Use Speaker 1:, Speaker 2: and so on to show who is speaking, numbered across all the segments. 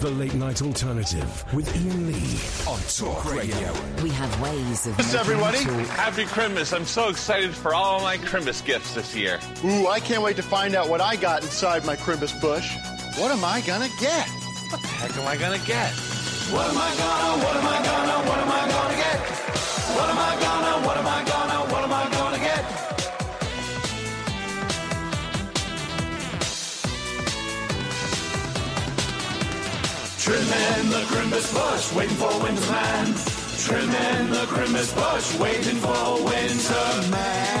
Speaker 1: The Late Night Alternative with Ian Lee on Talk Radio.
Speaker 2: We have ways of.
Speaker 3: What's up,
Speaker 2: making
Speaker 3: everybody?
Speaker 2: talk.
Speaker 4: Happy Christmas. I'm so excited for all my Christmas gifts this year.
Speaker 3: Ooh, I can't wait to find out what I got inside my Crimbus bush. What am I gonna get?
Speaker 4: Heck am I going to get?
Speaker 5: Trimming the grimace bush, waiting for winter man. Trimming the grimace bush, waiting for winter man.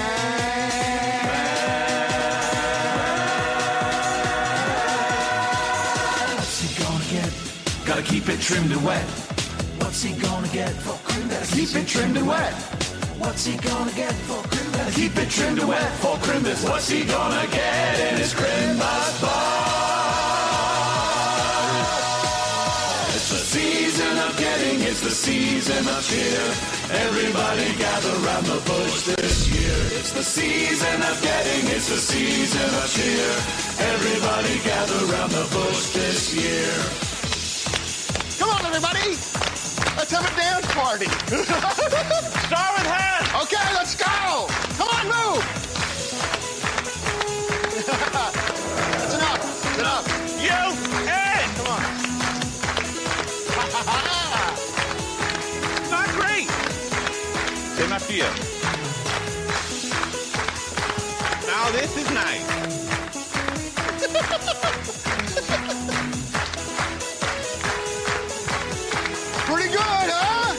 Speaker 5: What's he gonna get? Gotta keep it trimmed and wet. What's he gonna get for Christmas? Keep it trimmed and wet. What's he gonna get for Christmas? Keep it trimmed and wet for Christmas. What's he gonna get in his Christmas box? It's the season of getting, it's the season of cheer. Everybody gather round the bush this year. It's the season of getting, it's the season of cheer. Everybody gather round the bush this year.
Speaker 3: Come on, everybody! Let's have a dance party!
Speaker 4: Start with hats!
Speaker 3: okay, let's go! Come on, move! That's enough! That's enough!
Speaker 4: You and
Speaker 3: Come on.
Speaker 4: It's not great. Same after you. Now this is nice.
Speaker 3: Pretty good, huh?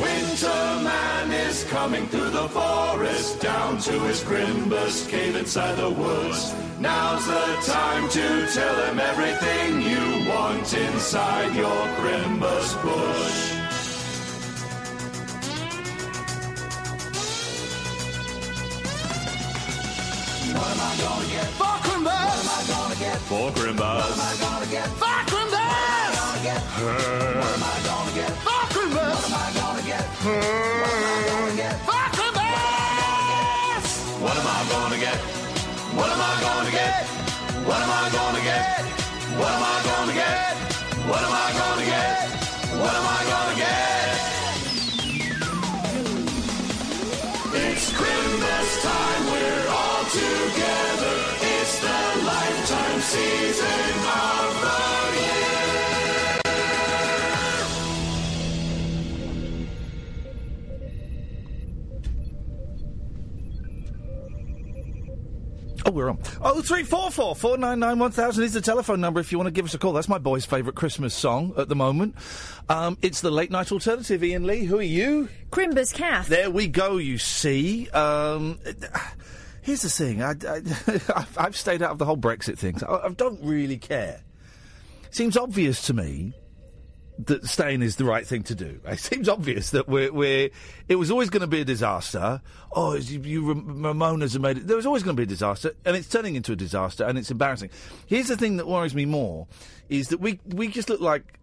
Speaker 5: Winter man is coming through the forest, down to his Grimbus cave inside the woods. Now's the time to tell him everything you want inside your Grimbus bush.
Speaker 3: Fuck Crimbus!
Speaker 5: For Grimbus,
Speaker 3: Fuck Crimbus! Fuck Crimbus!
Speaker 4: Hmm.
Speaker 3: Fuck Crimbus!
Speaker 5: what am I gonna get? What am I gonna get? What am I gonna get? What am I gonna get? What am I gonna get? What am I gonna get? It's Christmas time, we're all together. It's the lifetime season of the year.
Speaker 6: Oh, we're on. Oh, three four four four nine nine one thousand is the telephone number if you want to give us a call. That's my boy's favourite Christmas song at the moment. Um, it's the late night alternative. Ian Lee, who are you?
Speaker 7: Crimbus Cath.
Speaker 6: There we go. You see. Um, here's the thing. I, I, I've stayed out of the whole Brexit thing. So I, I don't really care. Seems obvious to me that staying is the right thing to do. It seems obvious that we're, we're it was always going to be a disaster. Oh, it's- you, you Ramonas have made it. There was always going to be a disaster, and it's turning into a disaster, and it's embarrassing. Here's the thing that worries me more is that we we just look like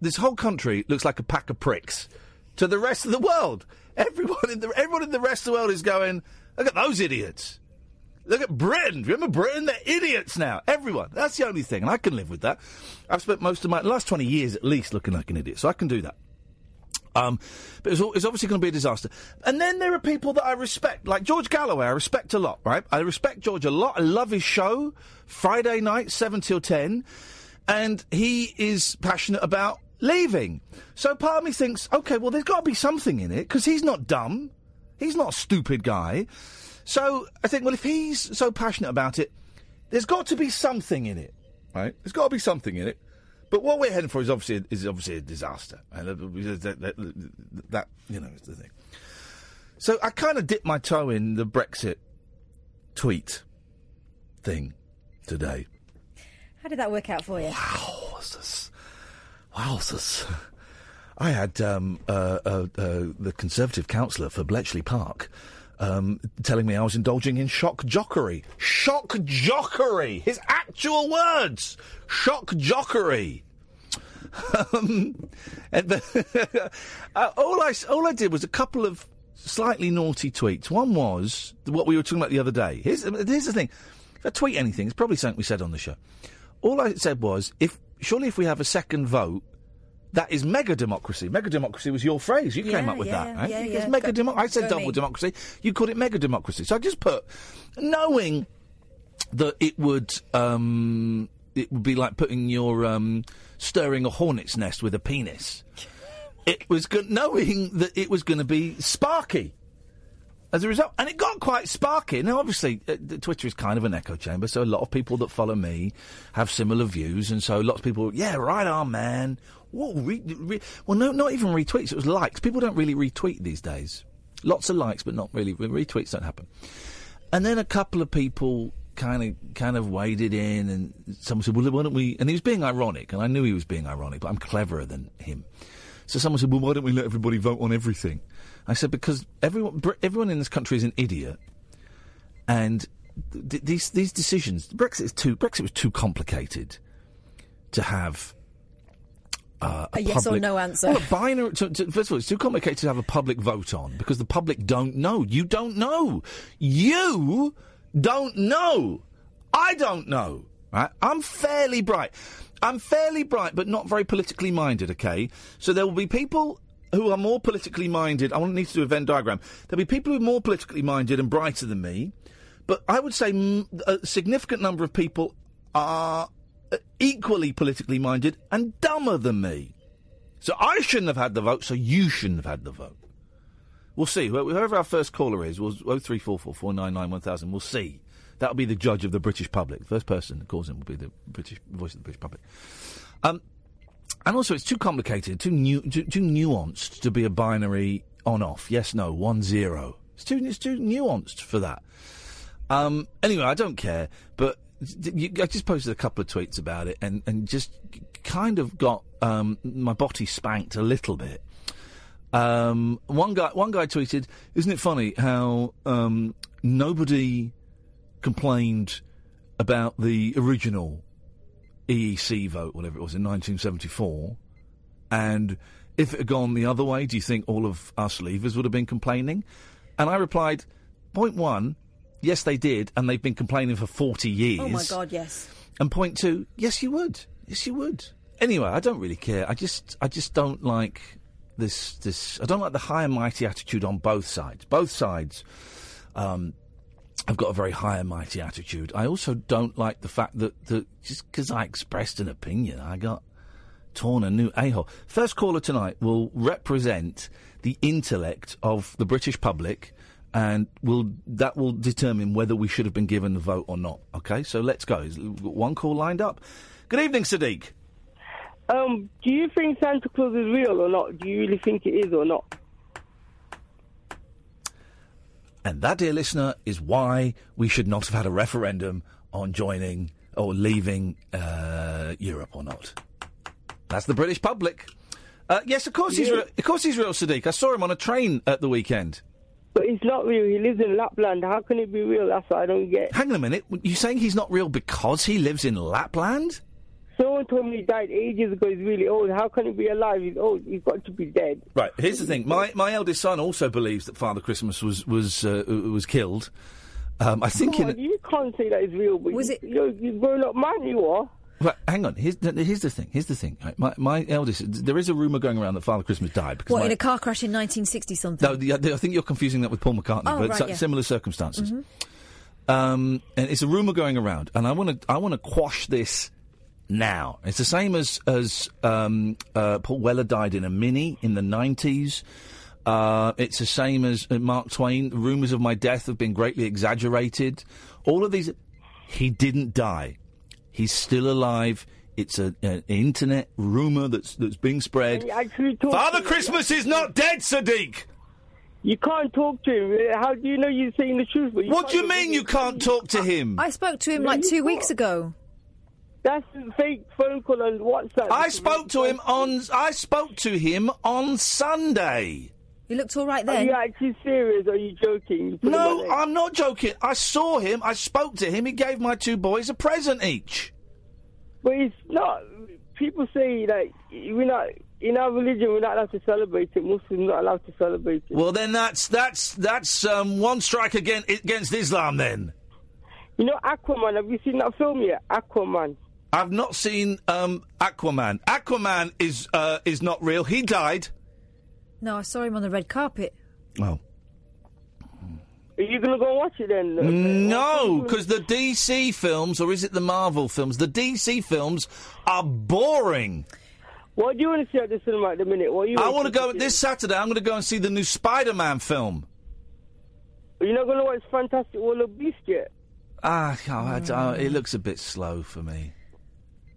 Speaker 6: this whole country looks like a pack of pricks to the rest of the world. Everyone in the everyone in the rest of the world is going. Look at those idiots. Look at Britain. Remember Britain? They're idiots now. Everyone. That's the only thing, and I can live with that. I've spent most of my last twenty years at least looking like an idiot, so I can do that. Um, but it's, al- it's obviously going to be a disaster. And then there are people that I respect, like George Galloway. I respect a lot, right? I respect George a lot. I love his show, Friday night, seven till ten, and he is passionate about leaving. So part of me thinks, okay, well, there's got to be something in it because he's not dumb. He's not a stupid guy. So I think, well, if he's so passionate about it, there's got to be something in it, right? There's got to be something in it. But what we're heading for is obviously is obviously a disaster, and that, that- that- that, you know is the thing. So I kind of dipped my toe in the Brexit tweet thing today.
Speaker 7: How did that work out for you?
Speaker 6: Wowzers. I had um, uh, uh, uh, the Conservative councillor for Bletchley Park um, telling me I was indulging in shock jockery. Shock jockery! His actual words! Shock jockery! um, and the- uh, all, I, s- all I did was a couple of slightly naughty tweets. One um, was what we were talking about the other day. Here's, here's the thing. If I tweet anything, it's probably something we said on the show. All I said was, if surely if we have a second vote, that is mega democracy. Mega democracy was your phrase. You came
Speaker 4: Yeah,
Speaker 6: up with
Speaker 4: yeah,
Speaker 6: that, right?
Speaker 4: yeah,
Speaker 6: Because
Speaker 4: yeah.
Speaker 6: mega
Speaker 4: Got-
Speaker 6: demo- I said
Speaker 4: got
Speaker 6: double
Speaker 4: me.
Speaker 6: democracy. You called it mega democracy. So I just put, knowing that it would um, it would be like putting your um, stirring a hornet's nest with a penis. It was go- knowing that it was going to be sparky as a result. And it got quite sparky. Now, obviously, uh, th- Twitter is kind of an echo chamber, so a lot of people that follow me have similar views, and so lots of people, yeah, right on, man. Whoa, re- re- well, no, not even retweets. It was likes. People don't really retweet these days. Lots of likes, but not really. Retweets don't happen. And then a couple of people kind of kind of waded in, and someone said, "Well, why don't we?" And he was being ironic, and I knew he was being ironic, but I'm cleverer than him. So someone said, "Well, why don't we let everybody vote on everything?" I said, "Because everyone Br- everyone in this country is an idiot, and th- these these decisions Brexit is too Brexit was too complicated to have." Uh,
Speaker 7: A yes or
Speaker 6: public-
Speaker 7: no answer.
Speaker 6: Well, a binary. To, to- first of all, it's too complicated to have a public vote on because the public don't know. You don't know. You don't know. I don't know. Right? I'm fairly bright. I'm fairly bright, but not very politically minded. Okay, so there will be people who are more politically minded. I want need to do a Venn diagram. There'll be people who are more politically minded and brighter than me, but I would say mm, a significant number of people are uh, equally politically minded and dumber than me. So I shouldn't have had the vote, so you shouldn't have had the vote. We'll see. Wh- Whoever our first caller is, we'll, oh, 03444991000, we'll see. That'll be the judge of the British public. The first person that calls in will be the British voice of the British public. Um, and also, it's too complicated, too, nu- too, too nuanced to be a binary on off. Yes, no, one, zero. It's too, it's too nuanced for that. Um, anyway, I don't care, but d- you, I just posted a couple of tweets about it and, and just k- kind of got um, my body spanked a little bit. Um, one guy, one guy tweeted, "Isn't it funny how um, nobody complained about the original EEC E vote, whatever it was, in 1974, and if it had gone the other way, do you think all of us leavers would have been complaining?" And I replied, point one, yes, they did, and they've been complaining for 40 years."
Speaker 7: Oh my God, yes.
Speaker 6: And point two, yes, you would. Yes, you would. Anyway, I don't really care. I just, I just don't like this. This, I don't like the high and mighty attitude on both sides. Both sides um, have got a very high and mighty attitude. I also don't like the fact that, that just because I expressed an opinion, I got torn a new a hole. First caller tonight will represent the intellect of the British public, and will that will determine whether we should have been given the vote or not. Okay, so let's go. Is- we've got One call lined up. Good evening, Sadiq.
Speaker 8: Um, do you think Santa Claus is real or not? Do you really think it is or not?
Speaker 6: And that, dear listener, is why we should not have had a referendum on joining or leaving uh, Europe or not. That's the British public. Uh, yes, of course he's
Speaker 8: Yeah.
Speaker 6: real, of course he's real, Sadiq. I saw him on a train at the weekend.
Speaker 8: But it's not real. He lives in Lapland. How can it be real? That's what I don't get.
Speaker 6: Hang on a minute. You saying he's not real because he lives in Lapland?
Speaker 8: Someone told me he died ages ago. He's really old. How can he be alive? He's old. He's got to be dead.
Speaker 6: Right. Here's the thing. My my eldest son also believes that Father Christmas was was uh, was killed. Um, I think
Speaker 8: Come
Speaker 6: in.
Speaker 8: on, you can't say that it's real. But
Speaker 7: Was
Speaker 8: you,
Speaker 7: it-
Speaker 8: You're, you're grown up man. You are.
Speaker 6: Right, hang on. Here's, th- here's the thing. Here's the thing. Right, my, my eldest. There is a rumor going around that Father Christmas died because.
Speaker 7: What,
Speaker 6: my-
Speaker 7: in a car crash in 1960 something?
Speaker 6: no, the, the- I think you're confusing that with Paul McCartney,
Speaker 7: Oh,
Speaker 6: but
Speaker 7: right,
Speaker 6: si-
Speaker 7: yeah.
Speaker 6: similar circumstances.
Speaker 7: Mm-hmm.
Speaker 6: Um, and it's a rumor going around, and I want to I want to quash this now. It's the same as as um, uh, Paul Weller died in a mini in the nineties. Uh, it's the same as uh, Mark Twain. Rumors of my death have been greatly exaggerated. All of these, he didn't die. He's still alive. It's a, an internet rumor that's that's being spread.
Speaker 8: And actually talk
Speaker 6: Father
Speaker 8: to him.
Speaker 6: Christmas is not dead, Sadiq.
Speaker 8: You can't talk to him. How do you know you're saying the truth? But
Speaker 6: What do you
Speaker 8: can't-
Speaker 6: mean you can't talk to him?
Speaker 7: I spoke to him
Speaker 8: No,
Speaker 7: like
Speaker 8: you
Speaker 7: two
Speaker 8: can't.
Speaker 7: weeks ago.
Speaker 8: That's a fake phone call on WhatsApp.
Speaker 6: I spoke to him on. I spoke to him on Sunday.
Speaker 7: He looked all right
Speaker 8: Are
Speaker 7: then.
Speaker 8: you actually serious? Or are you joking? You put him on
Speaker 6: No,
Speaker 8: there.
Speaker 6: I'm not joking. I saw him. I spoke to him. He gave my two boys a present each.
Speaker 8: But it's not. People say like we're not in our religion. We're not allowed to celebrate it. Muslims not allowed to celebrate it.
Speaker 6: Well, then that's that's that's um, one strike against against Islam. Then
Speaker 8: You know Aquaman. Have you seen that film yet? Aquaman.
Speaker 6: I've not seen um, Aquaman. Aquaman is uh, is not real. He died.
Speaker 7: No, I saw him on the red carpet.
Speaker 6: Well.
Speaker 8: Are you going to go watch it then?
Speaker 6: No, because the DC films, or is it the Marvel films? The DC films are boring.
Speaker 8: What do you want to see at the cinema at the minute? What you?
Speaker 6: I want to go this Saturday. I'm going to go and see the new Spider-Man film.
Speaker 8: You're not going to watch Fantastic World of Beast yet.
Speaker 6: Ah, oh, I d- oh, it looks a bit slow for me.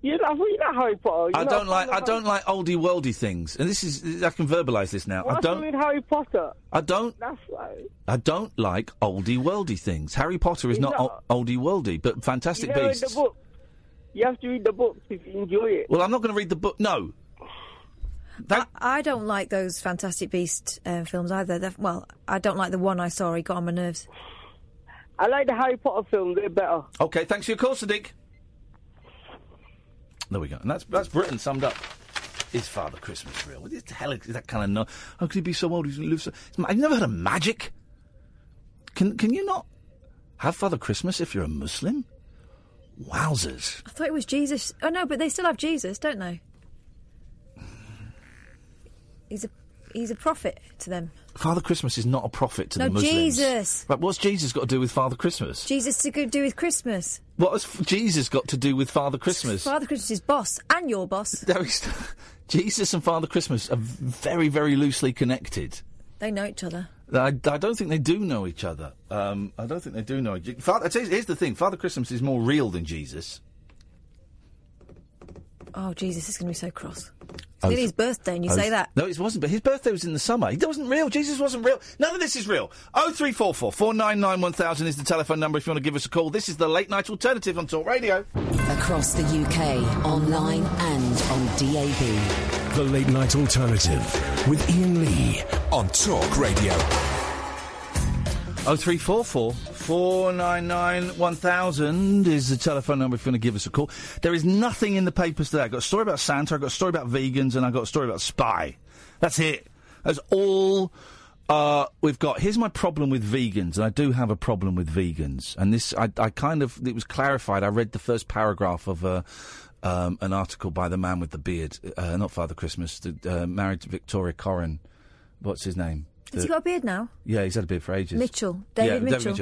Speaker 8: You're not, you're not Harry Potter. You're
Speaker 6: I
Speaker 8: not a
Speaker 6: don't
Speaker 8: fan
Speaker 6: like
Speaker 8: of
Speaker 6: I
Speaker 8: Harry-
Speaker 6: don't like oldie worldy things. And this is I can verbalise this now. I
Speaker 8: What's wrong
Speaker 6: don't
Speaker 8: with Harry Potter?
Speaker 6: I don't
Speaker 8: That's like.
Speaker 6: I don't like oldie worldy things. Harry Potter is
Speaker 8: Is
Speaker 6: not
Speaker 8: that-
Speaker 6: ol- oldie worldy, but
Speaker 8: You
Speaker 6: Fantastic
Speaker 8: never read
Speaker 6: Beasts.
Speaker 8: the book. You have to read the book to enjoy it.
Speaker 6: Well, I'm not going to read the book. No,
Speaker 7: I, I don't like those Fantastic Beast uh, films either. They're, well, I don't like the one I saw. He got on my nerves.
Speaker 8: I like the Harry Potter film. They're better.
Speaker 6: Okay, thanks for your call, Sadiq. There we go. And that's that's Britain summed up. Is Father Christmas real? What the hell is that kind of no? How could he be so old? He's lived so. It's ma- I've never heard of magic. Can can you not have Father Christmas if you're a Muslim? Wowzers!
Speaker 7: I thought it was Jesus. Oh no, but they still have Jesus, don't they? He's a he's a prophet to them.
Speaker 6: Father Christmas is not a prophet to
Speaker 7: No,
Speaker 6: the Muslims.
Speaker 7: Jesus.
Speaker 6: But what's Jesus got to do with Father Christmas?
Speaker 7: Jesus to go do with Christmas.
Speaker 6: What has f- Jesus got to do with Father Christmas?
Speaker 7: Father Christmas is boss and your boss.
Speaker 6: There is- Jesus and Father Christmas are very very loosely connected.
Speaker 7: They know each other.
Speaker 6: I, I don't think they do know each other. Um, I don't think they do know. each- Father, I tell you, here's the thing: Father Christmas is more real than Jesus.
Speaker 7: Oh Jesus, it's going to be so cross. It's
Speaker 6: Oh,
Speaker 7: nearly
Speaker 6: f-
Speaker 7: his birthday, and you
Speaker 6: Oh,
Speaker 7: say that.
Speaker 6: No, it wasn't. But his birthday was in the summer. He wasn't real. Jesus wasn't real. None of this is real. Oh three four four four nine nine one thousand is the telephone number if you want to give us a call. This is the late night alternative on Talk Radio.
Speaker 4: Across the UK, online and on DAB.
Speaker 1: The Late Night Alternative with Ian Lee on Talk Radio.
Speaker 6: Oh three four four four nine nine one thousand is the telephone number if you want to give us a call. There is nothing in the papers today. I got a story about Santa, I got a story about vegans, and I got a story about spy. That's it. That's all uh, we've got. Here's my problem with vegans, and I do have a problem with vegans. And this, I, I kind of it was clarified. I read the first paragraph of a. Um, an article by the man with the beard, uh, not Father Christmas, the, uh, married to Victoria Corrin. What's his name?
Speaker 7: Has he
Speaker 6: The-
Speaker 7: got a beard now?
Speaker 6: yeah, he's had a beard for ages.
Speaker 7: Mitchell. David
Speaker 6: yeah,
Speaker 7: Mitchell.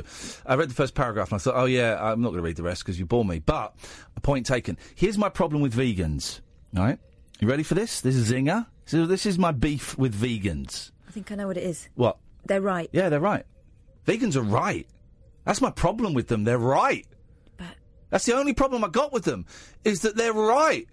Speaker 6: I read the first paragraph and I thought, oh yeah, I'm not going to read the rest because you bore me. But a point taken. Here's my problem with vegans. All right, you ready for this? This is zinger. So this is my beef with vegans.
Speaker 7: I think I know what it is.
Speaker 6: What?
Speaker 7: They're right.
Speaker 6: Yeah, they're right. Vegans are right. That's my problem with them. They're right. That's the only problem I got with them is that they're right.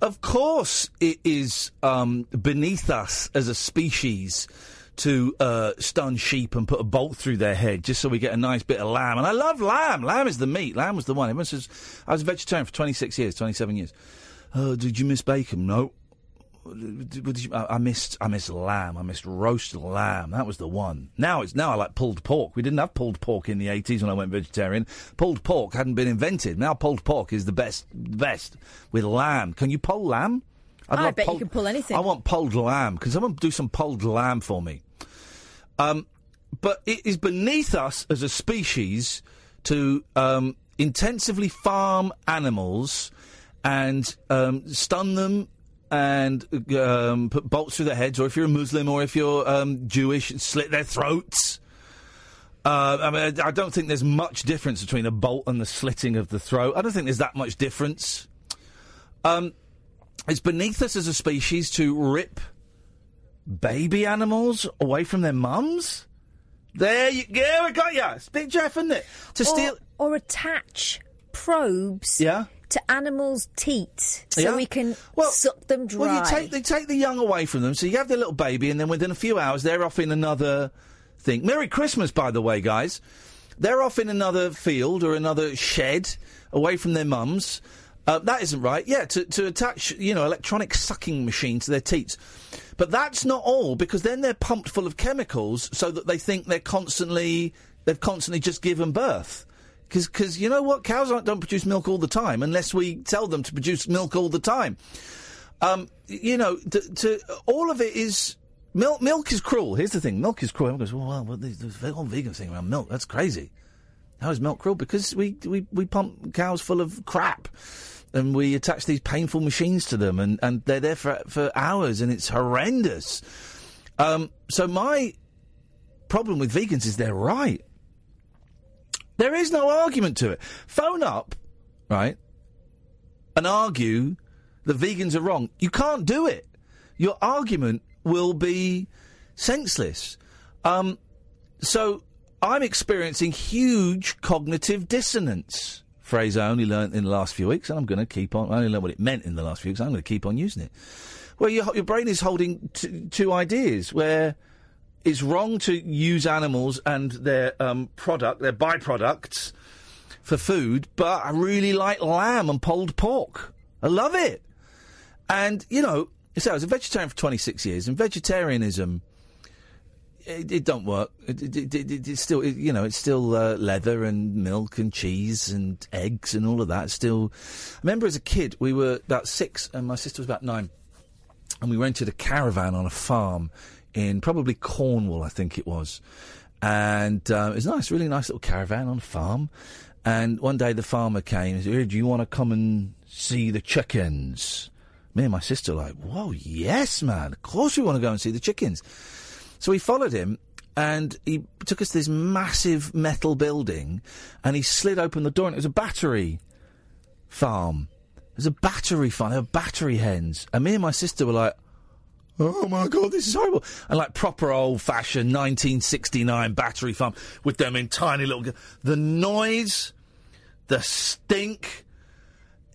Speaker 6: Of course, it is um, beneath us as a species to uh, stun sheep and put a bolt through their head just so we get a nice bit of lamb. And I love lamb. Lamb is the meat. Lamb was the one. Everyone says I was a vegetarian for 26 years, 27 years. Oh, did you miss bacon? No. What did you- I I missed. I missed lamb. I missed roast lamb. That was the one. Now it's now I like pulled pork. We didn't have pulled pork in the eighties when I went vegetarian. Pulled pork hadn't been invented. Now pulled pork is the best. the Best with lamb. Can you pull lamb?
Speaker 7: I
Speaker 6: love
Speaker 7: bet you can pull anything.
Speaker 6: I want pulled lamb. Can someone do some pulled lamb for me? Um, but it is beneath us as a species to um, intensively farm animals and um, stun them and um, put bolts through their heads, or if you're a Muslim or if you're um, Jewish, slit their throats. Uh, I mean, I I don't think there's much difference between a bolt and the slitting of the throat. I don't think there's that much difference. Um, it's beneath us as a species to rip baby animals away from their mums. There you go, we got ya. It's Big Jeff, isn't it? To
Speaker 8: Oh.
Speaker 6: steal.
Speaker 7: or attach probes
Speaker 6: Yeah.
Speaker 7: to animals' teats so
Speaker 6: Yeah.
Speaker 7: we can
Speaker 6: Well-
Speaker 7: suck them dry.
Speaker 6: Well, you take they take the young away from them, so you have their little baby, and then within a few hours they're off in another thing. Merry Christmas, by the way, guys. They're off in another field or another shed away from their mums. Uh, that isn't right. Yeah, to, to attach you know electronic sucking machine to their teats, but that's not all because then they're pumped full of chemicals so that they think they're constantly they've constantly just given birth. Because you know what, cows aren't, don't produce milk all the time unless we tell them to produce milk all the time um, you know, to, to all of it is milk. Milk is cruel. Here's the thing: milk is cruel. Everyone goes, "Well, well, well there's this whole vegan thing around milk. That's crazy." How is milk cruel? Because we, we, we pump cows full of crap. and we attach these painful machines to them, and, and they're there for for hours, and it's horrendous. Um, so my problem with vegans is they're right. There is no argument to it. Phone up, right, and argue that vegans are wrong. You can't do it. Your argument will be senseless. Um, so I'm experiencing huge cognitive dissonance. Phrase I only learnt in the last few weeks, and I'm going to keep on. I only learned what it meant in the last few weeks. I'm going to keep on using it. Well, your, your brain is holding t- two ideas where it's wrong to use animals and their um, product, their byproducts, for food, but I really like lamb and pulled pork. I love it. And, you know, so I was a vegetarian for 26 years, and vegetarianism, it, it don't work. It, it, it, it- it's still, it, you know, it's still uh, leather and milk and cheese and eggs and all of that. It's still, I remember as a kid, we were about six, and my sister was about nine and we rented a caravan on a farm in probably Cornwall, I think it was. And uh, it was nice, really nice little caravan on a farm. And one day the farmer came and said, "Hey, Do you want to come and see the chickens? Me and my sister were like, Whoa, yes, man. Of course we want to go and see the chickens. So we followed him and he took us to this massive metal building and he slid open the door and it was a battery farm. There's a battery farm. There were battery hens. And me and my sister were like, oh my God, this is horrible. And like proper old fashioned 1969 battery farm with them in tiny little. g- The noise, the stink,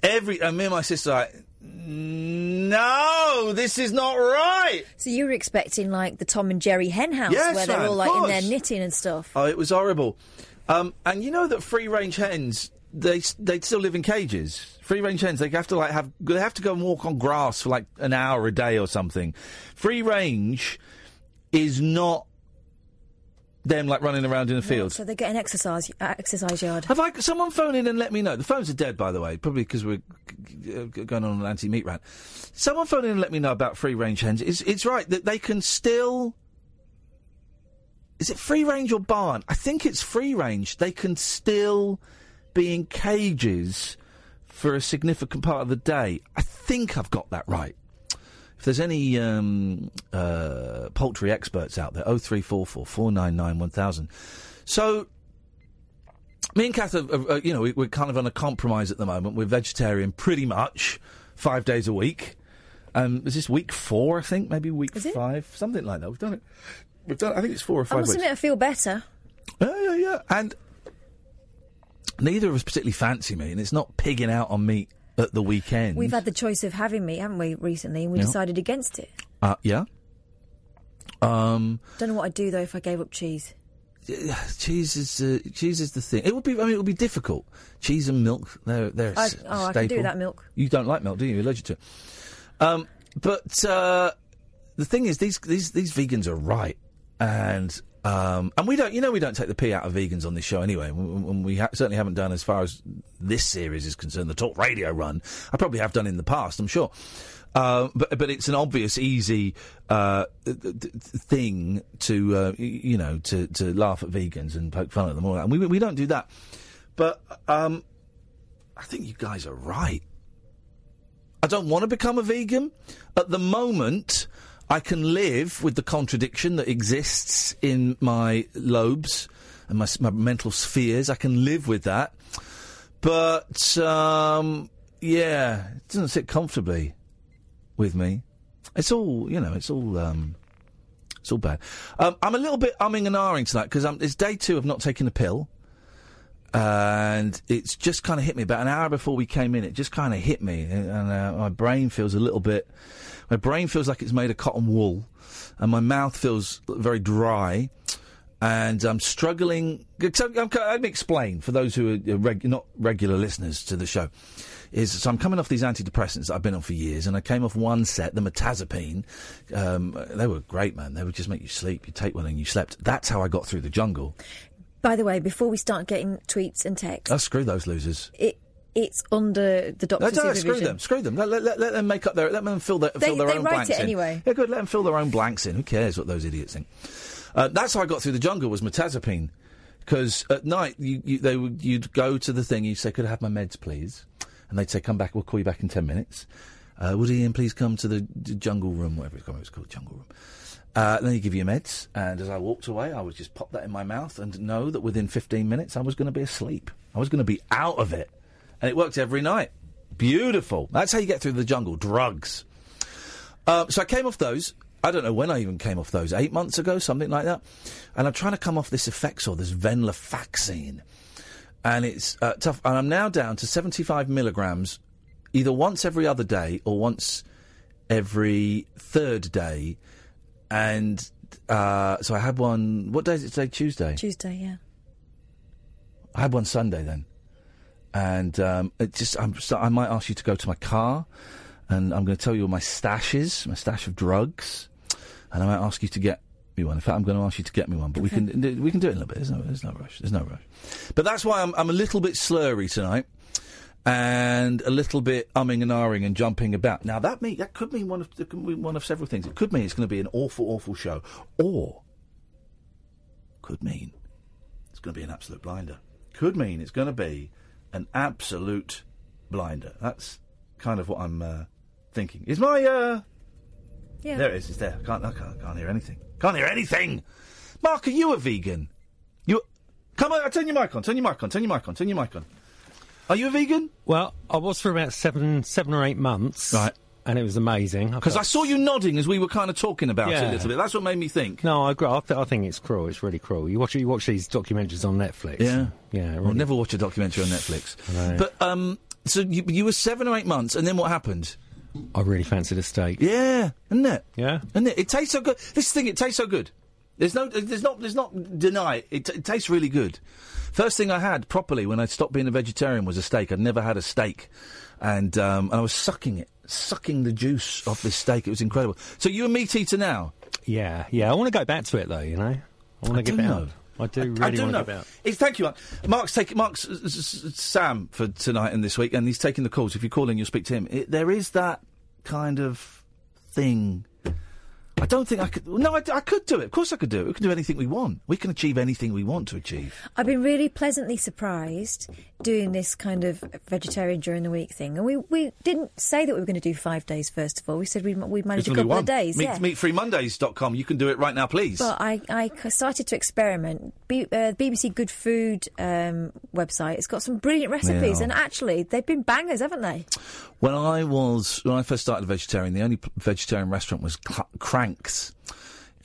Speaker 6: every. And me and my sister were like, no, this is not right.
Speaker 7: So you were expecting like the Tom and Jerry hen house
Speaker 6: Yes,
Speaker 7: where they're
Speaker 6: Anne,
Speaker 7: all
Speaker 6: of
Speaker 7: like in
Speaker 6: course.
Speaker 7: there knitting and stuff.
Speaker 6: Oh, it was horrible. Um, and you know that free range hens they s- they still live in cages. Free range hens they have to like have they have to go and walk on grass for like an hour a day or something. Free range is not them like running around in a field.
Speaker 7: So they get an exercise uh, exercise yard.
Speaker 6: Have I? Someone phone in and let me know. The phones are dead, by the way, probably because we're uh, going on an anti-meat rant. Someone phone in and let me know about free-range hens. It's, it's right that they can still. Is it free-range or barn? I think it's free-range. They can still be in cages for a significant part of the day. I think I've got that right. If there's any um, uh, poultry experts out there, oh three four four four nine nine one thousand. So me and Kath, are, are, are, you know, we, we're kind of on a compromise at the moment. We're vegetarian pretty much five days a week. Um, is this week four? I think maybe week five, something like that. We've done it. We've done. I think it's four or
Speaker 7: I
Speaker 6: five.
Speaker 7: must
Speaker 6: weeks.
Speaker 7: admit, I feel better.
Speaker 6: Yeah, yeah, yeah. And neither of us particularly fancy meat, and it's not pigging out on meat at the weekend.
Speaker 7: We've uh, had the choice of having meat, haven't we, recently, and we
Speaker 6: Yeah.
Speaker 7: decided against it.
Speaker 6: uh, yeah. Um,
Speaker 7: Don't know what I'd do though if I gave up cheese.
Speaker 6: yeah, cheese is uh, cheese is the thing. It would be. I mean, it would be difficult. Cheese and milk. They're they're a
Speaker 7: I-
Speaker 6: s-
Speaker 7: oh, I
Speaker 6: staple.
Speaker 7: can do without milk.
Speaker 6: You don't like milk, do you? You're allergic to it. Um, but uh, the thing is, these these these vegans are right, and um, and we don't. You know, we don't take the pee out of vegans on this show anyway, and and we ha- certainly haven't done as far as this series is concerned. The talk radio run, I probably have done in the past, I'm sure. Uh, but but it's an obvious, easy uh, th- th- th- thing to uh, y- you know to, to laugh at vegans and poke fun at them all, and we we don't do that. But um, I think you guys are right. I don't want to become a vegan. At the moment, I can live with the contradiction that exists in my lobes and my, s- my mental spheres. I can live with that. But, um, yeah, it doesn't sit comfortably with me. It's all, you know, it's all, um, it's all bad. Um, I'm a little bit umming and ahhing tonight because it's day two of not taking a pill and it's just kind of hit me about an hour before we came in. It just kind of hit me, and uh, my brain feels a little bit. My brain feels like it's made of cotton wool, and my mouth feels very dry, and I'm struggling. So I'm, co- let me explain for those who are uh, reg, not regular listeners to the show. Is so I'm coming off these antidepressants that I've been on for years, and I came off one set, the metazapine. Um, they were great, man. They would just make you sleep. You take one and you slept. That's how I got through the jungle.
Speaker 7: By the way, before we start getting tweets and texts,
Speaker 6: Oh, screw those losers.
Speaker 7: it it's under the
Speaker 6: No,
Speaker 7: doctor's
Speaker 6: no, no,
Speaker 7: supervision.
Speaker 6: screw them. Screw them. Let, let, let, let them make up their. Let them fill their, fill their
Speaker 7: they
Speaker 6: own
Speaker 7: write
Speaker 6: blanks
Speaker 7: it
Speaker 6: in.
Speaker 7: anyway.
Speaker 6: Yeah, good. Let them fill their own blanks in. Who cares what those idiots think? Uh, that's how I got through the jungle was metazapine, because at night you, you they would you'd go to the thing. You would say, "Could I have my meds, please?" and they'd say, "Come back, we'll call you back in ten minutes." Uh, would Ian please come to the d- jungle room, whatever it's called? It's called jungle room. Uh, and then you give you your meds, and as I walked away, I would just pop that in my mouth and know that within 15 minutes I was going to be asleep. I was going to be out of it, and it worked every night. Beautiful. That's how you get through the jungle. Drugs. Uh, so I came off those. I don't know when I even came off those. Eight months ago, something like that. And I'm trying to come off this Effexor, this venlafaxine, and it's uh, tough. And I'm now down to 75 milligrams, either once every other day or once every third day. And uh, so I had one. What day is it today? Tuesday.
Speaker 7: Tuesday, yeah.
Speaker 6: I had one Sunday then, and um, it just I'm so I might ask you to go to my car, and I'm going to tell you all my stashes, my stash of drugs, and I might ask you to get me one. In fact, I'm going to ask you to get me one, but we can we can do it in a little bit. There's no there's no rush. There's no rush. But that's why I'm I'm a little bit slurry tonight. And a little bit umming and ahhing and jumping about. Now that mean, that could mean one of that could mean one of several things. It could mean it's going to be an awful, awful show, or could mean it's going to be an absolute blinder. Could mean it's going to be an absolute blinder. That's kind of what I'm uh, thinking. Is my uh,
Speaker 7: Yeah.
Speaker 6: there it is. It's there. I can't, I can't. Can't hear anything. Can't hear anything. Mark, are you a vegan? You come on. Turn your mic on. Turn your mic on. Turn your mic on. Turn your mic on. Are you a vegan?
Speaker 9: Well, I was for about seven, seven or eight months.
Speaker 6: Right.
Speaker 9: And it was amazing.
Speaker 6: Because I saw you nodding as we were kind of talking about it
Speaker 9: Yeah.
Speaker 6: a little bit. That's what made me think.
Speaker 9: No, I agree. I, th- I think it's cruel. It's really cruel. You watch you watch these documentaries on Netflix.
Speaker 6: Yeah.
Speaker 9: yeah.
Speaker 6: I'll
Speaker 9: really-
Speaker 6: never watch a documentary on Netflix.
Speaker 9: Right.
Speaker 6: But um, so you, you were seven or eight months, and then what happened?
Speaker 9: I really fancied a steak.
Speaker 6: Yeah, isn't it?
Speaker 9: Yeah.
Speaker 6: And it, it tastes so good. This thing, it tastes so good. There's no, there's not, there's not deny it. It, t- it tastes really good. First thing I had properly when I stopped being a vegetarian was a steak. I'd never had a steak, and um, and I was sucking it, sucking the juice off this steak. It was incredible. So you're a meat eater now.
Speaker 9: Yeah, yeah. I want to go back to it though. You know, I want to
Speaker 6: do
Speaker 9: get
Speaker 6: know.
Speaker 9: out. I do really
Speaker 6: I do
Speaker 9: want
Speaker 6: know.
Speaker 9: to get out.
Speaker 6: It's, thank you, Mark. Mark's taking Mark's uh, s- s- Sam for tonight and this week, and he's taking the calls. If you call in, you'll speak to him. It, there is that kind of thing. I don't think I could. No, I, d- I could do it. Of course, I could do it. We can do anything we want. We can achieve anything we want to achieve.
Speaker 7: I've been really pleasantly surprised doing this kind of vegetarian during the week thing. And we, we didn't say that we were going to do five days, first of all. We said we'd, we'd manage
Speaker 6: It's
Speaker 7: a
Speaker 6: only
Speaker 7: couple
Speaker 6: one.
Speaker 7: of days.
Speaker 6: Meat,
Speaker 7: yeah.
Speaker 6: Meatfreemondays.com. You can do it right now, please.
Speaker 7: But I, I c- started to experiment. B, uh, the BBC Good Food um, website, it's got some brilliant recipes.
Speaker 6: Yeah.
Speaker 7: And actually, they've been bangers, haven't they?
Speaker 6: When I was when I first started vegetarian, the only p- vegetarian restaurant was Cl- Cranks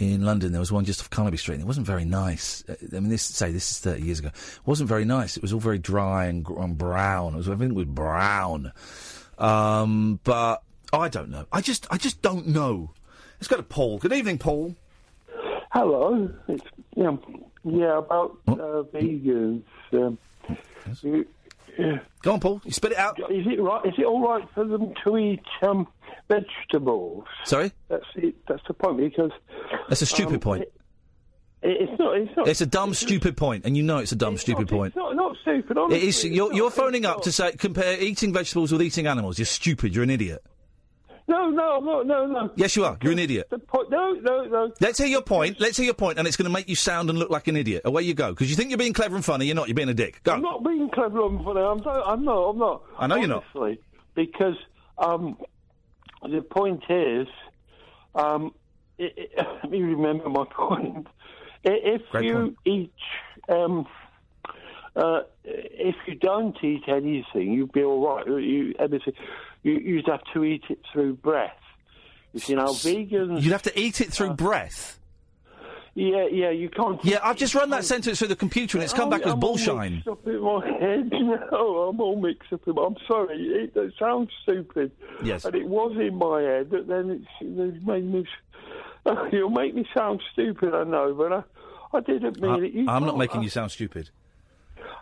Speaker 6: in London. There was one just off Carnaby Street, and it wasn't very nice. Uh, I mean, this say this is thirty years ago. It wasn't very nice. It was all very dry and, gr- and brown. It was everything was brown. Um, but I don't know. I just I just don't know. Let's go to Paul. Good evening, Paul.
Speaker 10: Hello. It's, yeah, yeah, about
Speaker 6: Oh.
Speaker 10: uh, vegans. Um, you- yeah.
Speaker 6: Go on, Paul. You spit it out.
Speaker 10: Is it right? Is it all right for them to eat um, vegetables?
Speaker 6: Sorry,
Speaker 10: That's it. That's the point because
Speaker 6: that's a stupid
Speaker 10: um,
Speaker 6: point.
Speaker 10: It, it's not. It's not.
Speaker 6: it's a dumb, stupid point, and you know it's a dumb, stupid point.
Speaker 10: It's not, not stupid. Honestly,
Speaker 6: It is.
Speaker 10: It's
Speaker 6: You're,
Speaker 10: not.
Speaker 6: you're
Speaker 10: It's
Speaker 6: phoning up
Speaker 10: not.
Speaker 6: to say compare eating vegetables with eating animals. You're stupid. You're an idiot.
Speaker 10: No, no, I'm not. No, no.
Speaker 6: Yes, you are. You're an idiot.
Speaker 10: The point. No, no, no.
Speaker 6: Let's hear your point. Let's hear your point, and it's going to make you sound and look like an idiot. Away you go. Because you think you're being clever and funny. You're not. You're being a dick. Go.
Speaker 10: I'm not being clever on funny. I'm not. I'm not. I'm not.
Speaker 6: I know you're not.
Speaker 10: Honestly, because um, the point is, um, it, it, let me remember my point. I- If
Speaker 6: Great
Speaker 10: you
Speaker 6: point.
Speaker 10: eat, um, uh, if you don't eat anything, you'd be all right. You, everything, you, you'd have to eat it through breath. You see, now vegans, Uh,
Speaker 6: You'd have to eat it through breath.
Speaker 10: yeah, yeah, you can't.
Speaker 6: Yeah, I've just
Speaker 10: Oh,
Speaker 6: run that sentence through the computer, and it's come back as
Speaker 10: I'm all
Speaker 6: bullshine.
Speaker 10: mixed up in my head. No, I'm all mixed up in my. I'm sorry. It, it sounds stupid.
Speaker 6: Yes.
Speaker 10: And it was in my head, but then it's, it's made me. You'll make me sound stupid. I know, but I, I didn't mean it. You
Speaker 6: I, am not
Speaker 10: can't- uh,
Speaker 6: making you sound stupid.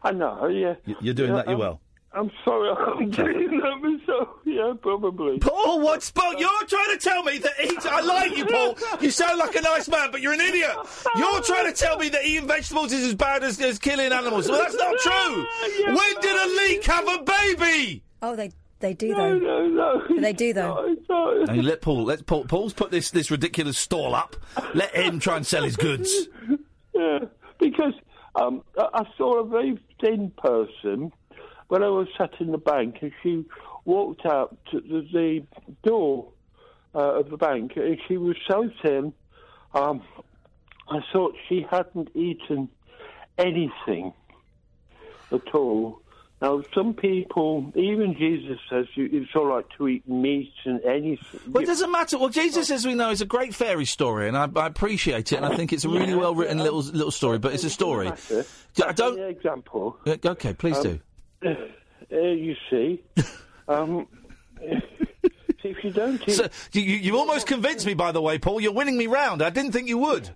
Speaker 10: I know. Yeah.
Speaker 6: Y- You're doing
Speaker 10: Yeah,
Speaker 6: that. You
Speaker 10: I'm-
Speaker 6: well.
Speaker 10: I'm sorry. I'm doing that myself. Yeah, probably.
Speaker 6: Paul, what's Paul? You're trying to tell me that eat. I like you, Paul. You sound like a nice man, but you're an idiot. You're trying to tell me that eating vegetables is as bad as, as killing animals. Well, that's not true. When did a leek have a baby?
Speaker 7: Oh, they, they do, though.
Speaker 10: No, no, no.
Speaker 7: They do, though.
Speaker 10: It's not-
Speaker 6: And let Paul. Let Paul. Paul's put this this ridiculous stall up. Let him try and sell his goods.
Speaker 10: Yeah, because um, I I saw a very thin person when I was sat in the bank and she walked out to the, the door uh, of the bank and she was so thin, um, I thought she hadn't eaten anything at all. Now, some people, even Jesus says you, it's all right to eat meat and anything.
Speaker 6: Well, it doesn't matter. Well, Jesus, as we know, is a great fairy story, and I, I appreciate it, and I think it's a really well written little little story. But it's a story. I don't.
Speaker 10: example.
Speaker 6: Uh, Okay, please
Speaker 10: Um,
Speaker 6: do.
Speaker 10: Uh, you see, um, see if you don't eat
Speaker 6: So, you, you you almost convinced me, by the way, Paul. You're winning me round. I didn't think you would.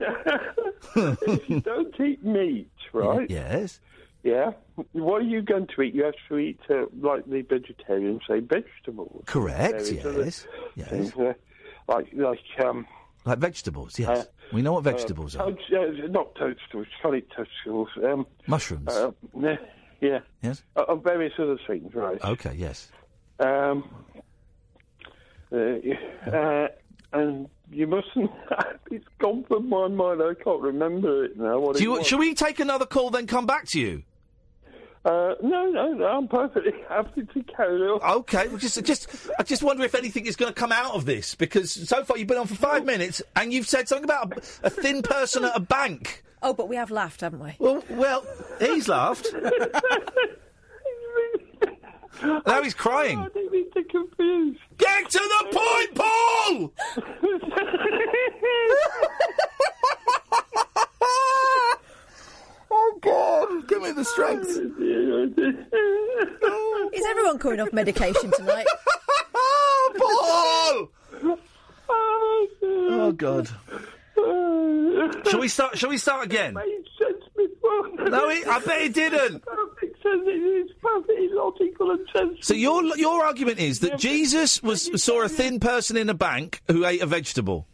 Speaker 10: you don't eat meat, right?
Speaker 6: Yes.
Speaker 10: Yeah. What are you going to eat? You have to eat, uh, like the vegetarians say, vegetables.
Speaker 6: Correct,
Speaker 10: There is other
Speaker 6: yes, yes.
Speaker 10: things, uh, like, like, um,
Speaker 6: Like vegetables, yes. we know what vegetables
Speaker 10: uh,
Speaker 6: are.
Speaker 10: toad- uh, not toadstools. You can't eat toadstools. Um,
Speaker 6: Mushrooms.
Speaker 10: uh, yeah. Yeah.
Speaker 6: Yes.
Speaker 10: Uh, and various other things, right?
Speaker 6: okay, yes.
Speaker 10: Um, uh, uh, and you mustn't. it's gone from my mind. I can't remember it now. What
Speaker 6: Do
Speaker 10: it
Speaker 6: you,
Speaker 10: was.
Speaker 6: shall we take another call, then come back to you?
Speaker 10: Uh, no, no, no. I'm perfectly happy to carry on.
Speaker 6: Okay, well, just, just, I just wonder if anything is going to come out of this because so far you've been on for five minutes and you've said something about a, a thin person at a bank.
Speaker 7: Oh, but we have laughed, haven't we?
Speaker 6: Well, well, he's laughed. now he's crying.
Speaker 10: didn't mean to confuse.
Speaker 6: Get to the point, Paul! oh, God. Give me the strength.
Speaker 7: Is everyone coming off medication tonight?
Speaker 6: Paul! Oh God! Shall we start? Shall we start again?
Speaker 10: Made sense before.
Speaker 6: No, it, I bet it didn't.
Speaker 10: Perfect sense. It's perfectly logical and sensible.
Speaker 6: So your your argument is that Jesus was saw a thin person in a bank who ate a vegetable.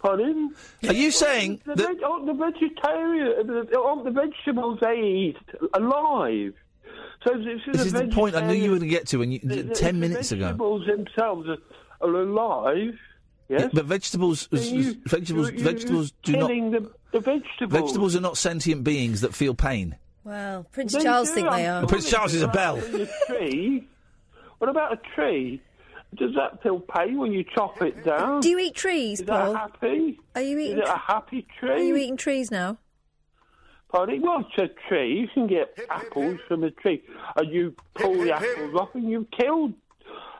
Speaker 10: Pardon?
Speaker 6: Are you saying
Speaker 10: The,
Speaker 6: that?
Speaker 10: veg- aren't the vegetarian, uh, the, aren't the vegetables they eat alive? So this is,
Speaker 6: This
Speaker 10: a
Speaker 6: is the point I knew you were going to get to, and you,
Speaker 10: vegetarian-
Speaker 6: ten
Speaker 10: the
Speaker 6: minutes ago.
Speaker 10: Vegetables themselves are, are alive. Yes.
Speaker 6: But vegetables,
Speaker 10: Then you-
Speaker 6: vegetables,
Speaker 10: you- you-
Speaker 6: vegetables do
Speaker 10: you're
Speaker 6: not.
Speaker 10: killing The, the vegetables.
Speaker 6: Vegetables are not sentient beings that feel pain.
Speaker 7: Well, Prince
Speaker 10: They
Speaker 7: Charles
Speaker 10: do,
Speaker 7: think they
Speaker 10: I'm
Speaker 7: are.
Speaker 6: Prince Charles is a bell.
Speaker 10: In a tree. What about a tree? Does that feel pain when you chop it down?
Speaker 7: Do you eat trees,
Speaker 10: is that
Speaker 7: Paul?
Speaker 10: happy?
Speaker 7: Are you
Speaker 10: Is
Speaker 7: eating?
Speaker 10: it a
Speaker 7: Are
Speaker 10: happy tree?
Speaker 7: you eating trees now?
Speaker 10: Pardon? Well, it's a tree. You can get apples from a tree, and you pull the apples off, and you've killed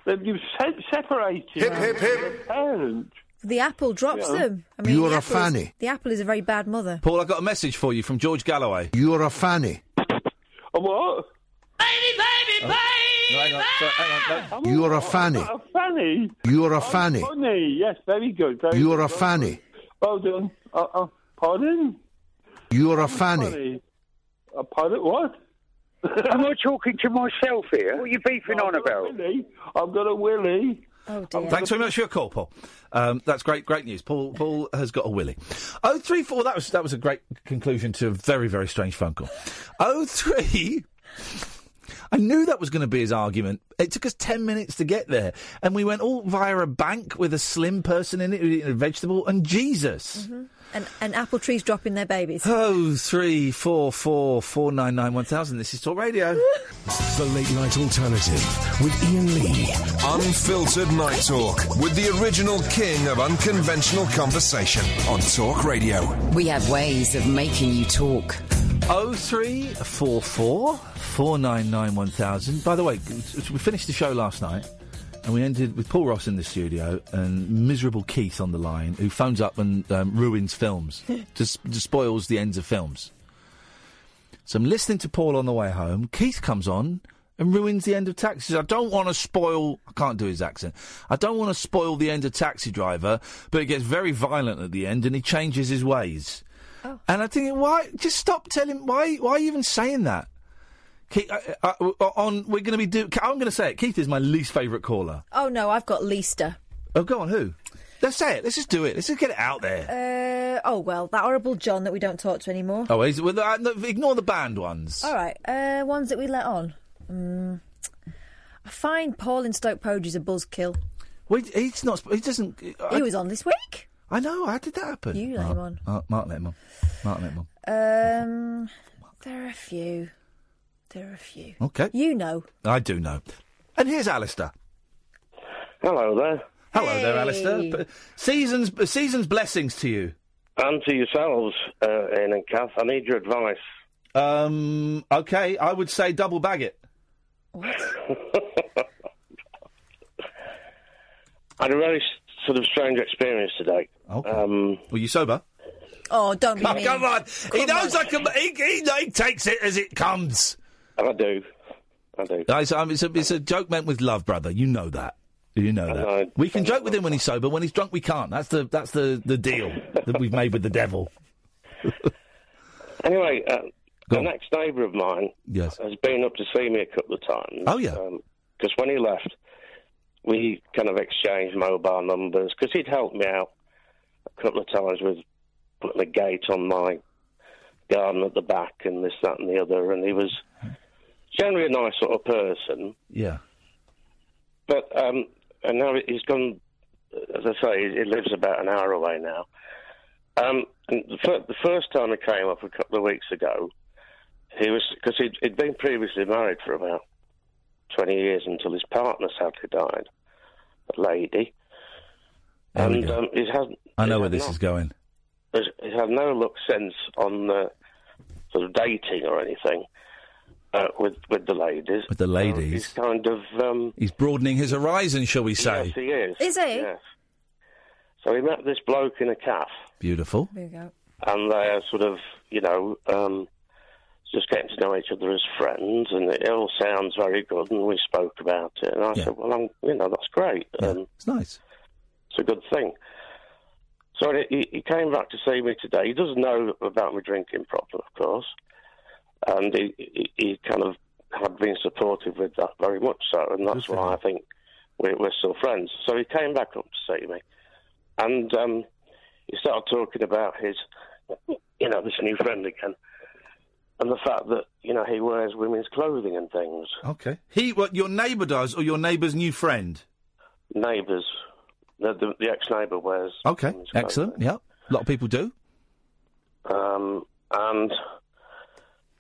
Speaker 10: them. You've se- separated them from their parents.
Speaker 7: The apple drops
Speaker 10: Yeah.
Speaker 7: them. I mean,
Speaker 11: You
Speaker 7: the
Speaker 11: are a
Speaker 7: apple is-
Speaker 11: fanny.
Speaker 7: The apple is a very bad mother.
Speaker 6: Paul, I got a message for you from George Galloway.
Speaker 11: You're a fanny.
Speaker 10: And what?
Speaker 6: No, hang on, sorry, hang on, no.
Speaker 10: I'm
Speaker 11: You're a
Speaker 10: not- I'm
Speaker 11: fanny.
Speaker 10: not A fanny.
Speaker 11: You're a
Speaker 10: I'm
Speaker 11: fanny.
Speaker 10: Funny. Yes, very good. Very
Speaker 11: You're
Speaker 10: good.
Speaker 11: a fanny.
Speaker 10: Well done. Uh, uh, pardon?
Speaker 11: You're a fanny.
Speaker 10: Funny. Uh, pardon? What?
Speaker 12: Am I talking to myself here? What are you beefing on
Speaker 10: I've got a
Speaker 12: about?
Speaker 10: willy. I've got a willy.
Speaker 7: Oh dear.
Speaker 6: Thanks very much for your call, Paul. Um, that's great, great news. Paul, Paul has got a willy. Oh three four. That was that was a great conclusion to a very very strange phone call. Oh three. I knew that was going to be his argument. It took us ten minutes to get there, and we went all via a bank with a slim person in it, who eating a vegetable, and
Speaker 10: Mm-hmm.
Speaker 6: Jesus.
Speaker 7: And and apple trees dropping their babies.
Speaker 6: Oh three four four four nine nine one thousand. This is Talk Radio.
Speaker 1: The Late Night Alternative with Ian Lee. Unfiltered Night Talk with the original king of unconventional conversation on Talk Radio.
Speaker 4: We have ways of making you talk.
Speaker 6: Oh three four four four nine nine one thousand. By the way, we finished the show last night, and we ended with Paul Ross in the studio and miserable Keith on the line, who phones up and um, ruins films, just, just spoils the ends of films. So I'm listening to Paul on the way home. Keith comes on and ruins the end of taxis. I don't want to spoil. I can't do his accent. I don't want to spoil the end of Taxi Driver, but it gets very violent at the end, and he changes his ways.
Speaker 7: Oh.
Speaker 6: And I think, why? Just stop telling. Why? Why are you even saying that? Keith, uh, I, I, on we're going to be do. I'm going to say it. Keith is my least favourite caller.
Speaker 7: Oh no, I've got Leaster.
Speaker 6: Oh, go on. Who? Let's say it. Let's just do it. Let's just get it out there.
Speaker 7: Uh, oh well, that horrible John that we don't talk to anymore.
Speaker 6: Oh, is, well, uh, no, ignore the banned ones.
Speaker 7: All right, uh, ones that we let on. Mm. I find Paul in Stoke Poge is a buzzkill.
Speaker 6: Wait, he's not. sp- He doesn't. uh, I,
Speaker 7: He was on this week.
Speaker 6: I know. How did that happen?
Speaker 7: Oh, You let him on.
Speaker 6: Uh, Mark, Mark let him on. Mark let him on.
Speaker 7: Um, there are a few. There are a few.
Speaker 6: Okay.
Speaker 7: You know.
Speaker 6: I do know. And here's Alistair.
Speaker 13: Hello there.
Speaker 6: Hello there,
Speaker 7: Hey.
Speaker 6: Alistair. B- Seasons, b- seasons blessings to you.
Speaker 13: And to yourselves, uh, Ian and Kath, I need your advice.
Speaker 6: Um, okay, I would say double bag it.
Speaker 13: I had a very s- sort of strange experience today.
Speaker 6: Okay.
Speaker 13: Um,
Speaker 6: Were you sober?
Speaker 7: Oh, don't be
Speaker 6: Oh,
Speaker 7: mean.
Speaker 6: come on.
Speaker 7: Come
Speaker 6: he knows
Speaker 7: on.
Speaker 6: I can. He, he, he takes it as it comes.
Speaker 13: I do. I do.
Speaker 6: It's, um, it's, a, it's a joke meant with love, brother. You know that. You know that. we can joke with him when he's sober. When he's drunk, we can't. That's the that's the, the deal that we've made with the devil.
Speaker 13: Anyway, uh, the next neighbour of mine
Speaker 6: Yes.
Speaker 13: has been up to see me a couple of times.
Speaker 6: Oh, yeah.
Speaker 13: Because when he left, we kind of exchanged mobile numbers because he'd helped me out a couple of times with putting a gate on my garden at the back and this, that, and the other. And he was generally a nice sort of person.
Speaker 6: Yeah.
Speaker 13: But um, and now he's gone. As I say, he lives about an hour away now. Um, and the, fir- the first time he came up a couple of weeks ago, he was because he'd, he'd been previously married for about twenty years until his partner sadly died, a lady.
Speaker 6: There we
Speaker 13: and
Speaker 6: go.
Speaker 13: um, he's had
Speaker 6: I know
Speaker 13: he's
Speaker 6: where
Speaker 13: had
Speaker 6: this
Speaker 13: no-
Speaker 6: is going.
Speaker 13: has, has had no luck since on uh, sort of dating or anything uh, with with the ladies.
Speaker 6: With the
Speaker 13: He's
Speaker 6: ladies,
Speaker 13: kind of um,
Speaker 6: he's broadening his horizon, shall we say?
Speaker 13: yes, he is.
Speaker 7: Is he?
Speaker 13: Yes. So he met this bloke in a calf,
Speaker 6: Beautiful.
Speaker 7: There you go.
Speaker 13: and they're sort of, you know, um, just getting to know each other as friends, and it all sounds very good. And we spoke about it, and I said, "Well, I'm, you know, that's great. Um,
Speaker 6: It's nice.
Speaker 13: it's a good thing." So he, he came back to see me today. He doesn't know about my drinking problem, of course, and he, he, he kind of had been supportive with that very much so, and that's why I think we're, we're still friends. So he came back up to see me, and um, he started talking about his, you know, this new friend again, and the fact that you know he wears women's clothing and things.
Speaker 6: Okay. He, what your neighbour does, or your neighbour's new friend?
Speaker 13: Neighbours, the, the, the ex-neighbour wears
Speaker 6: Okay. Excellent. Yeah. A lot of people do.
Speaker 13: Um, and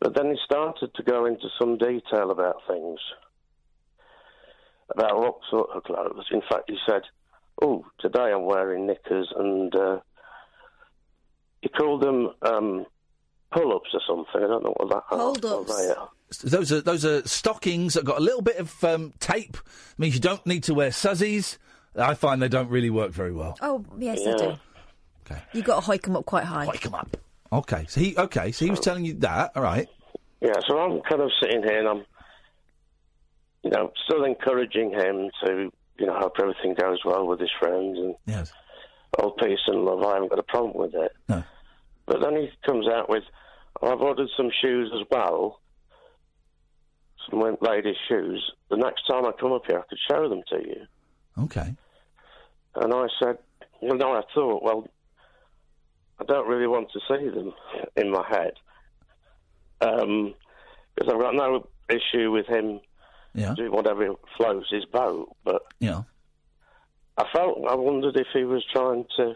Speaker 13: but then he started to go into some detail about things, about what sort of clothes. In fact, he said, "Oh, today I'm wearing knickers," and uh, he called them um, pull-ups or something. I don't know what that
Speaker 7: Hold-ups.
Speaker 13: What they are.
Speaker 6: S- Those are those are stockings that got a little bit of um, tape. means you don't need to wear suzzies. I find they don't really work very well.
Speaker 7: Oh, yes, I do. Okay. you got to hike them up quite high. Hike
Speaker 6: them up. Okay. So he okay. So he was telling you that. All right.
Speaker 13: Yeah, so I'm kind of sitting here and I'm, you know, still encouraging him to, you know, hope everything goes well with his friends and
Speaker 6: yes.
Speaker 13: all peace and love. I haven't got a problem with it.
Speaker 6: No.
Speaker 13: But then he comes out with, oh, I've ordered some shoes as well, some went ladies' shoes. The next time I come up here, I could show them to you.
Speaker 6: Okay.
Speaker 13: And I said, you know, I thought, well, I don't really want to see them in my head. Um, because I've got no issue with him
Speaker 6: Yeah.
Speaker 13: doing whatever floats his boat. But
Speaker 6: Yeah.
Speaker 13: I felt, I wondered if he was trying to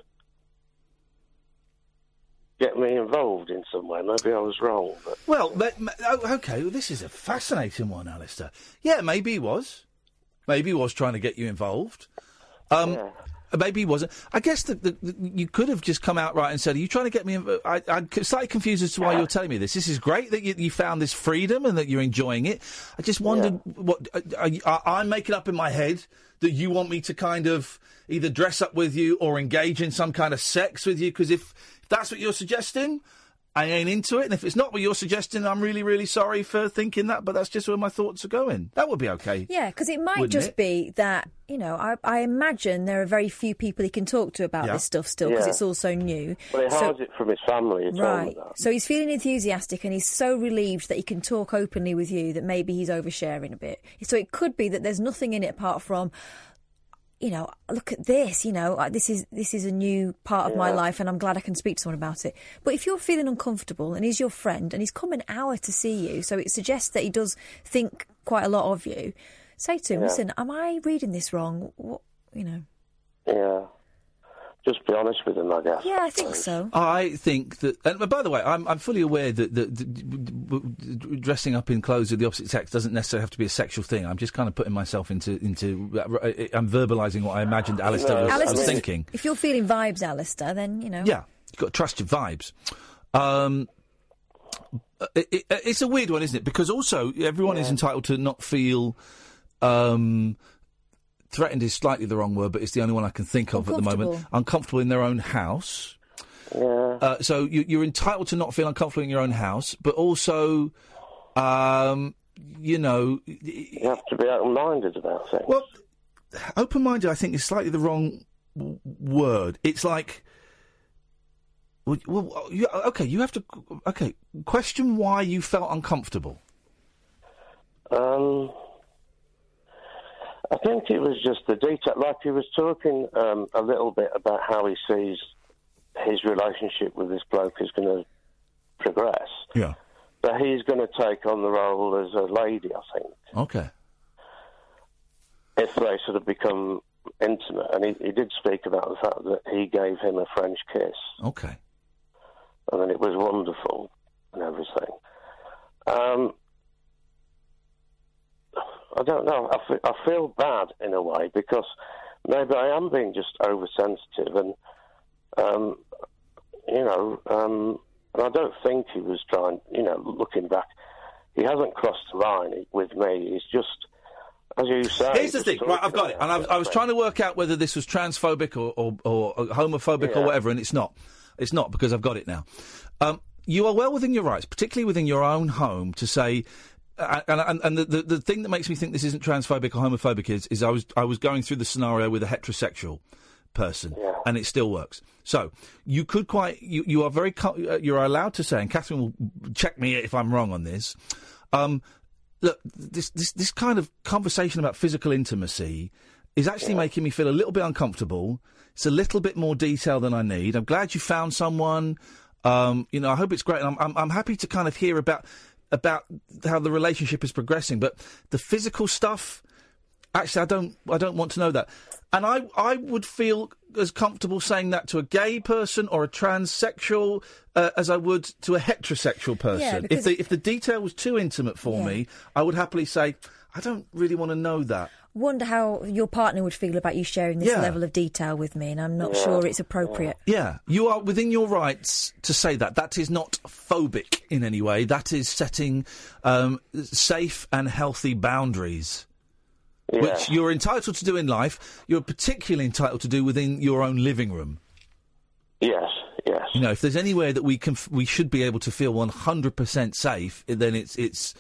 Speaker 13: get me involved in some way. Maybe I was wrong. But
Speaker 6: Well, but, m- oh, okay. Well, this is a fascinating one, Alistair. Yeah, maybe he was. Maybe he was trying to get you involved. Um, Maybe he wasn't. I guess the, the, the, you could have just come out right and said, "Are you trying to get me?" Inv-? I, I'm c- slightly confused as to why you're telling me this. This is great that you, you found this freedom and that you're enjoying it. I just wondered what uh, are you- I, I'm making up in my head that you want me to kind of either dress up with you or engage in some kind of sex with you. Because if, if that's what you're suggesting, I ain't into it. And if it's not what you're suggesting, I'm really, really sorry for thinking that. But that's just where my thoughts are going. That would be okay.
Speaker 7: Yeah, because it might
Speaker 6: Wouldn't
Speaker 7: just
Speaker 6: it?
Speaker 7: be that you know I, I imagine there are very few people he can talk to about
Speaker 13: Yeah.
Speaker 7: this stuff still because
Speaker 13: Yeah.
Speaker 7: it's all so new.
Speaker 13: Well, he
Speaker 7: So-
Speaker 13: hides it from his family. It's all
Speaker 7: Right.
Speaker 13: that.
Speaker 7: So he's feeling enthusiastic and he's so relieved that he can talk openly with you that maybe he's oversharing a bit. So it could be that there's nothing in it apart from you know, look at this, you know, uh, this is this is a new part of my
Speaker 14: Yeah.
Speaker 7: life and I'm glad I can speak to someone about it. But if you're feeling uncomfortable and he's your friend and he's come an hour to see you, so it suggests that he does think quite a lot of you. Say to him,
Speaker 13: Yeah.
Speaker 7: listen, am I reading this wrong? What, you know.
Speaker 13: Yeah. Just be honest with them, I guess.
Speaker 7: Yeah, I think so.
Speaker 6: I think that, and by the way, I'm, I'm fully aware that, that, d- d- d- dressing up in clothes of the opposite sex doesn't necessarily have to be a sexual thing. I'm just kind of putting myself into into. uh, I'm verbalising what I imagined Alistair was, was
Speaker 7: Alistair,
Speaker 6: thinking.
Speaker 7: If you're feeling vibes, Alistair, then you know.
Speaker 6: Yeah, you've got to trust your vibes. Um, uh, it, it, it's a weird one, isn't it? Because also everyone is entitled to not feel. Um, threatened is slightly the wrong word, but it's the only one I can think of at the moment.
Speaker 14: Uncomfortable.
Speaker 6: Uncomfortable in their own house. Uh, so you, you're entitled to not feel uncomfortable in your own house, but also, um, you know, you
Speaker 13: have to be open-minded about things.
Speaker 6: Well, open-minded, I think, is slightly the wrong w- word. It's like, well, well, you, okay, you have to, okay, question why you felt uncomfortable.
Speaker 13: Um, I think it was just the detail. Like he was talking um, a little bit about how he sees his relationship with this bloke is going to progress.
Speaker 6: Yeah.
Speaker 13: But he's going to take on the role as a lady, I think,
Speaker 6: Okay.
Speaker 13: if they sort of become intimate. And he, he did speak about the fact that he gave him a French kiss.
Speaker 6: Okay.
Speaker 13: I mean, it was wonderful and everything. Um, I don't know. I fe- I feel bad in a way because maybe I am being just oversensitive, and um, you know, um, and I don't think he was trying. You know, looking back, he hasn't crossed the line with me. He's just, as you say.
Speaker 6: Here's the thing, right? I've got it, and I was, I was trying to work out whether this was transphobic or, or, or homophobic or
Speaker 13: Yeah.
Speaker 6: whatever, and it's not. It's not because I've got it now. Um, you are well within your rights, particularly within your own home, to say. uh, And, and, and the, the, the thing that makes me think this isn't transphobic or homophobic is, is I was I was going through the scenario with a heterosexual person, and it still works. So you could quite you, you are very co- uh, you are allowed to say, and Catherine will check me if I'm wrong on this. Um, look, this this this kind of conversation about physical intimacy is actually making me feel a little bit uncomfortable. It's a little bit more detail than I need. I'm glad you found someone. Um, you know, I hope it's great. And I'm, I'm I'm happy to kind of hear about about how the relationship is progressing, but the physical stuff actually i don't i don't want to know that and i i would feel as comfortable saying that to a gay person or a transsexual uh, as i would to a heterosexual person if
Speaker 7: because-
Speaker 6: the if the detail was too intimate for me i would happily say i don't really want to know that
Speaker 7: Wonder how your partner would feel about you sharing this
Speaker 6: Yeah.
Speaker 7: level of detail with me, and I'm not
Speaker 6: Yeah.
Speaker 7: sure it's appropriate.
Speaker 6: yeah you are within your rights to say that that is not phobic in any way that is setting um, safe and healthy boundaries which you're entitled to do in life you're particularly entitled to do within your own living room
Speaker 13: Yes, yes.
Speaker 6: You know, if there's anywhere that we can, f- we should be able to feel 100% safe, then it's it's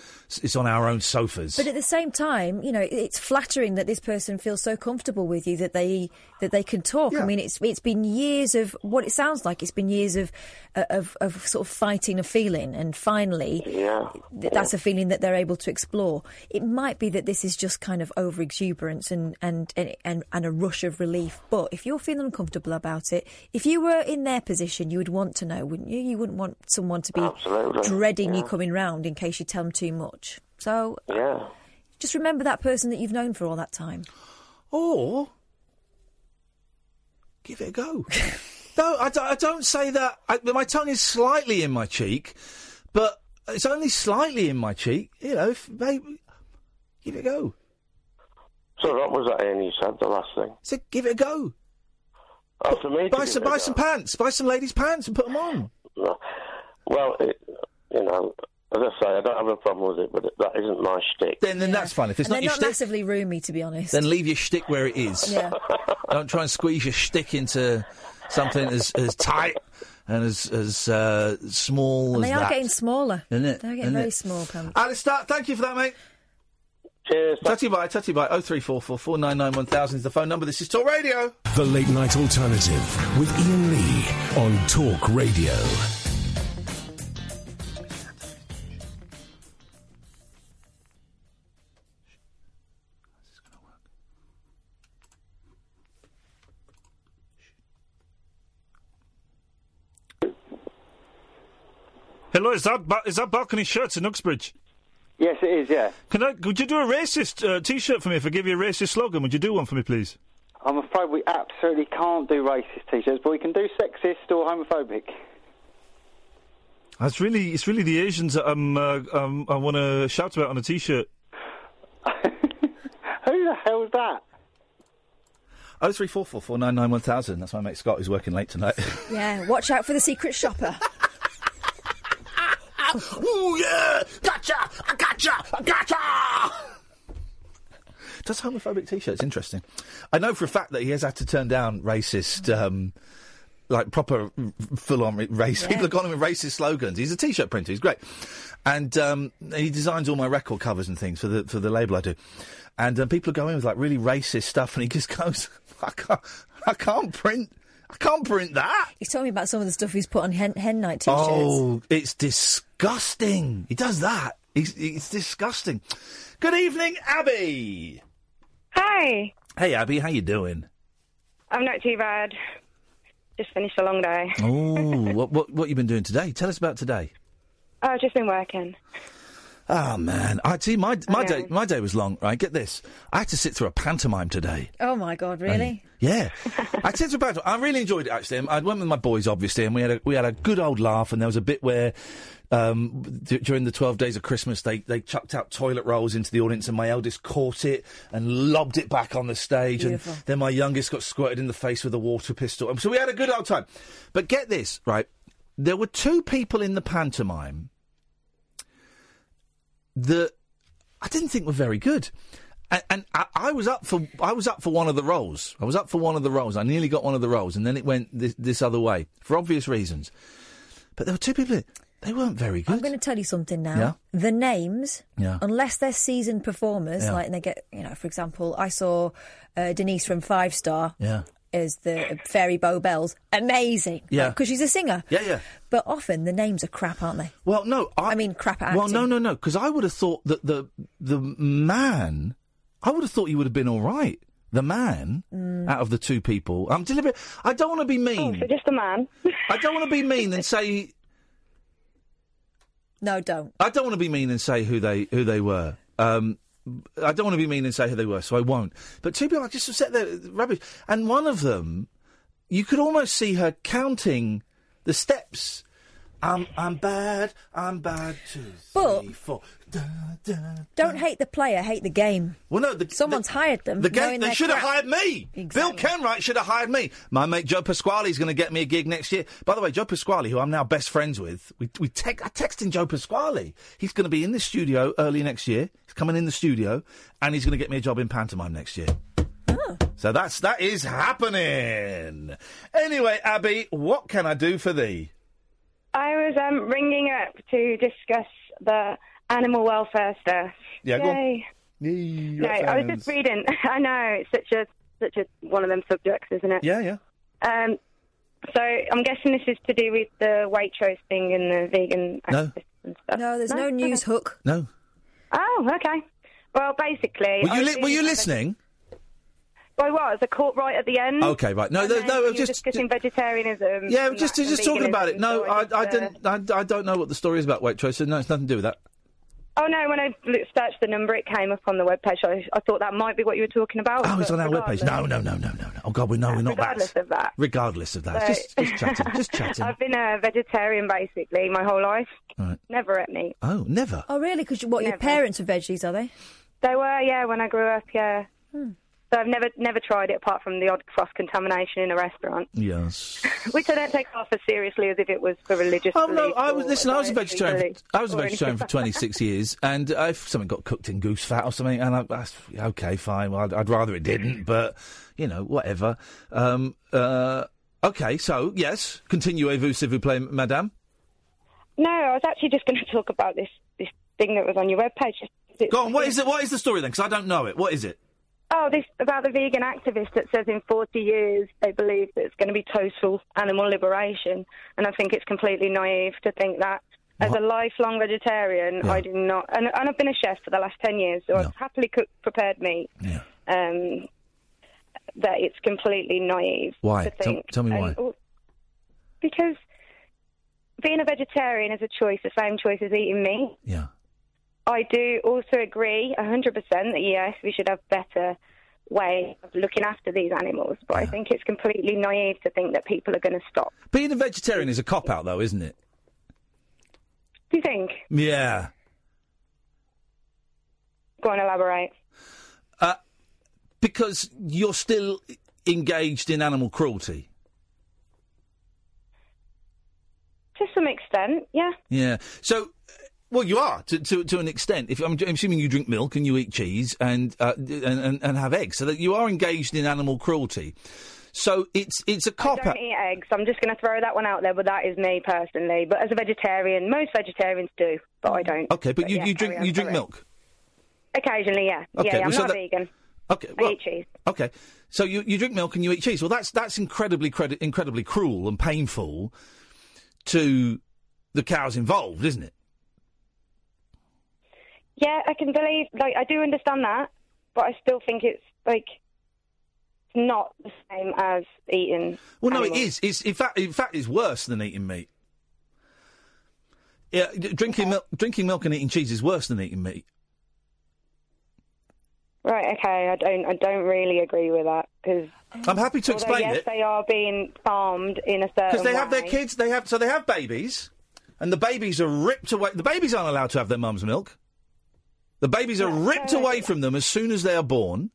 Speaker 6: it's on our own sofas.
Speaker 7: But at the same time, you know, it- it's flattering that this person feels so comfortable with you that they that they can talk. I mean, it's it's been years of what it sounds like. It's been years of uh, of, of sort of fighting a feeling, and finally,
Speaker 13: Yeah.
Speaker 7: th- that's a feeling that they're able to explore. It might be that this is just kind of over exuberance and and, and and and a rush of relief. But if you're feeling uncomfortable about it, if you were in their position, you would want to know, wouldn't you? You wouldn't want someone to be
Speaker 13: Absolutely,
Speaker 7: dreading you
Speaker 13: yeah.
Speaker 7: coming round in case you tell them too much. So
Speaker 13: Yeah.
Speaker 7: just remember that person that you've known for all that time.
Speaker 6: Or give it a go. no, I, don't- I don't say that. I, my tongue is slightly in my cheek, but it's only slightly in my cheek. You know, if maybe give it a go.
Speaker 13: So what was that? Ian, you said the last thing.
Speaker 6: So give it a go.
Speaker 13: Oh, for me, to
Speaker 6: Buy
Speaker 13: give
Speaker 6: some,
Speaker 13: it a
Speaker 6: buy
Speaker 13: go.
Speaker 6: some pants. Buy some ladies' pants and put them on.
Speaker 13: No. Well, it, you know, as I say, I don't have a problem with it, but it, that isn't my shtick.
Speaker 6: Then, then that's fine. If it's
Speaker 7: and
Speaker 6: not
Speaker 7: they're
Speaker 6: your
Speaker 7: not
Speaker 6: shtick,
Speaker 7: massively roomy, to be honest.
Speaker 6: then leave your shtick where it is.
Speaker 7: Yeah.
Speaker 6: Don't try and squeeze your shtick into something as, as tight and as as uh,
Speaker 7: And
Speaker 6: small as
Speaker 7: they are
Speaker 6: that.
Speaker 7: getting smaller.
Speaker 6: Isn't it?
Speaker 7: They're getting
Speaker 6: Isn't
Speaker 7: very
Speaker 6: it?
Speaker 7: small, pants.
Speaker 6: Alistair, thank you for that, mate.
Speaker 13: Cheers.
Speaker 6: Tutty bye, tutty bye. Oh three four four four nine nine one thousand is the phone number. This is Talk Radio.
Speaker 1: The Late Night Alternative with Ian Lee on Talk Radio.
Speaker 15: Hello, is that ba- is that balcony shirts in Uxbridge?
Speaker 16: Yes, it is. Yeah.
Speaker 15: Can I? Would you do a racist uh, t-shirt for me if I give you a racist slogan? Would you do one for me, please?
Speaker 14: I'm afraid we absolutely can't do racist t-shirts, but we can do sexist or homophobic.
Speaker 15: That's really, it's really the Asians that um, uh, um, I want to shout about on a T-shirt.
Speaker 14: Who the hell's that?
Speaker 6: Oh three four four four nine nine one thousand. That's my mate Scott who's working late tonight.
Speaker 7: Yeah, watch out for the secret shopper.
Speaker 6: Ooh, yeah! Gotcha! I gotcha! I gotcha! Does homophobic T-shirts interesting? I know for a fact that he has had to turn down racist, um, like proper full-on ra- race.
Speaker 16: Yeah.
Speaker 6: People are calling him racist slogans. He's a T-shirt printer. He's great, and um, he designs all my record covers and things for the for the label I do. And um, people are going with like really racist stuff, and he just goes, "I can't, I can't print, I can't print that."
Speaker 7: He's told me about some of the stuff he's put on hen, hen night t-shirts.
Speaker 6: Oh, it's disgusting. He does that. He's, it's disgusting. Good evening, Abby.
Speaker 17: Hi.
Speaker 6: Hey, Abby, how you doing?
Speaker 17: I'm not too bad. Just finished a long day.
Speaker 6: Oh, what what what you been doing today? Tell us about today.
Speaker 17: Oh, I've just been working.
Speaker 6: Oh man, I see my my
Speaker 17: I know.
Speaker 6: day my day was long. Right, get this. I had to sit through a pantomime today.
Speaker 7: Oh my God, really?
Speaker 6: Yeah, I tend to about. I really enjoyed it actually. I went with my boys obviously, and we had a, we had a good old laugh. And there was a bit where um, d- during the twelve days of Christmas, they they chucked out toilet rolls into the audience, and my eldest caught it and lobbed it back on the stage,
Speaker 18: Beautiful.
Speaker 6: and then my youngest got squirted in the face with a water pistol. And So we had a good old time. But get this right, there were two people in the pantomime that I didn't think were very good. And, and I, I was up for I was up for one of the roles. I was up for one of the roles. I nearly got one of the roles, and then it went this, this other way for obvious reasons. But there were two people. That, they weren't very good.
Speaker 7: I'm going to tell you something now.
Speaker 6: Yeah.
Speaker 7: The names,
Speaker 6: Yeah.
Speaker 7: unless they're seasoned performers,
Speaker 6: Yeah.
Speaker 7: like and they get, you know, for example, I saw uh, Denise from Five Star
Speaker 6: Yeah.
Speaker 7: as the fairy Bow Bells. Amazing.
Speaker 6: Yeah.
Speaker 7: Because she's a singer.
Speaker 6: Yeah, yeah.
Speaker 7: But often the names are crap, aren't they?
Speaker 6: Well, no. I,
Speaker 7: mean, crap at acting.
Speaker 6: Well, no, no, no, because I would have thought that the the man, I would have thought you would have been all right. The man
Speaker 17: Mm. Oh,
Speaker 6: out of the two people, I'm deliberate. I don't want to be mean.
Speaker 17: So just a man.
Speaker 6: I don't want to be mean and say
Speaker 7: No, don't.
Speaker 6: I don't want to be mean and say who they who they were. Um, I don't want to be mean and say who they were, so I won't. But two people I just set their rubbish, and one of them, you could almost see her counting the steps. I'm I'm bad. I'm bad too.
Speaker 7: But don't hate the player, hate the game.
Speaker 6: Well, no, the,
Speaker 7: someone's hired them.
Speaker 6: The game
Speaker 7: knowing
Speaker 6: they
Speaker 7: they're
Speaker 6: should have
Speaker 7: crap.
Speaker 6: hired me. Bill Kenwright should have hired me. My mate Joe Pasquale is going to get me a gig next year. By the way, Joe Pasquale, who I'm now best friends with, we we te- I texted Joe Pasquale. He's going to be in the studio early next year. He's coming in the studio, and he's going to get me a job in pantomime next year. So that's that is happening. Anyway, Abby, what can I do for thee?
Speaker 17: I was um, ringing up to discuss the animal welfare stuff.
Speaker 6: Yeah, go on.
Speaker 17: Yay. No, I was just reading. I know it's such a such a one of them subjects, isn't it?
Speaker 6: Yeah, yeah.
Speaker 17: Um, so I'm guessing this is to do with the Waitrose thing and the vegan
Speaker 6: No,
Speaker 7: No, there's no,
Speaker 17: No?
Speaker 7: news hook.
Speaker 6: no.
Speaker 17: Oh, okay. Well, basically,
Speaker 6: Were
Speaker 17: I
Speaker 6: you
Speaker 17: was
Speaker 6: li- were
Speaker 17: reading
Speaker 6: you
Speaker 17: about
Speaker 6: listening?
Speaker 17: the- I was. I caught right at the end.
Speaker 6: Okay, right. No,
Speaker 17: And
Speaker 6: no,
Speaker 17: then
Speaker 6: no,
Speaker 17: you
Speaker 6: it
Speaker 17: were
Speaker 6: was just-
Speaker 17: discussing vegetarianism.
Speaker 6: Yeah,
Speaker 17: and
Speaker 6: just
Speaker 17: that
Speaker 6: just
Speaker 17: and
Speaker 6: talking about
Speaker 17: veganism,
Speaker 6: it. No,
Speaker 17: so
Speaker 6: I, I
Speaker 17: just, uh,
Speaker 6: didn't. I, I don't know what the story is about Waitrose. So no, it's nothing to do with that.
Speaker 17: Oh no! When I looked- searched the number, it came up on the webpage. I, I thought that might be what you were talking about.
Speaker 6: Oh, it's
Speaker 17: but
Speaker 6: on our
Speaker 17: regardless-
Speaker 6: webpage. No, no, no, no, no, no. Oh God, we no, we're not
Speaker 17: Regardless
Speaker 6: that.
Speaker 17: of that.
Speaker 6: Regardless of that,
Speaker 17: So-
Speaker 6: it's just just chatting, just chatting.
Speaker 17: I've been a vegetarian basically my whole life.
Speaker 6: Right.
Speaker 17: Never at meat.
Speaker 6: Oh, never.
Speaker 7: Oh, really? Because what your
Speaker 17: Never.
Speaker 7: parents are veggies, are they?
Speaker 17: They were, yeah, when I grew up, yeah.
Speaker 7: Hmm.
Speaker 17: So I've never never tried it apart from the odd cross contamination in a restaurant,
Speaker 6: Yes.
Speaker 17: which I don't take half as seriously as if it was for religious.
Speaker 6: Oh no,
Speaker 17: beliefs
Speaker 6: I was
Speaker 17: or
Speaker 6: listen. I was a
Speaker 17: dietary
Speaker 6: vegetarian.
Speaker 17: beliefs
Speaker 6: For, I was a
Speaker 17: or anything
Speaker 6: vegetarian for
Speaker 17: like
Speaker 6: twenty six years, and uh, if something got cooked in goose fat or something, and I, that's okay, fine. Well, I'd, I'd rather it didn't, but you know, whatever. Um, uh, okay, so yes, continuez vous s'il vous plaît, madame.
Speaker 17: No, I was actually just going to talk about this this thing that was on your webpage.
Speaker 6: Go on. What is it? What is the story then? Because I don't know it. What is it?
Speaker 17: Oh, this about the vegan activist that says in 40 years they believe that it's going to be total animal liberation, and I think it's completely naive to think that. As a lifelong vegetarian, I do not, and, and I've been a chef for the last 10 years, so I've happily cooked prepared meat. Um, that it's completely naive.
Speaker 6: Why?
Speaker 17: To
Speaker 6: Tell-
Speaker 17: think.
Speaker 6: tell me why.
Speaker 17: And al- because being a vegetarian is a choice, the same choice as eating meat.
Speaker 6: Yeah.
Speaker 17: I do also agree 100% that yes, we should have better way of looking after these animals. But I think it's completely naive to think that people are going to stop.
Speaker 6: Being a vegetarian is a cop out, though, isn't it?
Speaker 17: Do you think?
Speaker 6: Yeah.
Speaker 17: Go on, elaborate.
Speaker 6: Uh, because you're still engaged in animal cruelty.
Speaker 17: To some extent, yeah.
Speaker 6: Yeah. So, uh, well, you are to to, to an extent. If I'm, I'm assuming you drink milk and you eat cheese and, uh, and and and have eggs, so that you are engaged in animal cruelty. So it's it's a
Speaker 17: I
Speaker 6: cop
Speaker 17: don't
Speaker 6: out.
Speaker 17: eat eggs. I'm just going to throw that one out there, but that is me personally. But as a vegetarian, most vegetarians do, but I don't.
Speaker 6: Okay, but you,
Speaker 17: yeah, carry
Speaker 6: you drink
Speaker 17: on,
Speaker 6: you drink
Speaker 17: sorry.
Speaker 6: milk.
Speaker 17: Occasionally, yeah.
Speaker 6: Okay,
Speaker 17: yeah, yeah,
Speaker 6: well,
Speaker 17: I'm
Speaker 6: so
Speaker 17: not
Speaker 6: that-
Speaker 17: vegan.
Speaker 6: Okay. Well,
Speaker 17: I eat cheese.
Speaker 6: Okay, so you, you drink milk and you eat cheese. Well, that's that's incredibly credi- incredibly cruel and painful to the cows involved, isn't it?
Speaker 17: Yeah, I can believe, like, I do understand that, but I still think it's, like, it's not the same as eating.
Speaker 6: Well, no,
Speaker 17: animals.
Speaker 6: it is. It's in fact, in fact, it's worse than eating meat. Yeah, d- drinking milk, drinking milk and eating cheese is worse than eating meat.
Speaker 17: Right, okay, I don't, I don't really agree with that, because.
Speaker 6: I'm happy to explain
Speaker 17: yes,
Speaker 6: it.
Speaker 17: they are being farmed in a certain
Speaker 6: Because they have their
Speaker 17: way.
Speaker 6: kids, they have so they have babies, and the babies are ripped away. The babies aren't allowed to have their mum's milk. The babies are ripped away from them as soon as they are born.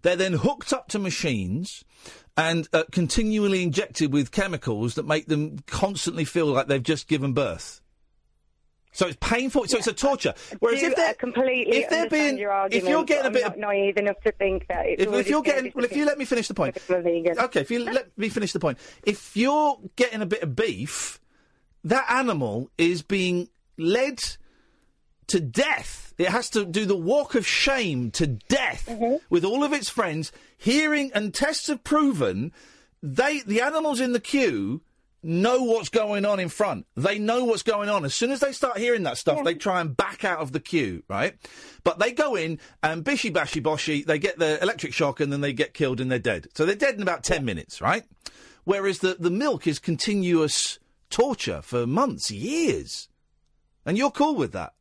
Speaker 6: They're then hooked up to machines and uh, continually injected with chemicals that make them constantly feel like they've just given birth. So it's painful. So it's a torture. Whereas
Speaker 17: do
Speaker 6: if they're
Speaker 17: I completely
Speaker 6: if they're
Speaker 17: understand
Speaker 6: being
Speaker 17: your
Speaker 6: if
Speaker 17: argument,
Speaker 6: you're getting a
Speaker 17: but
Speaker 6: bit
Speaker 17: I'm
Speaker 6: of
Speaker 17: not naive enough to think that it's
Speaker 6: if,
Speaker 17: always
Speaker 6: if you're
Speaker 17: gonna
Speaker 6: getting, well, if
Speaker 17: disappear.
Speaker 6: you let me finish the point. Okay, if you let me finish the point. If you're getting a bit of beef, that animal is being led to death. It has to do the walk of shame to death with all of its friends. Hearing and tests have proven they the animals in the queue know what's going on in front. They know what's going on. As soon as they start hearing that stuff, they try and back out of the queue, right? But they go in and bishy bashy boshy, they get the electric shock and then they get killed and they're dead. So they're dead in about 10 minutes, right? Whereas the, the milk is continuous torture for months, years. And you're cool with that.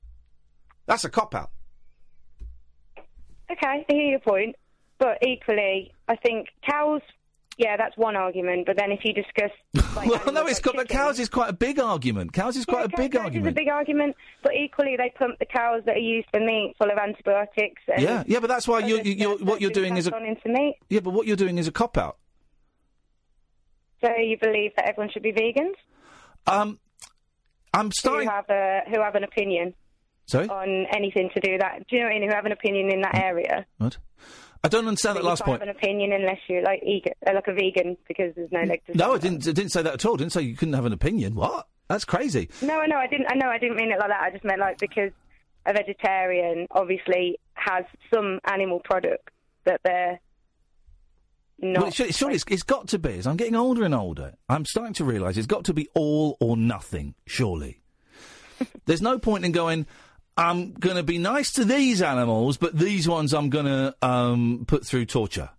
Speaker 6: That's a cop out.
Speaker 17: Okay, I hear your point, but equally, I think cows. Yeah, that's one argument. But then if you discuss, like,
Speaker 6: well, no, it's got, but cows is quite a big argument. Cows is quite a
Speaker 17: it's
Speaker 6: big
Speaker 17: a
Speaker 6: argument.
Speaker 17: big argument. But equally, they pump the cows that are used for meat full of antibiotics. And
Speaker 6: Yeah, yeah, but that's why you're, you you're, what you're doing is a
Speaker 17: gone into meat.
Speaker 6: yeah, but what you're doing is a cop out.
Speaker 17: So you believe that everyone should be vegans?
Speaker 6: Um, I'm starting.
Speaker 17: Who have a who have an opinion
Speaker 6: Sorry,
Speaker 17: on anything to do with that? Do you know what I mean? Who have an opinion in that area?
Speaker 6: what? I don't understand that
Speaker 17: You
Speaker 6: last
Speaker 17: can't
Speaker 6: point.
Speaker 17: Have an opinion unless you're like eager, uh, like a vegan because there's
Speaker 6: Mm.
Speaker 17: no negative.
Speaker 6: No, I didn't. I didn't say that at all. I didn't say you couldn't have an opinion. What? That's crazy.
Speaker 17: No, I know I didn't. I know I didn't mean it like that. I just meant like because a vegetarian obviously has some animal product that they're not.
Speaker 6: Well, it should, surely it's, it's got to be. As I'm getting older and older, I'm starting to realise it's got to be all or nothing. Surely, there's no point in going. I'm going to be nice to these animals, but these ones I'm going to um, put through torture.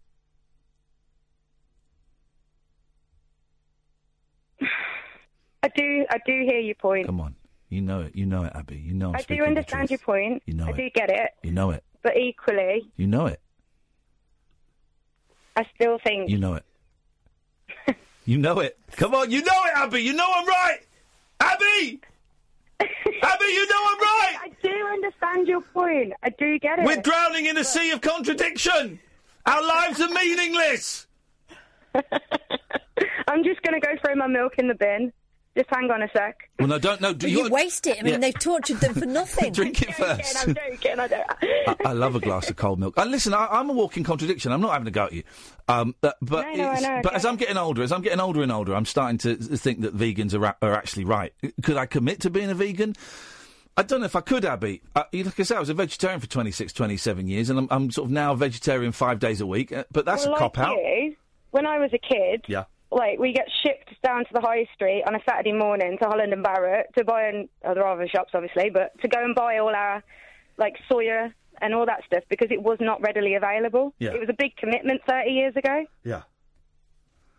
Speaker 17: I do. I do hear your point.
Speaker 6: Come on, you know it. You know it, Abby. You know. I'm
Speaker 17: I do
Speaker 6: speaking the
Speaker 17: understand your
Speaker 6: truth.
Speaker 17: point.
Speaker 6: You know
Speaker 17: I
Speaker 6: it.
Speaker 17: do get it,
Speaker 6: You know it.
Speaker 17: but equally,
Speaker 6: You know it.
Speaker 17: I still think
Speaker 6: You know it. you know it. Come on, you know it, Abby. You know I'm right. Abby! Abby, you know I'm right!
Speaker 17: I do understand your point. I do get it.
Speaker 6: We're drowning in a sea of contradiction. Our lives are meaningless.
Speaker 17: I'm just going to go throw my milk in the bin. Just hang on a sec.
Speaker 6: Well, no, don't. No, do you,
Speaker 7: waste it. I mean,
Speaker 6: Yeah.
Speaker 7: they've tortured them for nothing.
Speaker 6: Drink it first.
Speaker 17: joking. I don't.
Speaker 6: I, I love a glass of cold milk. And listen, I, I'm a walking contradiction. I'm not having a go at you, um, but but,
Speaker 17: No, no, I
Speaker 6: it's-
Speaker 17: know, I
Speaker 6: but
Speaker 17: get
Speaker 6: as I'm getting older, as I'm getting older and older, I'm starting to think that vegans are, a- are actually right. Could I commit to being a vegan? I don't know if I could, Abby. Uh, you- like I said, I was a vegetarian for 26, 27 years, and I'm, I'm sort of now a vegetarian five days a week. uh, But that's
Speaker 17: Well,
Speaker 6: a
Speaker 17: like
Speaker 6: cop out.
Speaker 17: you, when I was a kid,
Speaker 6: Yeah.
Speaker 17: like we get shipped down to the high street on a Saturday morning to Holland and Barrett to buy and other other shops, obviously, but to go and buy all our like soya and all that stuff because it was not readily available.
Speaker 6: Yeah.
Speaker 17: It was a big commitment 30 years ago.
Speaker 6: Yeah.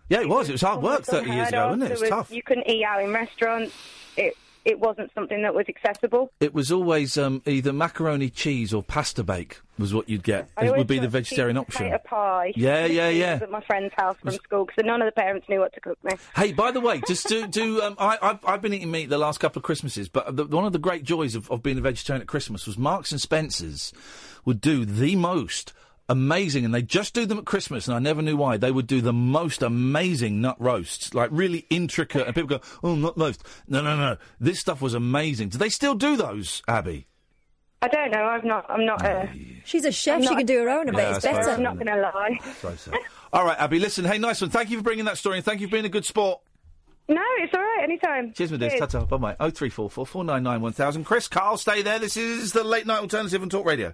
Speaker 6: Yeah, it was. It was hard work 30 years
Speaker 17: Unheard
Speaker 6: ago,
Speaker 17: of.
Speaker 6: wasn't it? It
Speaker 17: There
Speaker 6: was tough.
Speaker 17: You couldn't eat out in restaurants. It it wasn't something that was accessible.
Speaker 6: It was always um, either macaroni cheese or pasta bake was what you'd get.
Speaker 17: I
Speaker 6: It
Speaker 17: always
Speaker 6: would be the
Speaker 17: got
Speaker 6: vegetarian
Speaker 17: cheese
Speaker 6: option.
Speaker 17: potato pie.
Speaker 6: Yeah, yeah, yeah.
Speaker 17: At my friend's house from school because none of the parents knew what to cook me.
Speaker 6: Hey, by the way, just do do. Um, I, I've I've been eating meat the last couple of Christmases, but the, one of the great joys of, of being a vegetarian at Christmas was Marks and Spencers would do the most amazing, and they just do them at Christmas, and I never knew why. They would do the most amazing nut roasts, like really intricate, and people go, "Oh, nut roast." No, no, no. This stuff was amazing. Do they still do those, Abby?
Speaker 17: I don't know. I'm not. I'm not. Uh,
Speaker 7: She's a chef. She can do her own. I
Speaker 6: Yeah,
Speaker 7: bet
Speaker 6: I
Speaker 7: it's
Speaker 6: suppose
Speaker 7: better.
Speaker 6: so. I'm not
Speaker 17: gonna lie.
Speaker 6: So, so. All right, Abby. Listen, hey, nice one. Thank you for bringing that story, and thank you for being a good sport.
Speaker 17: No, it's all right. Anytime.
Speaker 6: Cheers, my dears. Ta-ta. Bye-bye. 0344 499 1000. Chris, Carl, stay there. This is the Late Night Alternative on Talk Radio.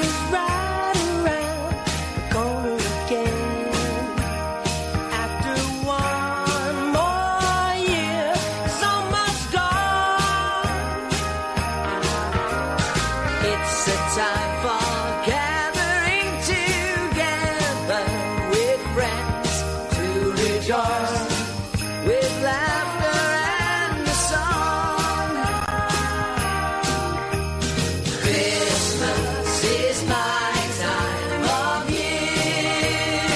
Speaker 3: is right around the corner again. After one more year, so much gone. It's a time for gathering together with friends to rejoice with laughter and the song. Christmas is my time of year.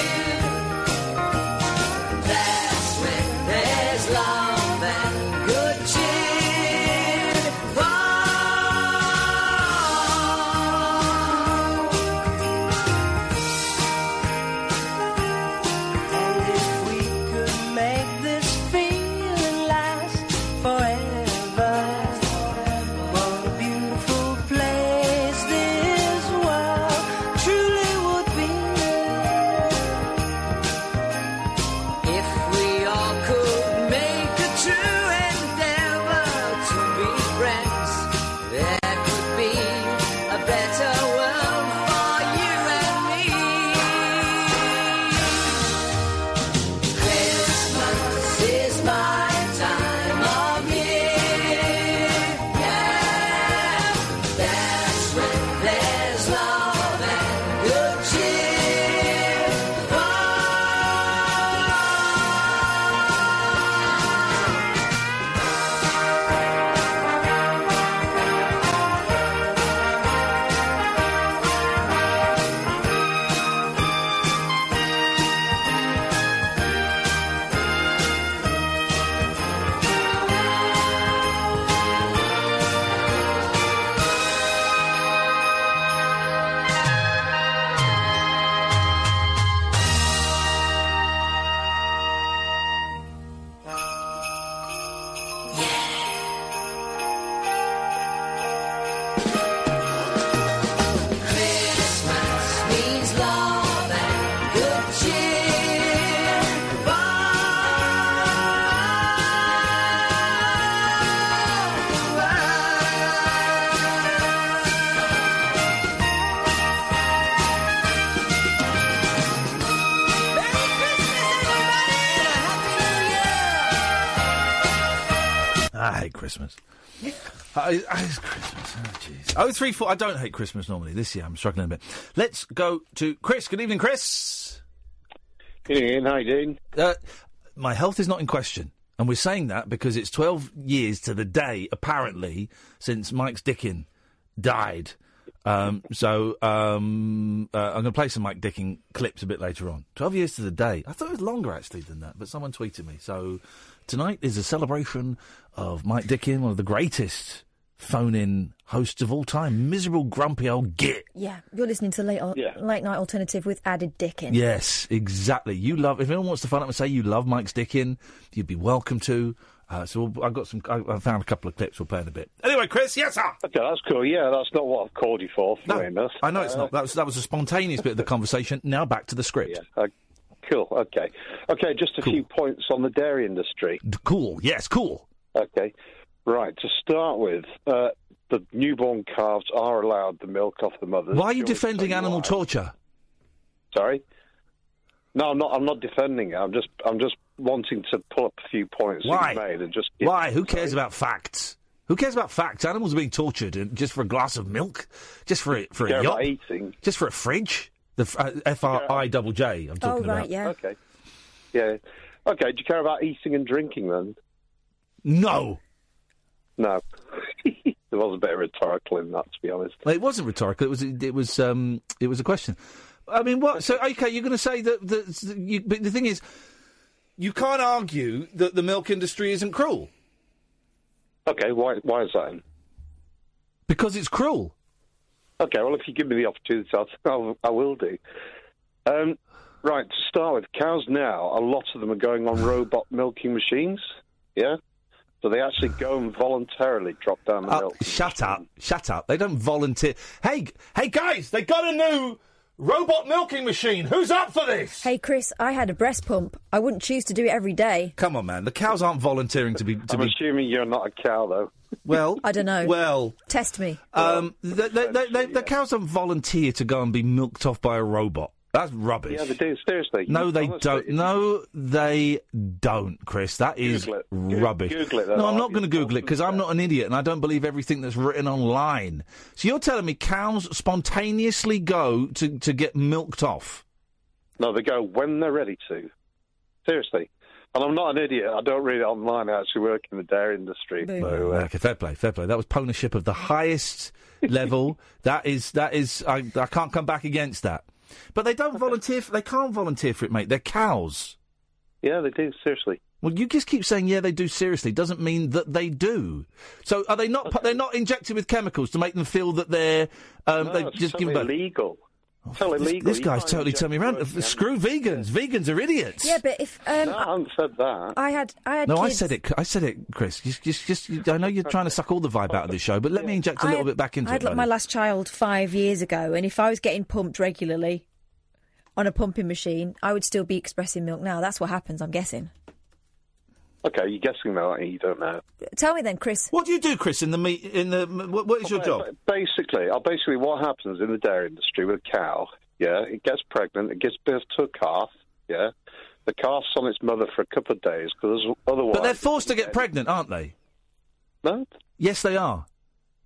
Speaker 3: That's when there's love and good cheer. Oh. And if we could make this feeling last forever. What a beautiful place this world truly would be if we all could make a true endeavor to be friends. There could be a better world for you and me. Christmas is my time of year. Yeah, that's when there's love and good cheer. Oh. Christmas means love and good cheer.
Speaker 6: I hate Christmas. I, I, it's Christmas. Oh, jeez. Oh, three, four. I don't hate Christmas normally. This year I'm struggling a bit. Let's go to Chris. Good evening, Chris.
Speaker 16: Good evening. How you doing?
Speaker 6: Uh, my health is not in question. And we're saying that because it's 12 years to the day, apparently, since Mike's Dickin died. Um, so um, uh, I'm going to play some Mike Dickin clips a bit later on. 12 years to the day. I thought it was longer, actually, than that, but someone tweeted me. So tonight is a celebration of Mike Dickin, one of the greatest phone in hosts of all time. Miserable, grumpy old git.
Speaker 7: Yeah, you're listening to late al- late night alternative with added dick in.
Speaker 6: Yes, exactly. You love. If anyone wants to phone up and say you love Mike's Dickin, you'd be welcome to. Uh, so we'll, I've got some. I, I found a couple of clips. We'll play in a bit. Anyway, Chris, yes, sir.
Speaker 16: Okay, that's cool. Yeah, that's not what I've called you for.
Speaker 6: No,
Speaker 16: fair enough.
Speaker 6: I know it's
Speaker 16: Uh,
Speaker 6: not. That was that was a spontaneous bit of the conversation. Now back to the script.
Speaker 16: Uh, cool. Okay. Okay. Just a few points on the dairy industry.
Speaker 6: Cool. Yes. Cool.
Speaker 16: Okay. Right. To start with, uh, the newborn calves are allowed the milk off the mothers.
Speaker 6: Why are you
Speaker 16: during-
Speaker 6: defending animal torture?
Speaker 16: Sorry. No, I'm not. I'm not defending it. I'm just. I'm just wanting to pull up a few points that
Speaker 6: Why?
Speaker 16: you made and just.
Speaker 6: Why? Who cares about facts? Who cares about facts? Animals are being tortured and just for a glass of milk, just for a, for a
Speaker 16: Yeah,
Speaker 6: yacht,
Speaker 16: about eating.
Speaker 6: just for a fridge. The F R I double J. I'm
Speaker 16: Oh,
Speaker 6: talking about.
Speaker 16: Okay. Yeah. Okay, do you care about eating and drinking then?
Speaker 6: No.
Speaker 16: No. there was a bit of rhetorical in that, to be honest.
Speaker 6: Well, it wasn't rhetorical. It was it was um, it was a question. I mean, what? So okay, you're going to say that that you, but the thing is, you can't argue that the milk industry isn't cruel
Speaker 16: Okay, why, why is that? then?
Speaker 6: because it's cruel.
Speaker 16: Okay, well, if you give me the opportunity, I'll, I'll, I will do. Um, right, to start with, cows now, a lot of them are going on robot milking machines, yeah? So they actually go and voluntarily drop down the
Speaker 6: Uh,
Speaker 16: milk.
Speaker 6: shut up! Shut up! They don't volunteer. Hey, g- hey, guys! They got a new robot milking machine. Who's up for this?
Speaker 7: Hey, Chris, I had a breast pump. I wouldn't choose to do it every day.
Speaker 6: Come on, man. The cows aren't volunteering to be. To
Speaker 16: I'm
Speaker 6: be...
Speaker 16: assuming you're not a cow, though.
Speaker 6: Well,
Speaker 7: I don't know.
Speaker 6: Well,
Speaker 7: Test me.
Speaker 6: um, the, the, the, the, the cows don't volunteer to go and be milked off by a robot. That's rubbish.
Speaker 16: Yeah, they do, seriously.
Speaker 6: No, they
Speaker 16: Honestly,
Speaker 6: don't. No, they don't, Chris. That is
Speaker 16: Google it. Go-
Speaker 6: rubbish.
Speaker 16: Google it, then,
Speaker 6: no, I'm
Speaker 16: Art.
Speaker 6: not going to Google it because I'm not an idiot and I don't believe everything that's written online. So you're telling me cows spontaneously go to, to get milked off?
Speaker 16: No, they go when they're ready to. Seriously. And I'm not an idiot. I don't read it online. I actually work in the dairy industry.
Speaker 6: So, uh, okay, fair play, fair play. That was ponyship of the highest level. That is, that is, I, I can't come back against that. But they don't volunteer. For, they can't volunteer for it, mate. They're cows.
Speaker 16: Yeah, they do. Seriously.
Speaker 6: Well, you just keep saying, yeah, they do. Seriously, doesn't mean that they do. So, are they not? They're not injected with chemicals to make them feel that they're. Um,
Speaker 16: No,
Speaker 6: they
Speaker 16: it's
Speaker 6: just give
Speaker 16: totally
Speaker 6: them back.
Speaker 16: illegal. totally
Speaker 6: This,
Speaker 16: illegal.
Speaker 6: this
Speaker 16: You
Speaker 6: guy's
Speaker 16: can't
Speaker 6: totally
Speaker 16: inject
Speaker 6: turning me around. Uh, Screw vegans. Vegans are idiots.
Speaker 7: Yeah, but if um,
Speaker 16: No, I haven't said that.
Speaker 7: I had, I had.
Speaker 6: No,
Speaker 7: kids,
Speaker 6: I said it. I said it, Chris. Just, just, just. you- I know you're trying to suck all the vibe out of this show, but let me inject
Speaker 7: I
Speaker 6: a little
Speaker 7: had-
Speaker 6: bit back into
Speaker 7: I had
Speaker 6: it.
Speaker 7: like,
Speaker 6: buddy.
Speaker 7: my last child five years ago, and if I was getting pumped regularly on a pumping machine, I would still be expressing milk now. That's what happens, I'm guessing.
Speaker 16: Okay, you're guessing that, aren't you? You don't know.
Speaker 7: Tell me then, Chris.
Speaker 6: What do you do, Chris? In the meat? In the what, what is your job?
Speaker 16: Basically, uh, basically, what happens in the dairy industry with a cow, yeah, it gets pregnant, it gives birth to a calf, yeah. The calf's on its mother for a couple of days because otherwise.
Speaker 6: But they're forced to get pregnant, aren't they?
Speaker 16: No.
Speaker 6: Yes, they are.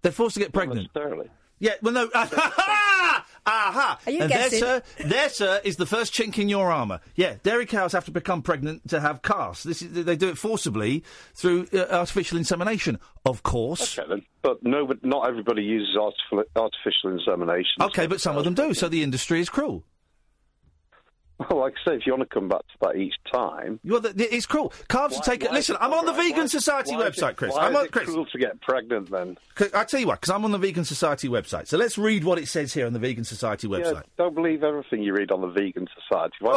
Speaker 6: They're forced to get pregnant.
Speaker 16: necessarily.
Speaker 6: Yeah. Well, no. Aha! Aha!
Speaker 3: Are you
Speaker 6: and
Speaker 3: guessing?
Speaker 6: there, sir, there, sir, is the first chink in your armour. Yeah, dairy cows have to become pregnant to have calves. This is, they do it forcibly through uh, artificial insemination, of course.
Speaker 16: Okay, then. But no, but not everybody uses artificial, artificial insemination.
Speaker 6: Okay, but some of them do. So the industry is cruel.
Speaker 16: Well, like I say, if you want to come back to that each time,
Speaker 6: Well, the, the- it's cruel. Calves are taken.
Speaker 16: why is
Speaker 6: Listen,
Speaker 16: it-
Speaker 6: I'm on the
Speaker 16: why-
Speaker 6: Vegan
Speaker 16: why-
Speaker 6: Society
Speaker 16: why is it-
Speaker 6: website, Chris.
Speaker 16: Why
Speaker 6: I'm
Speaker 16: is
Speaker 6: on
Speaker 16: it
Speaker 6: Chris.
Speaker 16: cruel to get pregnant then?
Speaker 6: 'Cause I tell you what, because I'm on the Vegan Society website. So let's read what it says here on the Vegan Society website.
Speaker 16: Yeah, don't believe everything you read on the Vegan Society. Why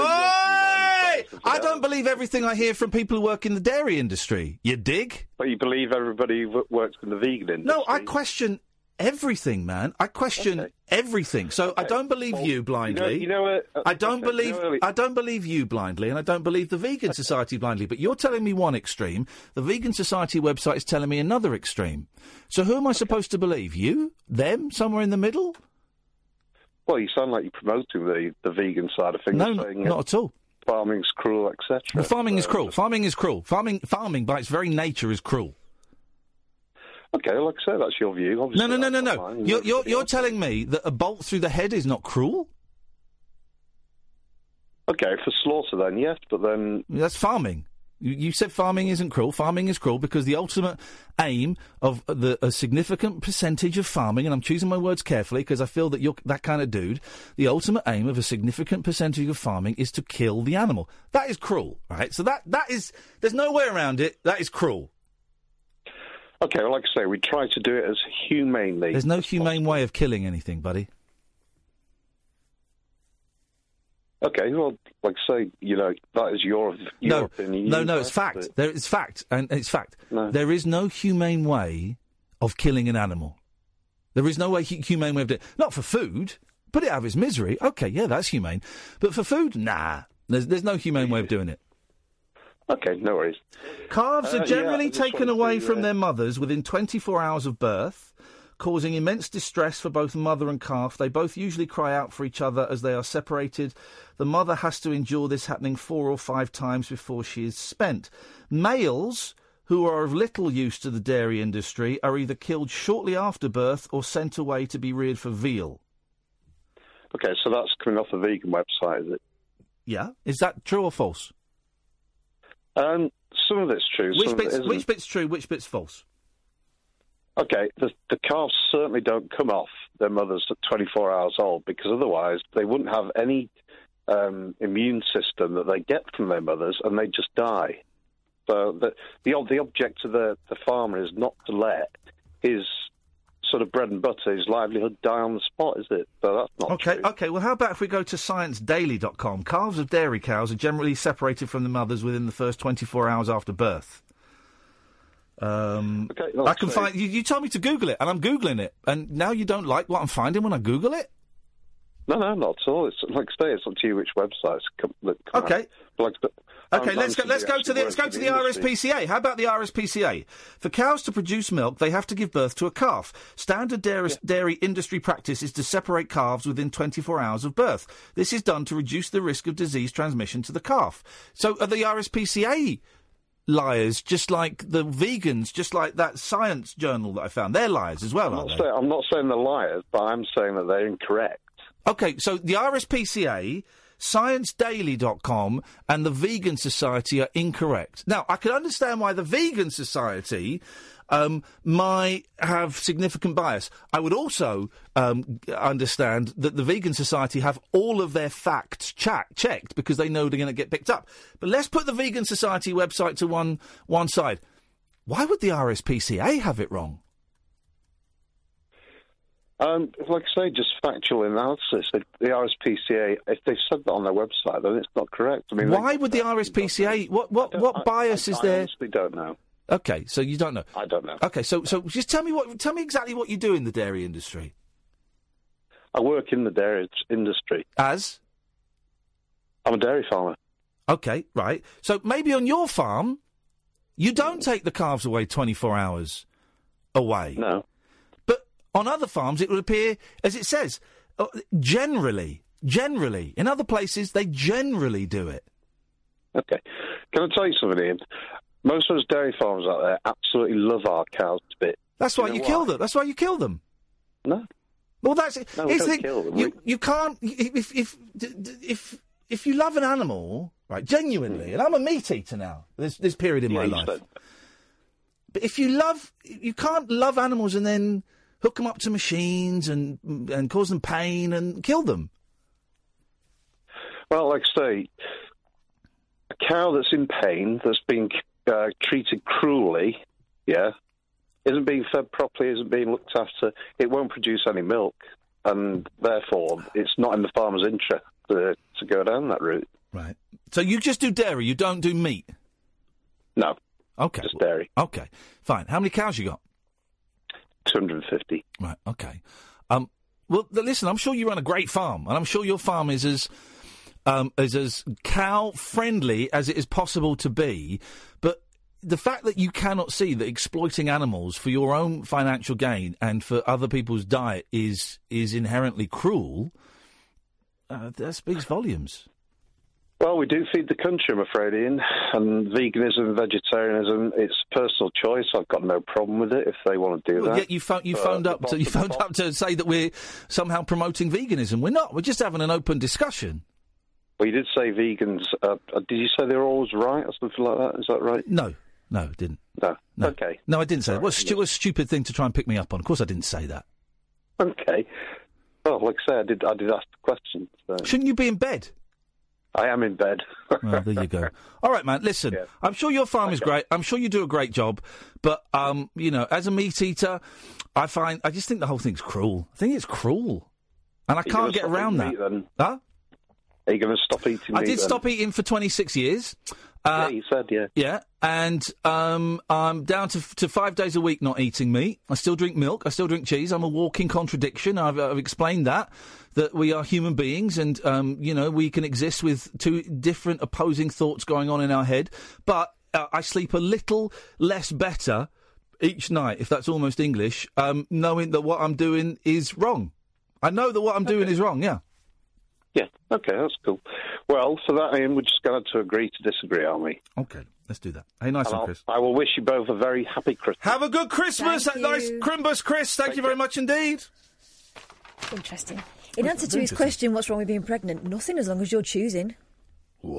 Speaker 6: Oi! I don't believe everything I hear from people who work in the dairy industry. You dig?
Speaker 16: But you believe everybody who w- works in the vegan industry.
Speaker 6: No, I question everything, man. I question everything. So I don't believe you blindly.
Speaker 16: you know what- uh,
Speaker 6: I don't
Speaker 16: okay,
Speaker 6: believe
Speaker 16: you know what-
Speaker 6: I don't believe you blindly, and I don't believe the Vegan Society blindly. But you're telling me one extreme. The Vegan Society website is telling me another extreme. So who am I supposed to believe? You? Them? Somewhere in the middle?
Speaker 16: Well, you sound like you're promoting the, the vegan side of things.
Speaker 6: No, n-
Speaker 16: saying
Speaker 6: not at all.
Speaker 16: Farming's cruel, etc.
Speaker 6: Well, farming is cruel. Farming is cruel. Farming, farming by its very nature is cruel.
Speaker 16: Okay, like I say, that's your view. Obviously,
Speaker 6: no, no, no, no,
Speaker 16: that's not
Speaker 6: no.
Speaker 16: mine.
Speaker 6: You're, you're, you're telling me that a bolt through the head is not cruel?
Speaker 16: Okay, for slaughter then, yes, but then
Speaker 6: That's farming. You, you said farming isn't cruel. Farming is cruel because the ultimate aim of the a significant percentage of farming, and I'm choosing my words carefully because I feel that you're that kind of dude. The ultimate aim of a significant percentage of farming is to kill the animal. That is cruel, right? So that that is there's no way around it. That is cruel.
Speaker 16: Okay, well, like I say, we try to do it as humanely.
Speaker 6: There's no humane way of killing anything, buddy.
Speaker 16: Okay, well, like I say, you know, that is your, your
Speaker 6: no,
Speaker 16: opinion.
Speaker 6: no,
Speaker 16: You
Speaker 6: no.
Speaker 16: know,
Speaker 6: It's fact.
Speaker 16: but-
Speaker 6: There, it's fact, and it's fact.
Speaker 16: No.
Speaker 6: There is no humane way of killing an animal. There is no way hu- humane way of doing. Not for food. Put it out of its misery. Okay, yeah, that's humane. But for food, nah. There's there's no humane way of doing it.
Speaker 16: Okay, no worries.
Speaker 6: Calves
Speaker 16: Uh,
Speaker 6: are
Speaker 16: yeah,
Speaker 6: generally
Speaker 16: I just
Speaker 6: taken
Speaker 16: wanted
Speaker 6: away
Speaker 16: to,
Speaker 6: from
Speaker 16: uh,
Speaker 6: their mothers within 24 hours of birth, causing immense distress for both mother and calf. They both usually cry out for each other as they are separated. The mother has to endure this happening four or five times before she is spent. Males who are of little use to the dairy industry are either killed shortly after birth or sent away to be reared for veal.
Speaker 16: Okay, so that's coming off a vegan website, is it?
Speaker 6: Yeah, is that true or false?
Speaker 16: Um, some of it's true.
Speaker 6: Which
Speaker 16: some of it
Speaker 6: bit's,
Speaker 16: isn't.
Speaker 6: which bit's true? Which bit's false?
Speaker 16: Okay, the, the calves certainly don't come off their mothers at 24 hours old because otherwise they wouldn't have any um, immune system that they get from their mothers and they just die. So the the, ob- the object of the, the farmer is not to let his sort of bread and butter, his livelihood, die on the spot, is it? So that's not
Speaker 6: okay, okay. Well, how about if we go to sciencedaily.com? Calves of dairy cows are generally separated from the mothers within the first 24 hours after birth. Um, I can
Speaker 16: true.
Speaker 6: find. You, you told me to Google it, and I'm googling it. And now you don't like what I'm finding when I Google it.
Speaker 16: No, no, not at all. It's like I say, it's up to you which websites come. That come
Speaker 6: Okay.
Speaker 16: out. Like, but
Speaker 6: Okay,
Speaker 16: I'm-
Speaker 6: let's
Speaker 16: I'm
Speaker 6: go. Let's go to the
Speaker 16: actually
Speaker 6: let's go
Speaker 16: working
Speaker 6: to
Speaker 16: in
Speaker 6: the
Speaker 16: industry.
Speaker 6: RSPCA. How about the RSPCA? For cows to produce milk, they have to give birth to a calf. Standard dairy, dairy industry practice is to separate calves within 24 hours of birth. This is done to reduce the risk of disease transmission to the calf. So, are the RSPCA liars, just like the vegans, just like that science journal that I found? They're liars as well,
Speaker 16: I'm
Speaker 6: aren't
Speaker 16: not,
Speaker 6: they?
Speaker 16: saying, I'm not saying they're liars, but I'm saying that they're incorrect.
Speaker 6: Okay, so the RSPCA, ScienceDaily.com, and the Vegan Society are incorrect. Now, I can understand why the Vegan Society um, might have significant bias. I would also um, g- understand that the Vegan Society have all of their facts cha- checked because they know they're going to get picked up. But let's put the Vegan Society website to one one side. Why would the RSPCA have it wrong?
Speaker 16: Um, like I say, just factual analysis. The, the RSPCA, if they said that on their website, then it's not correct. I mean,
Speaker 6: Why would the RSPCA? What what what bias
Speaker 16: they,
Speaker 6: is
Speaker 16: I
Speaker 6: there?
Speaker 16: honestly don't know.
Speaker 6: Okay, so you don't know.
Speaker 16: I don't know.
Speaker 6: Okay, so so just tell me what tell me exactly what you do in the dairy industry.
Speaker 16: I work in the dairy industry.
Speaker 6: As?
Speaker 16: I'm a dairy farmer.
Speaker 6: Okay, right. So maybe on your farm, you don't take the calves away twenty four hours away.
Speaker 16: No.
Speaker 6: But on other farms, it would appear, as it says, uh, generally, generally, in other places they generally do it.
Speaker 16: Okay. Can I tell you something, Ian? Most of those dairy farmers out there absolutely love our cows to bits.
Speaker 6: That's why you, kill them. That's why you kill them.
Speaker 16: No.
Speaker 6: Well, that's it.
Speaker 16: No, we
Speaker 6: It's
Speaker 16: don't
Speaker 6: the-
Speaker 16: kill them.
Speaker 6: You, you can't if if d- d- if if you love an animal, right? Genuinely, and I'm a meat eater now. This this period in my
Speaker 16: you
Speaker 6: life.
Speaker 16: said.
Speaker 6: But if you love, you can't love animals and then hook them up to machines and and cause them pain and kill them.
Speaker 16: Well, like I say, a cow that's in pain, that's being uh, treated cruelly, yeah, isn't being fed properly, isn't being looked after, it won't produce any milk. And therefore, it's not in the farmer's interest to, to go down that route.
Speaker 6: Right. So you just do dairy. You don't do meat.
Speaker 16: No.
Speaker 6: Okay.
Speaker 16: Just dairy.
Speaker 6: Okay. Fine. How many cows you got?
Speaker 16: 250.
Speaker 6: Right. Okay. Um, well, th- listen. I'm sure you run a great farm, and I'm sure your farm is as um, is as cow friendly as it is possible to be. But the fact that you cannot see that exploiting animals for your own financial gain and for other people's diet is is inherently cruel. Uh, that speaks volumes.
Speaker 16: Well, we do feed the country, I'm afraid, Ian. And veganism, vegetarianism, it's personal choice. I've got no problem with it if they want to do
Speaker 6: Well,
Speaker 16: that.
Speaker 6: yet you phoned you
Speaker 16: But
Speaker 6: phoned
Speaker 16: the
Speaker 6: up to you
Speaker 16: bottom-
Speaker 6: phoned up to say that we're somehow promoting veganism. We're not. We're just having an open discussion.
Speaker 16: Well, you did say vegans. Uh, uh, did you say they're always right or something like that? Is that right?
Speaker 6: No, no, it didn't.
Speaker 16: No. Okay.
Speaker 6: No, I didn't say that. What a, stu- what a stupid thing to try and pick me up on. Of course, I didn't say that.
Speaker 16: Okay. Well, like I say, I did. I did ask the question. So.
Speaker 6: Shouldn't you be in bed?
Speaker 16: I am in bed.
Speaker 6: Well, there you go. All right, man. Listen, I'm sure your farm is great. I'm sure you do a great job, but um, you know, as a meat eater, I find I just think the whole thing's cruel. I think it's cruel, and I
Speaker 16: You
Speaker 6: can't
Speaker 16: gonna
Speaker 6: get
Speaker 16: stop
Speaker 6: around that.
Speaker 16: eating meat, then?
Speaker 6: Huh?
Speaker 16: Are you going to stop eating?
Speaker 6: I
Speaker 16: meat,
Speaker 6: did
Speaker 16: then?
Speaker 6: stop eating for 26 years.
Speaker 16: yeah,
Speaker 6: Uh,
Speaker 16: you said yeah.
Speaker 6: Yeah, and um, I'm down to to five days a week not eating meat. I still drink milk. I still drink cheese. I'm a walking contradiction. I've, I've explained that that we are human beings, and um, you know we can exist with two different opposing thoughts going on in our head. But uh, I sleep a little less better each night, if that's almost English, um, knowing that what I'm doing is wrong. I know that what I'm doing is wrong. Yeah.
Speaker 16: Yeah. Okay, that's cool. Well, for that, Ian, we're just going to have to agree to disagree, aren't we?
Speaker 6: Okay, let's do that. Hey, nice
Speaker 16: And
Speaker 6: one,
Speaker 16: I'll-
Speaker 6: Chris.
Speaker 16: I will wish you both a very happy Christmas.
Speaker 6: Have a good Christmas.
Speaker 7: Thank
Speaker 6: and Nice
Speaker 7: you.
Speaker 6: Crimbus, Chris. Thank, you very much indeed.
Speaker 7: Interesting. In
Speaker 6: Well,
Speaker 7: answer
Speaker 6: it's
Speaker 7: to his
Speaker 6: interesting.
Speaker 7: question, what's wrong with being pregnant? Nothing, as long as you're choosing.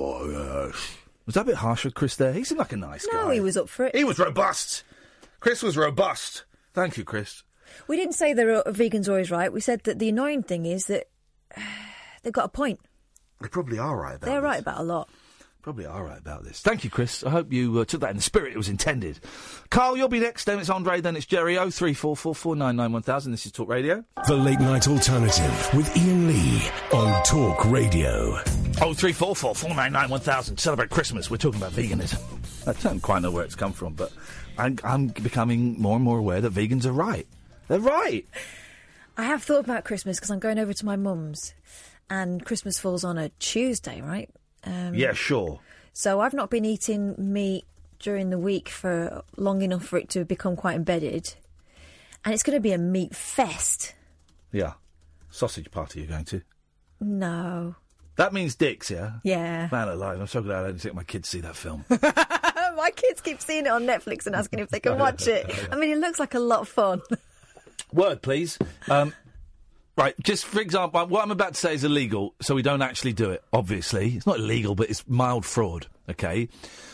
Speaker 6: Was that a bit harsh with Chris there? He seemed like a nice guy.
Speaker 7: No, he was up for it.
Speaker 6: He was robust. Chris was robust. Thank you, Chris.
Speaker 7: We didn't say there are vegans always right. We said that the annoying thing is that they've got a point.
Speaker 6: They probably are right about
Speaker 7: They're
Speaker 6: this.
Speaker 7: right about a lot.
Speaker 6: Probably are right about this. Thank you, Chris. I hope you uh, took that in the spirit it was intended. Carl, you'll be next. Then it's Andre. Then it's Jerry. Oh three four four four nine nine one thousand. This is Talk Radio.
Speaker 1: The Late Night Alternative with Ian Lee on Talk Radio.
Speaker 6: Oh three four four four nine nine one thousand. Celebrate Christmas. We're talking about veganism. I don't quite know where it's come from, but I'm, I'm becoming more and more aware that vegans are right. They're right.
Speaker 7: I have thought about Christmas because I'm going over to my mum's, and Christmas falls on a Tuesday, right? Um,
Speaker 6: Yeah, sure.
Speaker 7: So I've not been eating meat during the week for long enough for it to become quite embedded, and it's going to be a meat fest.
Speaker 6: Yeah. Sausage party you're going to.
Speaker 7: No.
Speaker 6: That means dicks, yeah?
Speaker 7: Yeah.
Speaker 6: Man alive, I'm so glad I didn't think my kids see that film.
Speaker 7: my kids keep seeing it on Netflix and asking if they can watch it. I mean, it looks like a lot of fun.
Speaker 6: Word, please. Um, right, just for example, what I'm about to say is illegal, so we don't actually do it, obviously. It's not illegal, but it's mild fraud, okay?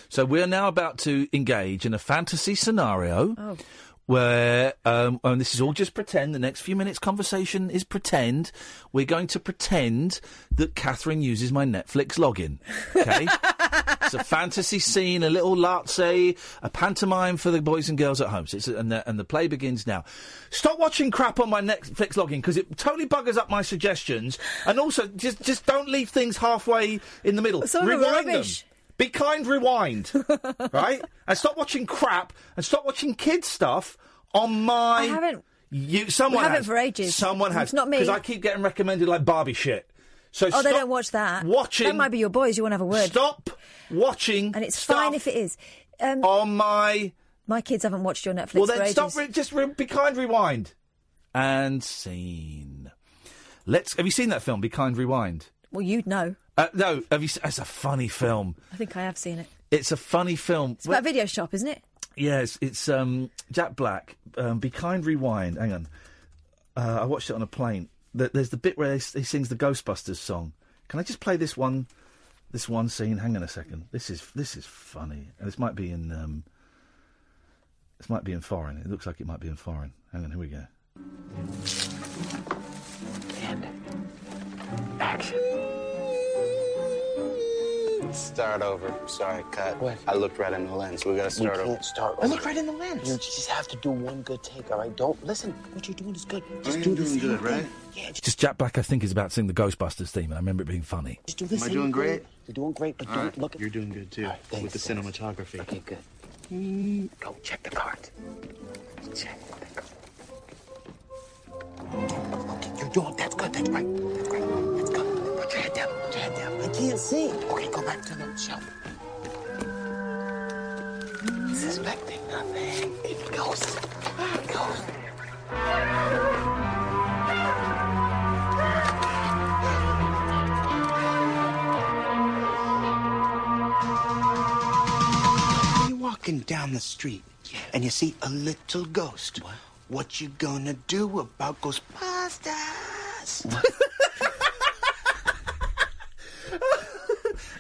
Speaker 6: So we're now about to engage in a fantasy scenario
Speaker 3: Oh.
Speaker 6: where, um, and this is all just pretend, the next few minutes' conversation is pretend. We're going to pretend that Catherine uses my Netflix login, okay? it's a fantasy scene, a little latte, a pantomime for the boys and girls at home. So it's, and, the, and the play begins now. Stop watching crap on my Netflix login because it totally buggers up my suggestions. And also, just just don't leave things halfway in the middle.
Speaker 3: Some of them are
Speaker 6: rewind them.
Speaker 3: rubbish.
Speaker 6: Be kind, rewind, right? And stop watching crap and stop watching kids stuff on my.
Speaker 7: I haven't-
Speaker 6: You someone
Speaker 7: haven't
Speaker 6: has.
Speaker 7: for ages.
Speaker 6: Someone has.
Speaker 7: It's not me.
Speaker 6: because I keep getting recommended like Barbie shit. So
Speaker 7: oh, they
Speaker 6: stop
Speaker 7: don't watch that.
Speaker 6: watching-
Speaker 7: That might be your boys. You want to have a word.
Speaker 6: Stop watching.
Speaker 7: And it's fine if it is. Um,
Speaker 6: on my.
Speaker 7: My kids haven't watched your Netflix.
Speaker 6: Well,
Speaker 7: for
Speaker 6: then
Speaker 7: ages.
Speaker 6: stop. Re- just re- be kind. Rewind. And scene. Let's. Have you seen that film? Be kind. Rewind.
Speaker 7: Well, you'd know.
Speaker 6: Uh, no. Have you? s- It's a funny film.
Speaker 7: I think I have seen it.
Speaker 6: It's a funny film.
Speaker 7: It's about a video shop, isn't it?
Speaker 6: Yes, it's um, Jack Black. Um, Be kind, rewind. Hang on, uh, I watched it on a plane. Th- There's the bit where he s- he sings the Ghostbusters song. Can I just play this one? This one scene. Hang on a second. This is this is funny, and this might be in um, this might be in foreign. It looks like it might be in foreign. Hang on, here we go.
Speaker 18: Start over. Sorry, cut. What? I looked right in the lens. We gotta start over. start
Speaker 19: I look right in the lens. You just have to do one good take, all right? Don't listen. What you're doing is good. Just do the same thing.
Speaker 6: Just Jack Black, I think, is about to sing the Ghostbusters theme, and I remember it being funny.
Speaker 19: Just do the
Speaker 18: Am I
Speaker 19: same
Speaker 18: doing
Speaker 19: thing.
Speaker 18: great?
Speaker 19: You're doing great, but
Speaker 18: All
Speaker 19: don't
Speaker 18: right,
Speaker 19: look at
Speaker 18: You're doing good too with the cinematography. Okay, good.
Speaker 19: Go check the cart. Check the cart. Okay, you're doing that's good. That's right. That's right. That's good. Put your head down. Put your head down. I can't see. Okay, go back to the shelf. Suspecting nothing. It goes. It goes.
Speaker 18: You're walking down the street and you see a little ghost. What? What you gonna do about Ghostbusters?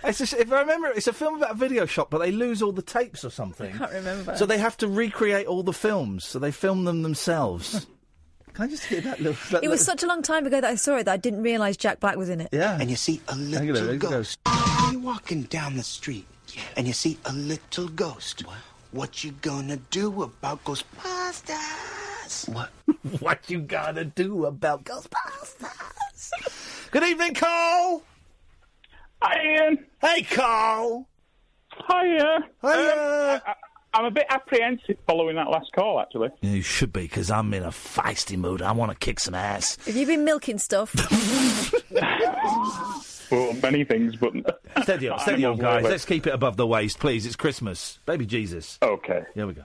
Speaker 6: It's just, if I remember, it's a film about a video shop, but they lose all the tapes or something.
Speaker 7: I can't remember.
Speaker 6: So they have to recreate all the films. So they film them themselves. Can I just hear that little? That
Speaker 7: It was
Speaker 6: little-
Speaker 7: such a long time ago that I saw it that I didn't realise Jack Black was in it.
Speaker 6: Yeah.
Speaker 18: And you see a little ghost. You're walking down the street and you see a little ghost. What? What you gonna do about Ghostbusters?
Speaker 6: What? what you gonna do about Ghostbusters? Good evening, Carl.
Speaker 20: Hi, Ian.
Speaker 6: Hey, Carl.
Speaker 20: Hiya. Hiya. I, I, am a bit apprehensive following that last call, actually.
Speaker 6: Yeah, you should be, because I'm in a feisty mood. I want to kick some ass.
Speaker 7: Have you been milking stuff?
Speaker 20: Well, many things, but
Speaker 6: Steady on, steady on, guys. Let's keep it above the waist, please. It's Christmas, baby Jesus.
Speaker 20: Okay.
Speaker 6: Here we go.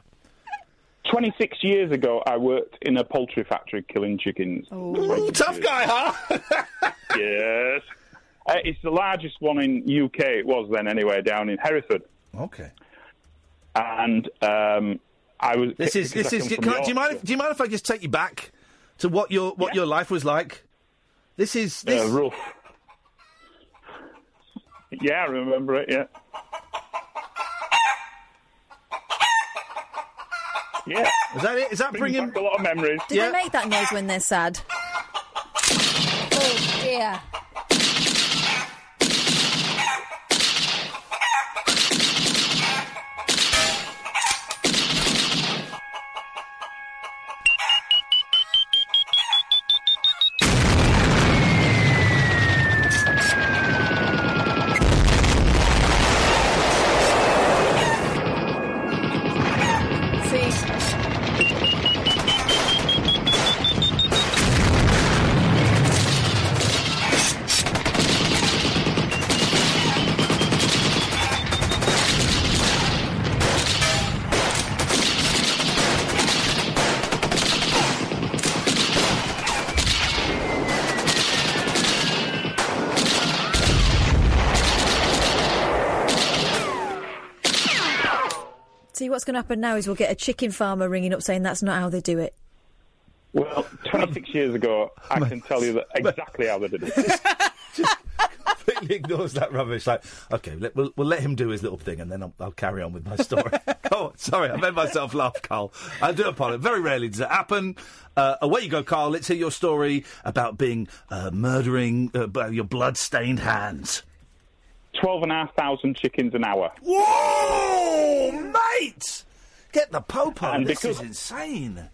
Speaker 20: 26 years ago, I worked in a poultry factory killing chickens.
Speaker 6: Tough guy, huh?
Speaker 20: yes. Uh, it's the largest one in UK. It was then anyway down in Hereford.
Speaker 6: Okay.
Speaker 20: And um, I was.
Speaker 6: This is
Speaker 20: because
Speaker 6: this
Speaker 20: I
Speaker 6: is.
Speaker 20: come
Speaker 6: Can
Speaker 20: from
Speaker 6: I, do you mind? If, do you mind if I just take you back to what your what your life was like? This is this.
Speaker 20: Yeah, rough. Yeah, I remember it. Yeah. Yeah.
Speaker 6: Is that it? Is that
Speaker 20: bringing back a lot of memories?
Speaker 7: Do they make that noise when they're sad? Oh dear. See? See, what's going to happen now is we'll get a chicken farmer ringing up saying that's not how they do it.
Speaker 20: Well, 26 years ago, I can tell you that exactly how they did it.
Speaker 6: completely ignores that rubbish. Like, okay, let, we'll, we'll let him do his little thing, and then I'll, I'll carry on with my story. oh, sorry, I made myself laugh, Carl. I do apologise. Very rarely does it happen. Uh, away you go, Carl. Let's hear your story about being uh, murdering uh, by your blood-stained hands.
Speaker 20: Twelve and a half thousand chickens an hour.
Speaker 6: Whoa, mate! Get the popo.
Speaker 20: And
Speaker 6: This
Speaker 20: because-
Speaker 6: is insane.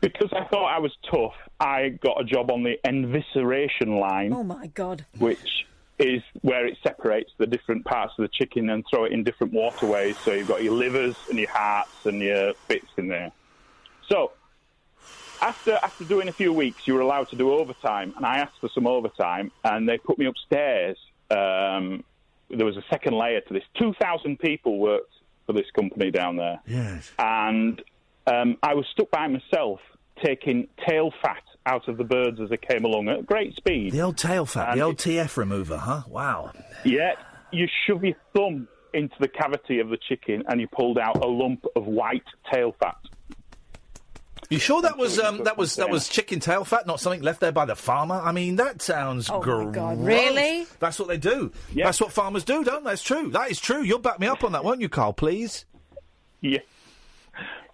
Speaker 20: Because I thought I was tough, I got a job on the envisceration line.
Speaker 7: Oh my god.
Speaker 20: which is where it separates the different parts of the chicken and throw it in different waterways. So you've got your livers and your hearts and your bits in there. So after after doing a few weeks, you were allowed to do overtime, and I asked for some overtime, and they put me upstairs. Um, there was a second layer to this. Two thousand people worked for this company down there,
Speaker 6: Yes.
Speaker 20: and um, I was stuck by myself taking tail fat out of the birds as they came along at great speed.
Speaker 6: The old tail fat, the old TF remover, huh? Wow.
Speaker 20: Yeah, you shove your thumb into the cavity of the chicken and you pulled out a lump of white tail fat.
Speaker 6: You sure that was um, that was that was chicken tail fat, not something left there by the farmer? I mean, that sounds
Speaker 7: Oh, my
Speaker 6: gross.
Speaker 7: God, really?
Speaker 6: That's what they do. That's what farmers do, don't they? That's true. That is true. You'll back me up on that, won't you, Carl? Please.
Speaker 20: Yeah.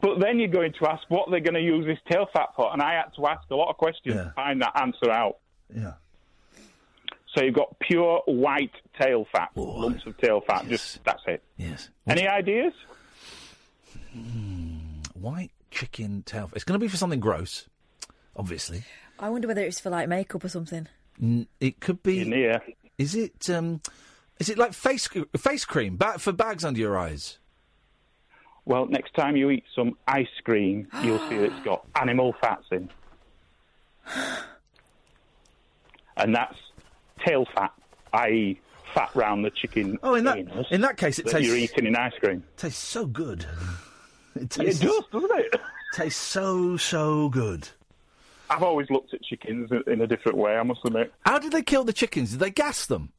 Speaker 20: But then you're going to ask what they're going to use this tail fat for, and I had to ask a lot of questions to find that answer out.
Speaker 6: Yeah.
Speaker 20: So you've got pure white tail fat, lumps of tail fat. Just that's it.
Speaker 6: Yes.
Speaker 20: Any ideas?
Speaker 6: Hmm, White chicken tail. Fat. It's going to be for something gross, obviously.
Speaker 7: I wonder whether it's for like makeup or something.
Speaker 6: N- It could be. Is it? Um, is it like face cr- face cream ba- for bags under your eyes?
Speaker 20: Well, next time you eat some ice cream, you'll see that it's got animal fats in. And that's tail fat, i.e., fat round the chicken.
Speaker 6: Oh, in that
Speaker 20: anus
Speaker 6: in that case, it
Speaker 20: that
Speaker 6: tastes
Speaker 20: You're eating in ice cream.
Speaker 6: tastes so good. it,
Speaker 20: It does, doesn't it?
Speaker 6: Tastes so so good.
Speaker 20: I've always looked at chickens in a different way, I must admit.
Speaker 6: How did they kill the chickens? Did they gas them?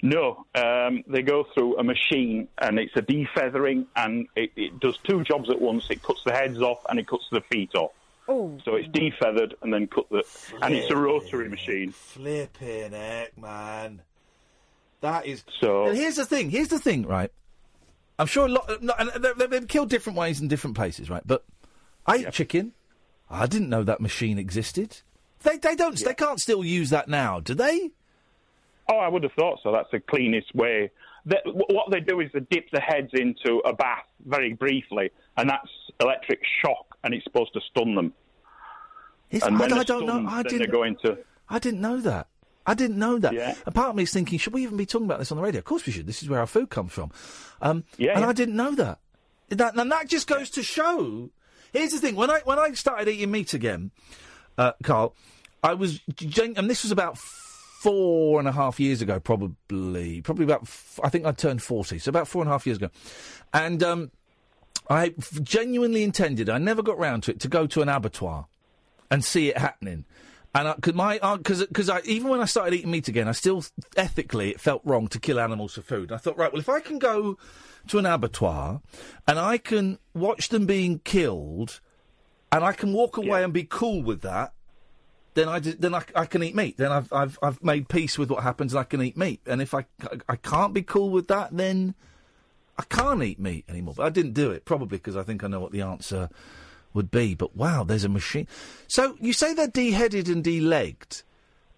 Speaker 20: No, um, they go through a machine and it's a defeathering and it, it does two jobs at once. It cuts the heads off and it cuts the feet off.
Speaker 7: Oh.
Speaker 20: So it's defeathered and then cut the. And it's a rotary machine.
Speaker 6: Flipping heck, man. That is
Speaker 20: so.
Speaker 6: And here's the thing. Here's the thing, right? I'm sure a lot. No, and they- they've been killed different ways in different places, right? But I eat chicken. I didn't know that machine existed. They they don't. They can't still use that now, do they?
Speaker 20: Oh, I would have thought so. That's the cleanest way. The, wh- what they do is they dip the heads into a bath very briefly, and that's electric shock, and it's supposed to stun them.
Speaker 6: It's-
Speaker 20: and
Speaker 6: I-
Speaker 20: when
Speaker 6: I
Speaker 20: they're
Speaker 6: don't know.
Speaker 20: stunned,
Speaker 6: I
Speaker 20: then
Speaker 6: didn't-
Speaker 20: They go into.
Speaker 6: I didn't know that. I didn't know that. A part of me is thinking, should we even be talking about this on the radio? Of course we should. This is where our food comes from. Um, and I didn't know that. that. And that just goes to show. Here's the thing: when I when I started eating meat again, uh, Carl, I was, gen- and this was about four and a half years ago, probably, probably about. F- I think I turned forty, so about four and a half years ago, and um, I f- genuinely intended. I never got round to it to go to an abattoir and see it happening. And I, could my because because I even when I started eating meat again, I still ethically it felt wrong to kill animals for food. And I thought, right, well, if I can go to an abattoir and I can watch them being killed, and I can walk away and be cool with that, then I d- then I, I can eat meat. Then I've I've I've made peace with what happens, and I can eat meat. And if I c- I can't be cool with that, then I can't eat meat anymore. But I didn't do it probably because I think I know what the answer would be. But wow, there's a machine. So you say they're de-headed and de-legged.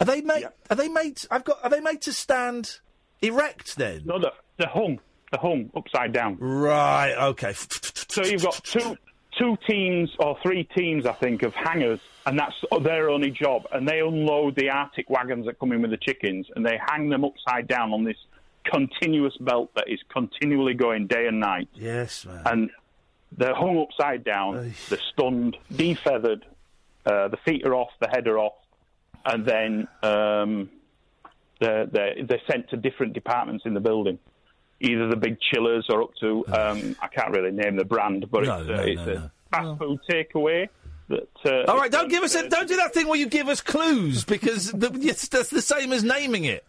Speaker 6: Are they made? Are they made? I've got. Are they made to stand erect then?
Speaker 20: No, they're, they're hung. They're hung upside down.
Speaker 6: Right. Okay.
Speaker 20: So you've got two two teams or three teams, I think, of hangers, and that's their only job. And they unload the Arctic wagons that come in with the chickens, and they hang them upside down on this continuous belt that is continually going day and night.
Speaker 6: Yes, man.
Speaker 20: And they're hung upside down. They're stunned, defeathered. Uh, the feet are off. The head are off. And then um, they're, they're, they're sent to different departments in the building. Either the big chillers or up to um, I can't really name the brand, but it's, uh,
Speaker 6: no,
Speaker 20: it's
Speaker 6: no,
Speaker 20: a
Speaker 6: no.
Speaker 20: fast food takeaway. That uh,
Speaker 6: All right, don't give us. A, don't do that thing where you give us clues because the, it's, that's the same as naming it.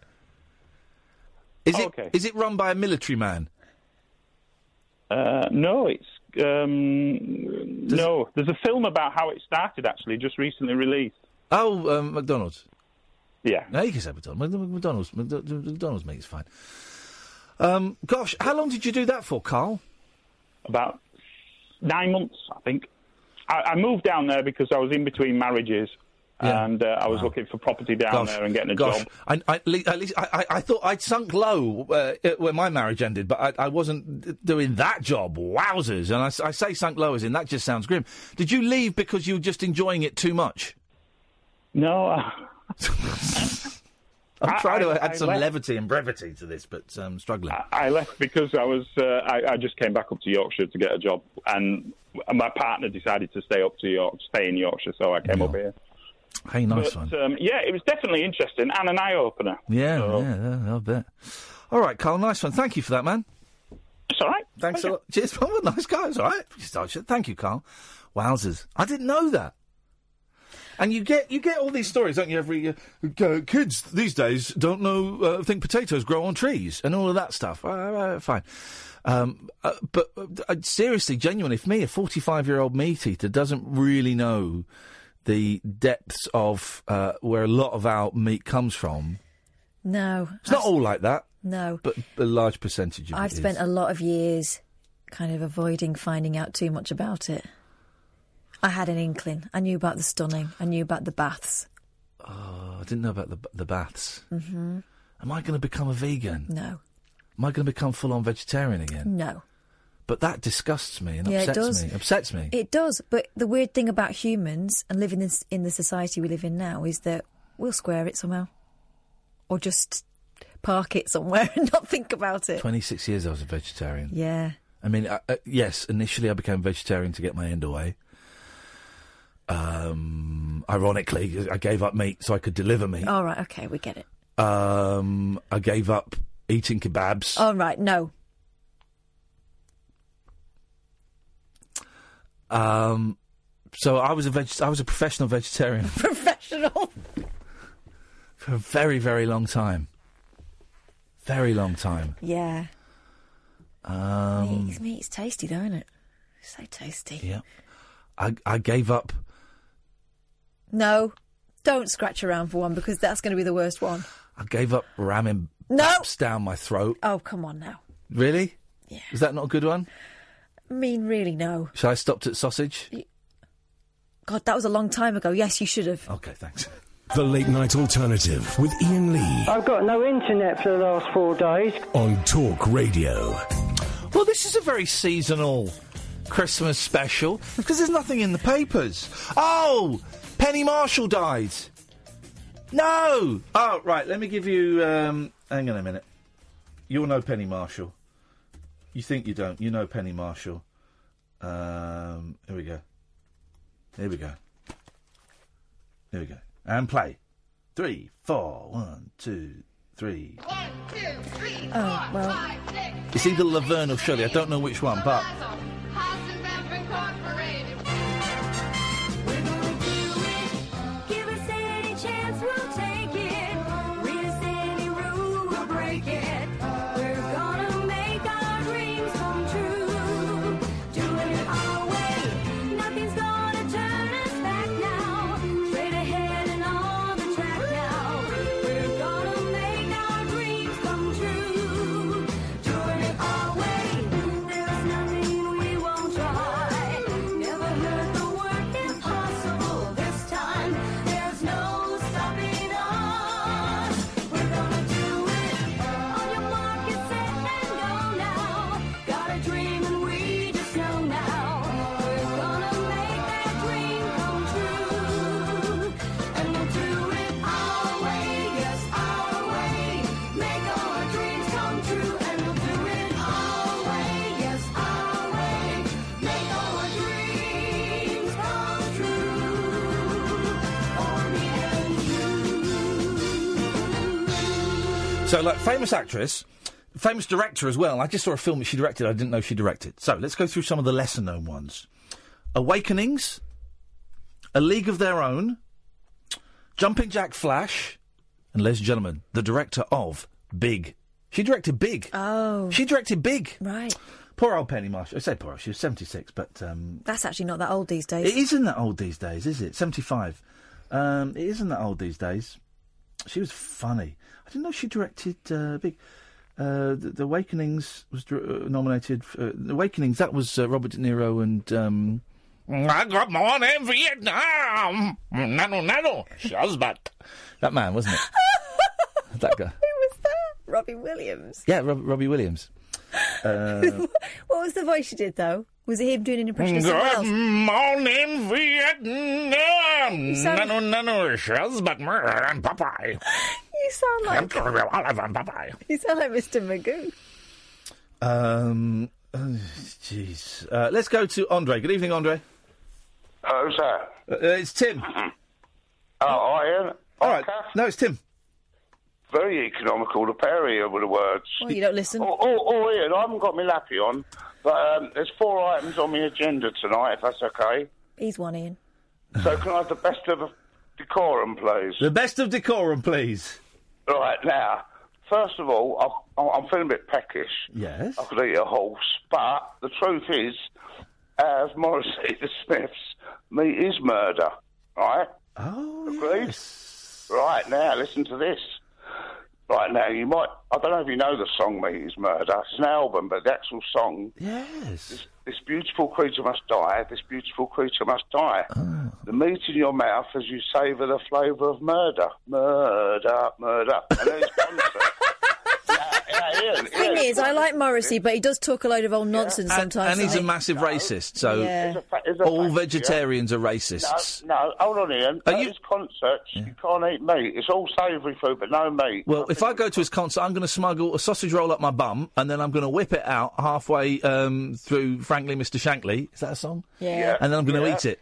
Speaker 6: Is it? Is it run by a military man?
Speaker 20: Uh, no, it's um, no. There's a film about how it started, actually, just recently released.
Speaker 6: Oh, um, McDonald's.
Speaker 20: Yeah.
Speaker 6: No, you can say McDonald's. Mc- McDonald's, Mc- McDonald's mate, it's fine. Um, gosh, how long did you do that for, Carl?
Speaker 20: About nine months, I think. I, I moved down there because I was in between marriages.
Speaker 6: Yeah.
Speaker 20: And uh, I was
Speaker 6: Wow.
Speaker 20: looking for property down
Speaker 6: gosh,
Speaker 20: there and getting a
Speaker 6: gosh.
Speaker 20: job.
Speaker 6: I, I, at least, at least I, I, I thought I'd sunk low uh, uh, when my marriage ended, but I, I wasn't d- doing that job. Wowzers! And I s- I, say sunk low as in that just sounds grim. Did you leave because you were just enjoying it too much?
Speaker 20: No. I-
Speaker 6: I'm
Speaker 20: I-
Speaker 6: trying
Speaker 20: I-
Speaker 6: to add
Speaker 20: I
Speaker 6: some
Speaker 20: left- Uh,
Speaker 6: levity and brevity to this, but um, struggling.
Speaker 20: I left because I was. Uh, I, I just came back up to Yorkshire to get a job, and my partner decided to stay up to York, stay in Yorkshire, so I came up here.
Speaker 6: hey, nice
Speaker 20: but,
Speaker 6: one.
Speaker 20: Um, yeah, it was definitely interesting and an eye opener.
Speaker 6: Yeah, yeah, yeah, I'll bet. All right, Carl, nice one. Thank you for that, man.
Speaker 20: It's all right.
Speaker 6: Thanks a lot. Cheers, man. What a nice guy. It's all right. Just- I should- Thank you, Carl. Wowzers. I didn't know that. And you get you get all these stories, don't you? Every uh, uh, kids these days don't know uh, think potatoes grow on trees and all of that stuff. Uh, uh, fine, um, uh, but uh, uh, seriously, genuinely, for me, a forty-five-year-old meat eater doesn't really know the depths of uh, where a lot of our meat comes from.
Speaker 7: No,
Speaker 6: It's not all like that,
Speaker 7: no.
Speaker 6: but a large percentage of it
Speaker 7: Oh. I've
Speaker 6: is.
Speaker 7: spent a lot of years kind of avoiding finding out too much about it. I had an inkling. I knew about the stunning. I knew about the baths.
Speaker 6: Oh, I didn't know about the the baths.
Speaker 7: hmm
Speaker 6: Am I going to become a vegan?
Speaker 7: No,
Speaker 6: Am I going to become full on vegetarian again?
Speaker 7: no.
Speaker 6: But that disgusts me and
Speaker 7: Yeah, it
Speaker 6: upsets
Speaker 7: does.
Speaker 6: me. Upsets me.
Speaker 7: It does. But the weird thing about humans and living in, s- in the society we live in now is that we'll square it somehow, or just park it somewhere and not think about it.
Speaker 6: 26 years I was a vegetarian.
Speaker 7: Yeah.
Speaker 6: I mean, I, uh, yes, initially I became vegetarian to get my end away. Um, ironically, I gave up meat so I could deliver meat.
Speaker 7: All right. Okay, we get it.
Speaker 6: Um, I gave up eating kebabs.
Speaker 7: All right. No.
Speaker 6: Um, so I was a veg- I was a professional vegetarian
Speaker 7: Professional.
Speaker 6: for a very, very long time. Very long time.
Speaker 7: Yeah.
Speaker 6: Um,
Speaker 7: Meat- meat's tasty, though, isn't it? It's so tasty.
Speaker 6: Yeah. I, I gave up.
Speaker 7: No, don't scratch around for one because that's going to be the worst one.
Speaker 6: I gave up ramming
Speaker 7: No.
Speaker 6: baps down my throat.
Speaker 7: Oh, come on now.
Speaker 6: Really? Yeah. Is that not a good one?
Speaker 7: I mean, really, no.
Speaker 6: Should I stopped at sausage?
Speaker 7: God, that was a long time ago. Yes, you should have.
Speaker 6: Okay, thanks.
Speaker 1: The Late Night Alternative with Ian Lee
Speaker 21: I've got no internet for the last four days.
Speaker 1: on Talk Radio.
Speaker 6: Well, this is a very seasonal Christmas special because there's nothing in the papers. Oh, Penny Marshall died. No. Oh, right. Let me give you. Um, hang on a minute. You'll know Penny Marshall. You think you don't. You know Penny Marshall. Um, here we go. Here we go. Here we go. And play. Three, four, one, two, three.
Speaker 7: Oh, well.
Speaker 6: It's either Laverne or Shirley. I don't know which one, but
Speaker 3: Give us any
Speaker 6: So, like, famous actress, famous director as well. I just saw a film that she directed. I didn't know she directed. So, let's go through some of the lesser known ones Awakenings, A League of Their Own, Jumping Jack Flash, and, ladies and gentlemen, the director of Big. She directed Big.
Speaker 7: Oh.
Speaker 6: She directed Big.
Speaker 7: Right.
Speaker 6: Poor old Penny Marshall. I say poor, she was 76, but um,
Speaker 7: That's actually not that old these days.
Speaker 6: it isn't that old these days, is it? 75. Um, it isn't that old these days. She was funny. I didn't know she directed uh, Big. Uh, the, the Awakenings was dr- uh, nominated. For, uh, the Awakenings, that was uh, Robert De Niro and. Um, I got more in Vietnam! Nano, nano! Shazbat! That man, wasn't it? that guy.
Speaker 7: Robbie Williams.
Speaker 6: Yeah, Rob, Robbie Williams. Uh,
Speaker 7: What was the voice you did though? Was it him doing an impression of someone
Speaker 6: Good
Speaker 7: else?
Speaker 6: morning, Vietnam.
Speaker 7: You sound-
Speaker 6: Nano, nano, Shazbat, and Popeye.
Speaker 7: You sound
Speaker 6: I'm
Speaker 7: like
Speaker 6: talking about Olive and Popeye.
Speaker 7: you sound like Mr. Magoo.
Speaker 6: Um, oh, jeez. Uh, let's go to Andre. Good evening, Andre.
Speaker 22: Who's that?
Speaker 6: Uh, uh, it's Tim.
Speaker 22: Oh, I am.
Speaker 6: All right. No, it's Tim.
Speaker 22: Very economical, the parry of the words.
Speaker 7: Well, you don't listen.
Speaker 22: Oh, oh, oh, Ian, I haven't got my lappy on, but um, there's four items on my agenda tonight, if that's okay.
Speaker 7: He's one Ian.
Speaker 22: So can I have the best of decorum, please?
Speaker 6: The best of decorum, please.
Speaker 22: Right, now, first of all, I'm, I'm feeling a bit peckish.
Speaker 6: Yes.
Speaker 22: I could eat a horse, but the truth is, as Morrissey the Smiths, meat is murder, right?
Speaker 6: Oh,
Speaker 22: Agreed? Right, now, listen to this. Right now, you might, I don't know if you know the song Meat is Murder. It's an album, but the actual song
Speaker 6: Yes.
Speaker 22: this beautiful creature must die. This beautiful creature must die.
Speaker 6: Oh.
Speaker 22: The meat in your mouth as you savour the flavour of murder. Murder, murder. And then it's gone, sir. yeah, yeah, Ian,
Speaker 7: Thing
Speaker 22: Ian.
Speaker 7: is, I like Morrissey, but he does talk a load of old nonsense
Speaker 6: And,
Speaker 7: sometimes.
Speaker 6: and he's
Speaker 7: doesn't
Speaker 6: a
Speaker 7: he?
Speaker 6: massive racist, so
Speaker 7: Yeah. It's
Speaker 6: all vegetarians are racists.
Speaker 22: No, no, hold on, Ian. At his concerts, you can't eat meat. It's all savoury food, but no meat.
Speaker 6: Well, if I go to his concert, I'm going to smuggle a sausage roll up my bum, and then I'm going to whip it out halfway um, through. Frankly, Mr. Shankly, is that a song?
Speaker 22: Yeah. Yeah.
Speaker 6: And then I'm going to
Speaker 22: Yeah.
Speaker 6: eat it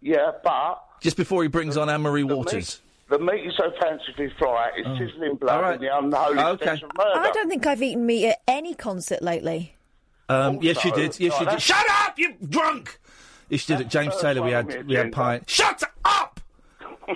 Speaker 22: Yeah, but
Speaker 6: just before he brings on Anne Marie Waters.
Speaker 22: the meat you so fancifully fry
Speaker 6: Oh.
Speaker 22: is sizzling blood and the unholy
Speaker 6: Okay.
Speaker 22: stench of murder.
Speaker 7: I don't think I've eaten meat at any concert lately. Oh,
Speaker 6: Um, yes, you did. Yes, you
Speaker 22: No,
Speaker 6: did.
Speaker 22: that's-
Speaker 6: Shut up, you drunk! Yes, you did. At James
Speaker 22: first
Speaker 6: Taylor, we
Speaker 22: one on
Speaker 6: had
Speaker 22: the
Speaker 6: we had
Speaker 22: agenda.
Speaker 6: pie. Shut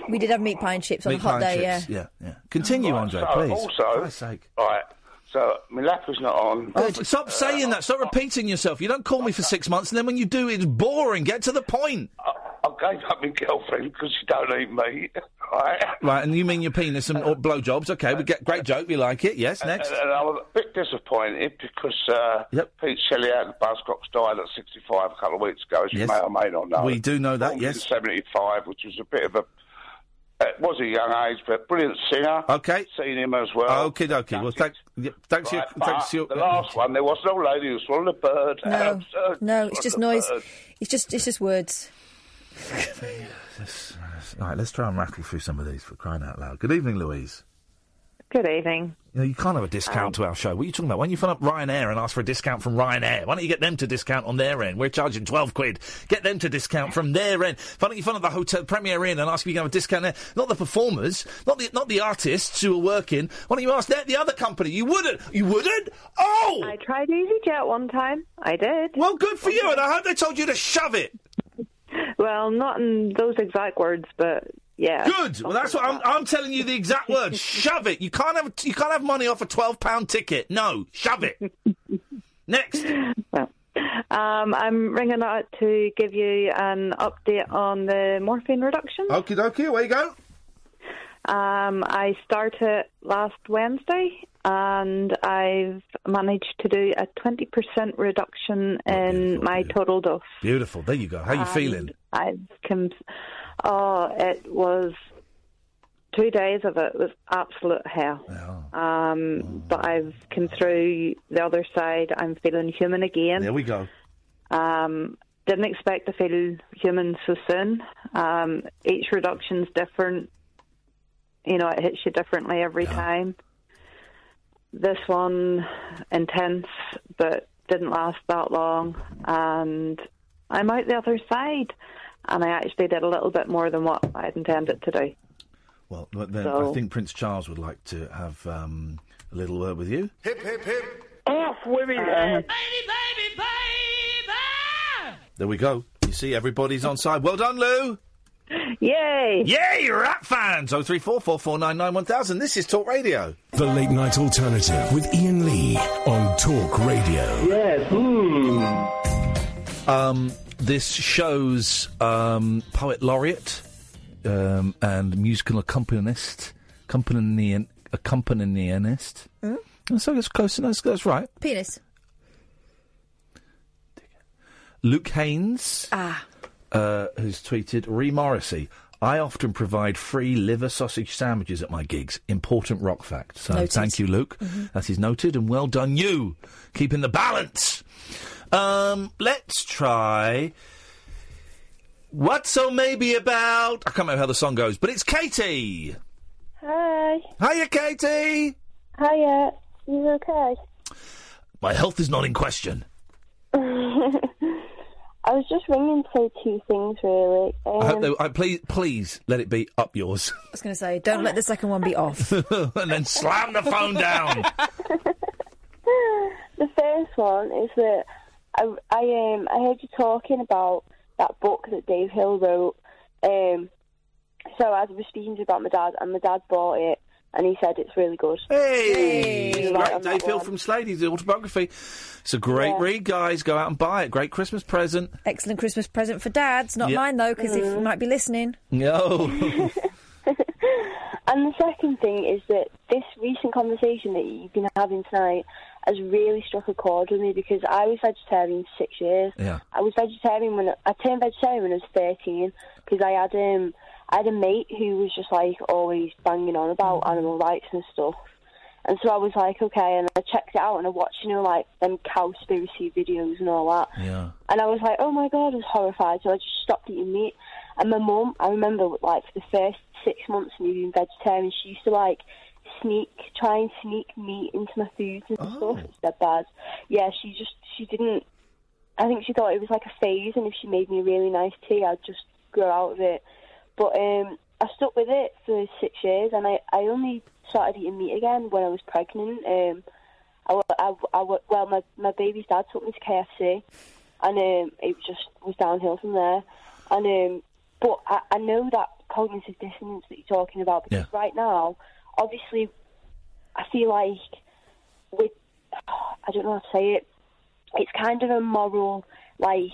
Speaker 7: We did have meat pie and chips on
Speaker 6: Meat
Speaker 7: a hot
Speaker 6: pie
Speaker 7: day,
Speaker 6: and
Speaker 7: yeah.
Speaker 6: chips. Yeah, yeah. Continue, Andre,
Speaker 22: So,
Speaker 6: please.
Speaker 22: Also, right. So my lap is not on. Uh,
Speaker 6: Oh, f- stop saying that. Stop repeating yourself. You don't call me for six months, and then when you do, it's boring. Get to the point.
Speaker 22: I gave up my girlfriend because she don't eat meat. Right.
Speaker 6: Right, and you mean your penis and or blowjobs? Okay, we get great joke. We like it. Yes, next.
Speaker 22: And, and I was a bit disappointed because uh, Pete Shelley out of Buzzcocks died at 65 a couple of weeks ago, as you
Speaker 6: Yes.
Speaker 22: may or may not know.
Speaker 6: We do know that,
Speaker 22: Born
Speaker 6: yes.
Speaker 22: in 75, which was a bit of a. It was a young age, but brilliant singer.
Speaker 6: Okay.
Speaker 22: Seen him as well.
Speaker 6: Okay, okay. Well, thank, yeah, thanks.
Speaker 22: Right,
Speaker 6: your, thanks
Speaker 22: but
Speaker 6: your,
Speaker 22: the last one, there was an old lady who swallowed a bird.
Speaker 7: No, no, it's just noise.
Speaker 22: Absurd.
Speaker 7: It's just it's just words.
Speaker 22: uh,
Speaker 6: All right, let's try and rattle through some of these for crying out loud. Good evening, Louise.
Speaker 23: Good evening.
Speaker 6: You, know, you can't have a discount to our show. What are you talking about? Why don't you phone up Ryanair and ask for a discount from Ryanair? Why don't you get them to discount on their end? We're charging 12 quid. Get them to discount from their end. Why don't you phone up the Hotel Premier Inn and ask if you can have a discount there? Not the performers, not the, not the artists who are working. Why don't you ask that, the other company? You wouldn't. You wouldn't? Oh!
Speaker 23: I tried EasyJet one time. I did.
Speaker 6: Well, good for you, and I hope they told you to shove it.
Speaker 23: Well, not in those exact words, but yeah.
Speaker 6: Good. Well, that's what I'm, I'm telling you. The exact words. shove it. You can't have you can't have money off a twelve pound ticket. No, shove it. Next.
Speaker 23: Um, I'm ringing out to give you an update on the morphine reduction.
Speaker 6: Okie dokie, away you go.
Speaker 23: Um, I started last Wednesday, and I've managed to do a 20% reduction in my total dose.
Speaker 6: Beautiful. There you go. How you
Speaker 23: And
Speaker 6: feeling?
Speaker 23: I've com- oh, it was two days of it was absolute hell. Um, But I've come through the other side. I'm feeling human again.
Speaker 6: There we go.
Speaker 23: Um, didn't expect to feel human so soon. Um, each reduction's different. You know, it hits you differently every time. This one intense, but didn't last that long, and I'm out the other side. And I actually did a little bit more than what I had intended to do.
Speaker 6: Well, but then I
Speaker 23: So-
Speaker 6: think Prince Charles would like to have um, a little word with you.
Speaker 3: Hip, hip, hip.
Speaker 23: Off women.
Speaker 6: Uh-huh. There we go. You see, everybody's on side. Well done, Lou.
Speaker 23: Yay!
Speaker 6: Yay, rap fans! Oh three four four four nine nine one thousand. This is Talk Radio.
Speaker 1: The Late Night Alternative with Ian Lee on Talk Radio.
Speaker 6: Yes. Um, this show's um, poet laureate um, and musical accompanist, accompanist, accompanist.
Speaker 7: Hmm?
Speaker 6: So that's close enough. That's right.
Speaker 7: Penis.
Speaker 6: Luke Haynes,
Speaker 7: Ah.
Speaker 6: uh, who's tweeted, Ree Morrissey, I often provide free liver sausage sandwiches at my gigs. Important rock fact. So
Speaker 3: Noted.
Speaker 6: thank you, Luke.
Speaker 3: Mhm.
Speaker 6: That is noted, and well done you, keeping the balance. Um, let's try... What's so maybe about? I can't remember how the song goes, but it's Katie.
Speaker 24: Hi.
Speaker 6: Hiya, Katie.
Speaker 24: Hiya. You okay?
Speaker 6: My health is not in question.
Speaker 24: I was just ringing to say two things, really. Um,
Speaker 6: I hope they, I, please, please let it be up yours,
Speaker 7: I was going to say, don't let the second one be off.
Speaker 6: and then slam the phone down.
Speaker 24: the first one is that I, I, um, I heard you talking about that book that Dave Hill wrote. Um, so as I was speaking to you about my dad, and my dad bought it, and he said it's really good.
Speaker 6: Hey,
Speaker 24: He
Speaker 6: It's
Speaker 24: was
Speaker 6: great.
Speaker 24: right on
Speaker 6: Dave
Speaker 24: that
Speaker 6: Hill
Speaker 24: one.
Speaker 6: from Slade. His autobiography. It's a great
Speaker 7: Yeah.
Speaker 6: read, guys. Go out and buy it. Great Christmas present.
Speaker 7: Excellent Christmas present for dads. Not
Speaker 6: Yeah.
Speaker 7: mine, though, because
Speaker 24: Mm.
Speaker 7: he might be listening.
Speaker 6: No.
Speaker 24: And the second thing is that this recent conversation that you've been having tonight has really struck a chord with me because I was vegetarian for six years.
Speaker 3: Yeah.
Speaker 24: I was vegetarian when I turned vegetarian when I was thirteen because I had um I had a mate who was just like always banging on about animal rights and stuff. And so I was like, okay, and I checked it out and I watched, you know, like them cowspiracy videos and all that.
Speaker 6: Yeah.
Speaker 24: And I was like, oh my god, I was horrified. So I just stopped eating meat. And my mum, I remember, like, for the first six months of me being vegetarian, she used to, like, sneak, try and sneak meat into my food and stuff. It's that bad. Yeah, she just, she didn't, I think she thought it was like a phase, and if she made me a really nice tea, I'd just grow out of it. But um, I stuck with it for six years, and I, I only started eating meat again when I was pregnant. Um, I, wa- I, w- I wa- well, my, my baby's dad took me to KFC, and um, it just was downhill from there. And um, but I, I know that cognitive dissonance that you're talking about because right now, obviously, I feel like with I don't know how to say it. It's kind of a moral, like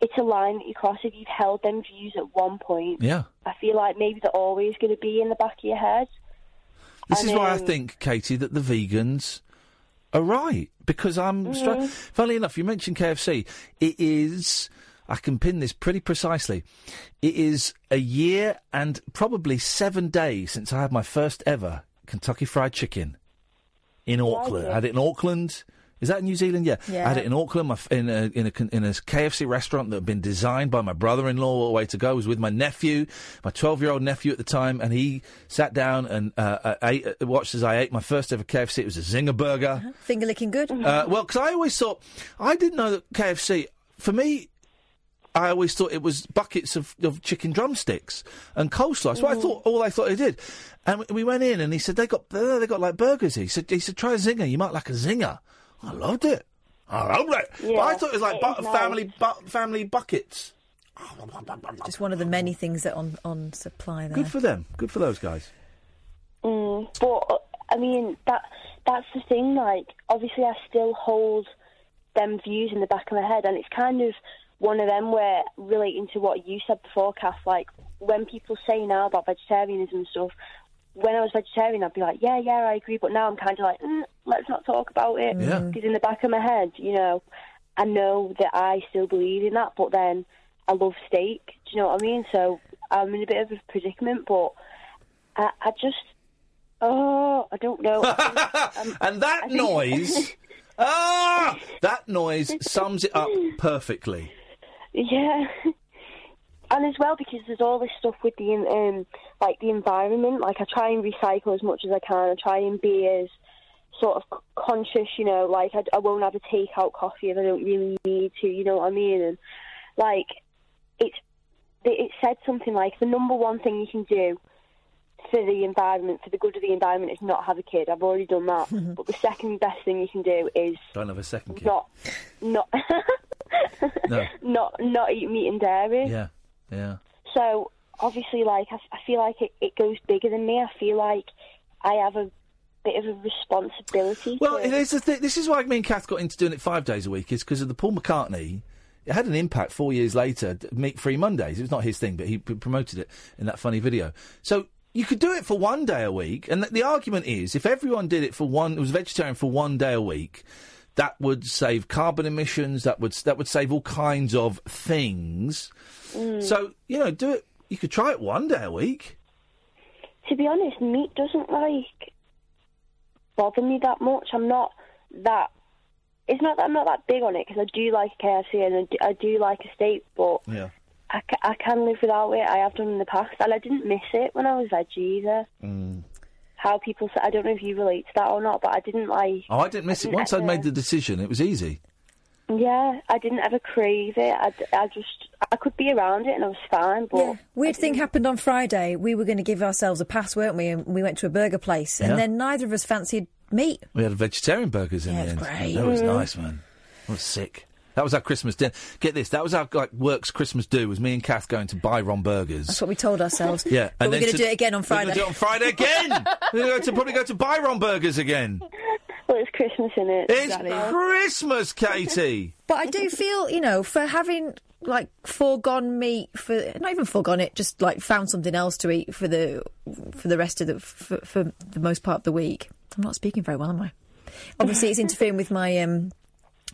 Speaker 24: it's a line that you cross if you've held them views at one point.
Speaker 6: yeah.
Speaker 24: I feel like maybe they're always going to be in the back of your head.
Speaker 6: This
Speaker 24: And,
Speaker 6: is why I
Speaker 24: um,
Speaker 6: think, Katie, that the vegans are right because I'm. Stri-
Speaker 24: Mhm.
Speaker 6: funnily enough, you mentioned KFC. It is. I can pin this pretty precisely. It is a year and probably seven days since I had my first ever Kentucky Fried Chicken in Auckland. I had it in Auckland. Is that in New Zealand? Yeah.
Speaker 3: Yeah.
Speaker 6: I had it in Auckland my, f- in, a, in, a, con- in a KFC restaurant that had been designed by my brother-in-law all the way to go. I was with my nephew, my 12-year-old nephew at the time, and he sat down and uh, uh, ate, uh, watched as I ate my first ever KFC. It was a Zinger burger.
Speaker 7: Finger licking good.
Speaker 6: Uh, well, because I always thought, I didn't know that KFC, for me, I always thought it was buckets of, of chicken drumsticks and coleslaw. That's what I thought. All I thought they did, and we- we went in, and he said they got they got like burgers. He said he said try a zinger. You might like a zinger. I loved it. I loved it. but I thought it was like bu- family bu- family buckets.
Speaker 7: Just one of the many things that on on supply there.
Speaker 6: Good for them. Good for those guys.
Speaker 24: Mm, but uh, I mean that that's the thing. Like, obviously, I still hold them views in the back of my head, and it's kind of one of them where relating to what you said before, Kath. Like, when people say now about vegetarianism and stuff, when I was vegetarian, I'd be like, yeah, yeah, I agree. But now I'm kind of like, mm, let's not talk about it
Speaker 3: Yeah.
Speaker 24: because in the back of my head, you know, I know that I still believe in that, but then I love steak. Do you know what I mean? So I'm in a bit of a predicament, but I, I just, oh, I don't know.
Speaker 6: and that noise, ah, that noise sums it up perfectly.
Speaker 24: Yeah. And as well, because there's all this stuff with the um, like the environment. Like I try and recycle as much as I can. I try and be as sort of c- conscious, you know. Like I, I won't have a takeout coffee if I don't really need to. You know what I mean? And like it's it it said something like the number one thing you can do for the environment, for the good of the environment, is not have a kid. I've already done that. but the second best thing you can do is
Speaker 6: Don't have a second kid.
Speaker 24: not, not,
Speaker 6: No.
Speaker 24: not, not eat meat and dairy.
Speaker 6: Yeah. Yeah.
Speaker 24: So obviously, like I, I feel like it, it goes bigger than me. I feel like I have a bit of a responsibility.
Speaker 6: Well,
Speaker 24: to-
Speaker 6: it is the th- this is why me and Kath got into doing it five days a week, is because of the Paul McCartney. It had an impact four years later, d- Meat Free Mondays. It was not his thing, but he p- promoted it in that funny video. So you could do it for one day a week. And th- the argument is if everyone did it for one, was vegetarian for one day a week, that would save carbon emissions, that would, s- that would save all kinds of things.
Speaker 24: Mm.
Speaker 6: So, you know, do it. You could try it one day a week.
Speaker 24: to be honest, meat doesn't like bother me that much. I'm not that. It's not that I'm not that big on it because I do like KFC and I do, I do like a steak, but
Speaker 6: Yeah.
Speaker 24: I, ca- I can live without it. I have done in the past, and I didn't miss it when I was uh, veg either.
Speaker 6: Mm.
Speaker 24: How people say, I don't know if you relate to that or not, but I didn't like.
Speaker 6: Oh, I didn't miss it. Once I'd made the decision, it was easy.
Speaker 24: Yeah, I didn't ever crave it. I, d- I just I could be around it and I was fine. But
Speaker 7: Weird thing happened on Friday. We were going to give ourselves a pass, weren't we? And we went to a burger place,
Speaker 6: Yeah.
Speaker 7: and then neither of us fancied meat.
Speaker 6: We had vegetarian burgers in
Speaker 7: Yeah,
Speaker 6: the
Speaker 7: it
Speaker 6: end.
Speaker 7: was great.
Speaker 6: That was
Speaker 7: Mm.
Speaker 6: nice, man. That was sick. That was our Christmas dinner. Get this, that was our like works Christmas do was me and Kath going to Byron Burgers.
Speaker 7: That's what we told ourselves.
Speaker 6: Yeah,
Speaker 7: but we're
Speaker 6: and then
Speaker 7: going to
Speaker 6: to-
Speaker 7: do it again on
Speaker 6: We're
Speaker 7: Friday.
Speaker 6: gonna do it on Friday again. we're going to probably go to Byron Burgers again.
Speaker 24: well, it's Christmas in it.
Speaker 6: It's Christmas, Katie.
Speaker 7: But I do feel, you know, for having like foregone meat for not even foregone it, just like found something else to eat for the for the rest of the for, for the most part of the week. I'm not speaking very well, am I? Obviously, it's interfering with my um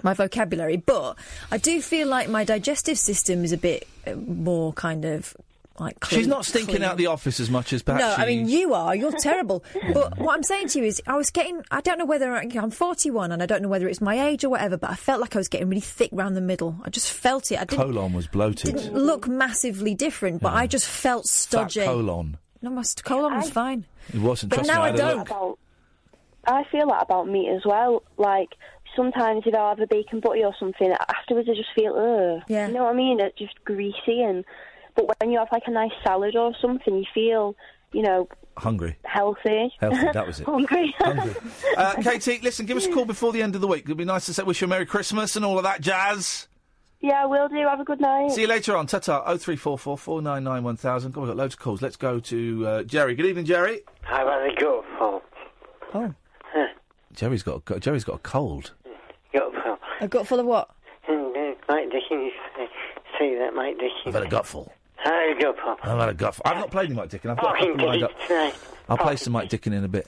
Speaker 7: my vocabulary, but I do feel like my digestive system is a bit uh, more kind of like clean,
Speaker 6: She's not stinking
Speaker 7: clean.
Speaker 6: out the office as much as perhaps.
Speaker 7: No, I
Speaker 6: she-
Speaker 7: mean you are. You're terrible. but what I'm saying to you is, I was getting. I don't know whether I, I'm 41, and I don't know whether it's my age or whatever. But I felt like I was getting really thick round the middle. I just felt it. I didn't,
Speaker 6: colon was bloated.
Speaker 7: didn't look massively different, but I just felt
Speaker 6: Fat
Speaker 7: stodgy.
Speaker 6: colon.
Speaker 7: No, my st- colon was fine.
Speaker 6: It wasn't.
Speaker 7: But
Speaker 6: trust
Speaker 7: now
Speaker 6: me,
Speaker 7: I
Speaker 6: I had a
Speaker 7: don't.
Speaker 6: look.
Speaker 24: about- I feel that about meat as well. Like sometimes if I have a bacon butty or something, afterwards I just feel ugh. Yeah. You know what I mean? It's just greasy and. But when you have like a nice salad or something, you feel, you know,
Speaker 6: Hungry.
Speaker 24: healthy.
Speaker 6: Healthy, that was it.
Speaker 24: Hungry.
Speaker 6: Uh, Katie, listen, give us a call before the end of the week. It'd be nice to say wish you a Merry Christmas and all of that jazz.
Speaker 24: yeah, will do. Have a good night.
Speaker 6: See you later on. Tata. Oh three four four four nine nine one thousand. God, we've got loads of calls. Let's go to uh, Jerry. Good evening, Jerry.
Speaker 8: How about a goat farm?
Speaker 6: Oh. Jerry's got a, co- Jerry's got a cold.
Speaker 8: Goat farm.
Speaker 7: A gut full of what?
Speaker 8: And uh, Mike Dickin used to say that Mike Dickin.
Speaker 6: I've had a gutful.
Speaker 8: How a goat farm?
Speaker 6: I've had a gutful. I've not played any Mike Dickin. I've got a
Speaker 8: Parking
Speaker 6: couple lined up.
Speaker 8: tickets tonight.
Speaker 6: I'll play some Mike Dickin in a bit.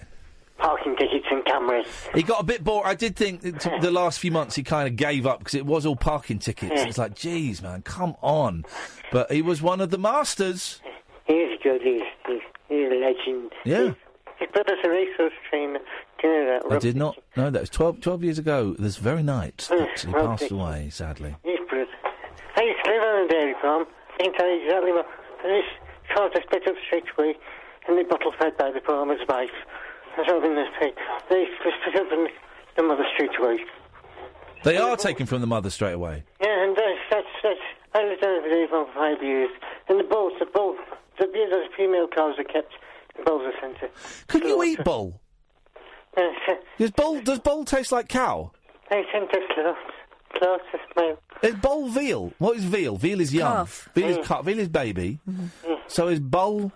Speaker 8: Parking tickets and cameras.
Speaker 6: He got a bit bored. I did think that t- the last few months he kind of gave up because it was all parking tickets. It's like, geez, man, come on. But he was one of the masters.
Speaker 8: He is good. He's, he's, he's a legend.
Speaker 6: Yeah.
Speaker 8: His brother's a racehorse trainer. Do you know that?
Speaker 6: I did not know that. It was 12, 12 years ago this very night. Actually
Speaker 8: Rob
Speaker 6: passed
Speaker 8: Dickin.
Speaker 6: away, sadly.
Speaker 8: His brother. I used to live on a dairy farm. I can tell you exactly what. And this car just spit up straight away and the bottle fed by the farmer's wife. That's all in this thing. They just spit up and the mother straight away.
Speaker 6: They are taken from the mother straight away.
Speaker 8: Yeah, and that's, that's, that's, I lived on a dairy farm for five years. And the bulls, the bull, the beers of the female cows are kept in Boulder Centre.
Speaker 6: Could you e- eat bull?
Speaker 8: Uh,
Speaker 6: Does bull does bull taste like cow?
Speaker 8: they sent us lots, lots of milk.
Speaker 6: Is bull veal? What is veal? Veal is young.
Speaker 8: Calf.
Speaker 6: Veal
Speaker 8: Mm.
Speaker 6: is cut. Veal is baby. So is bull?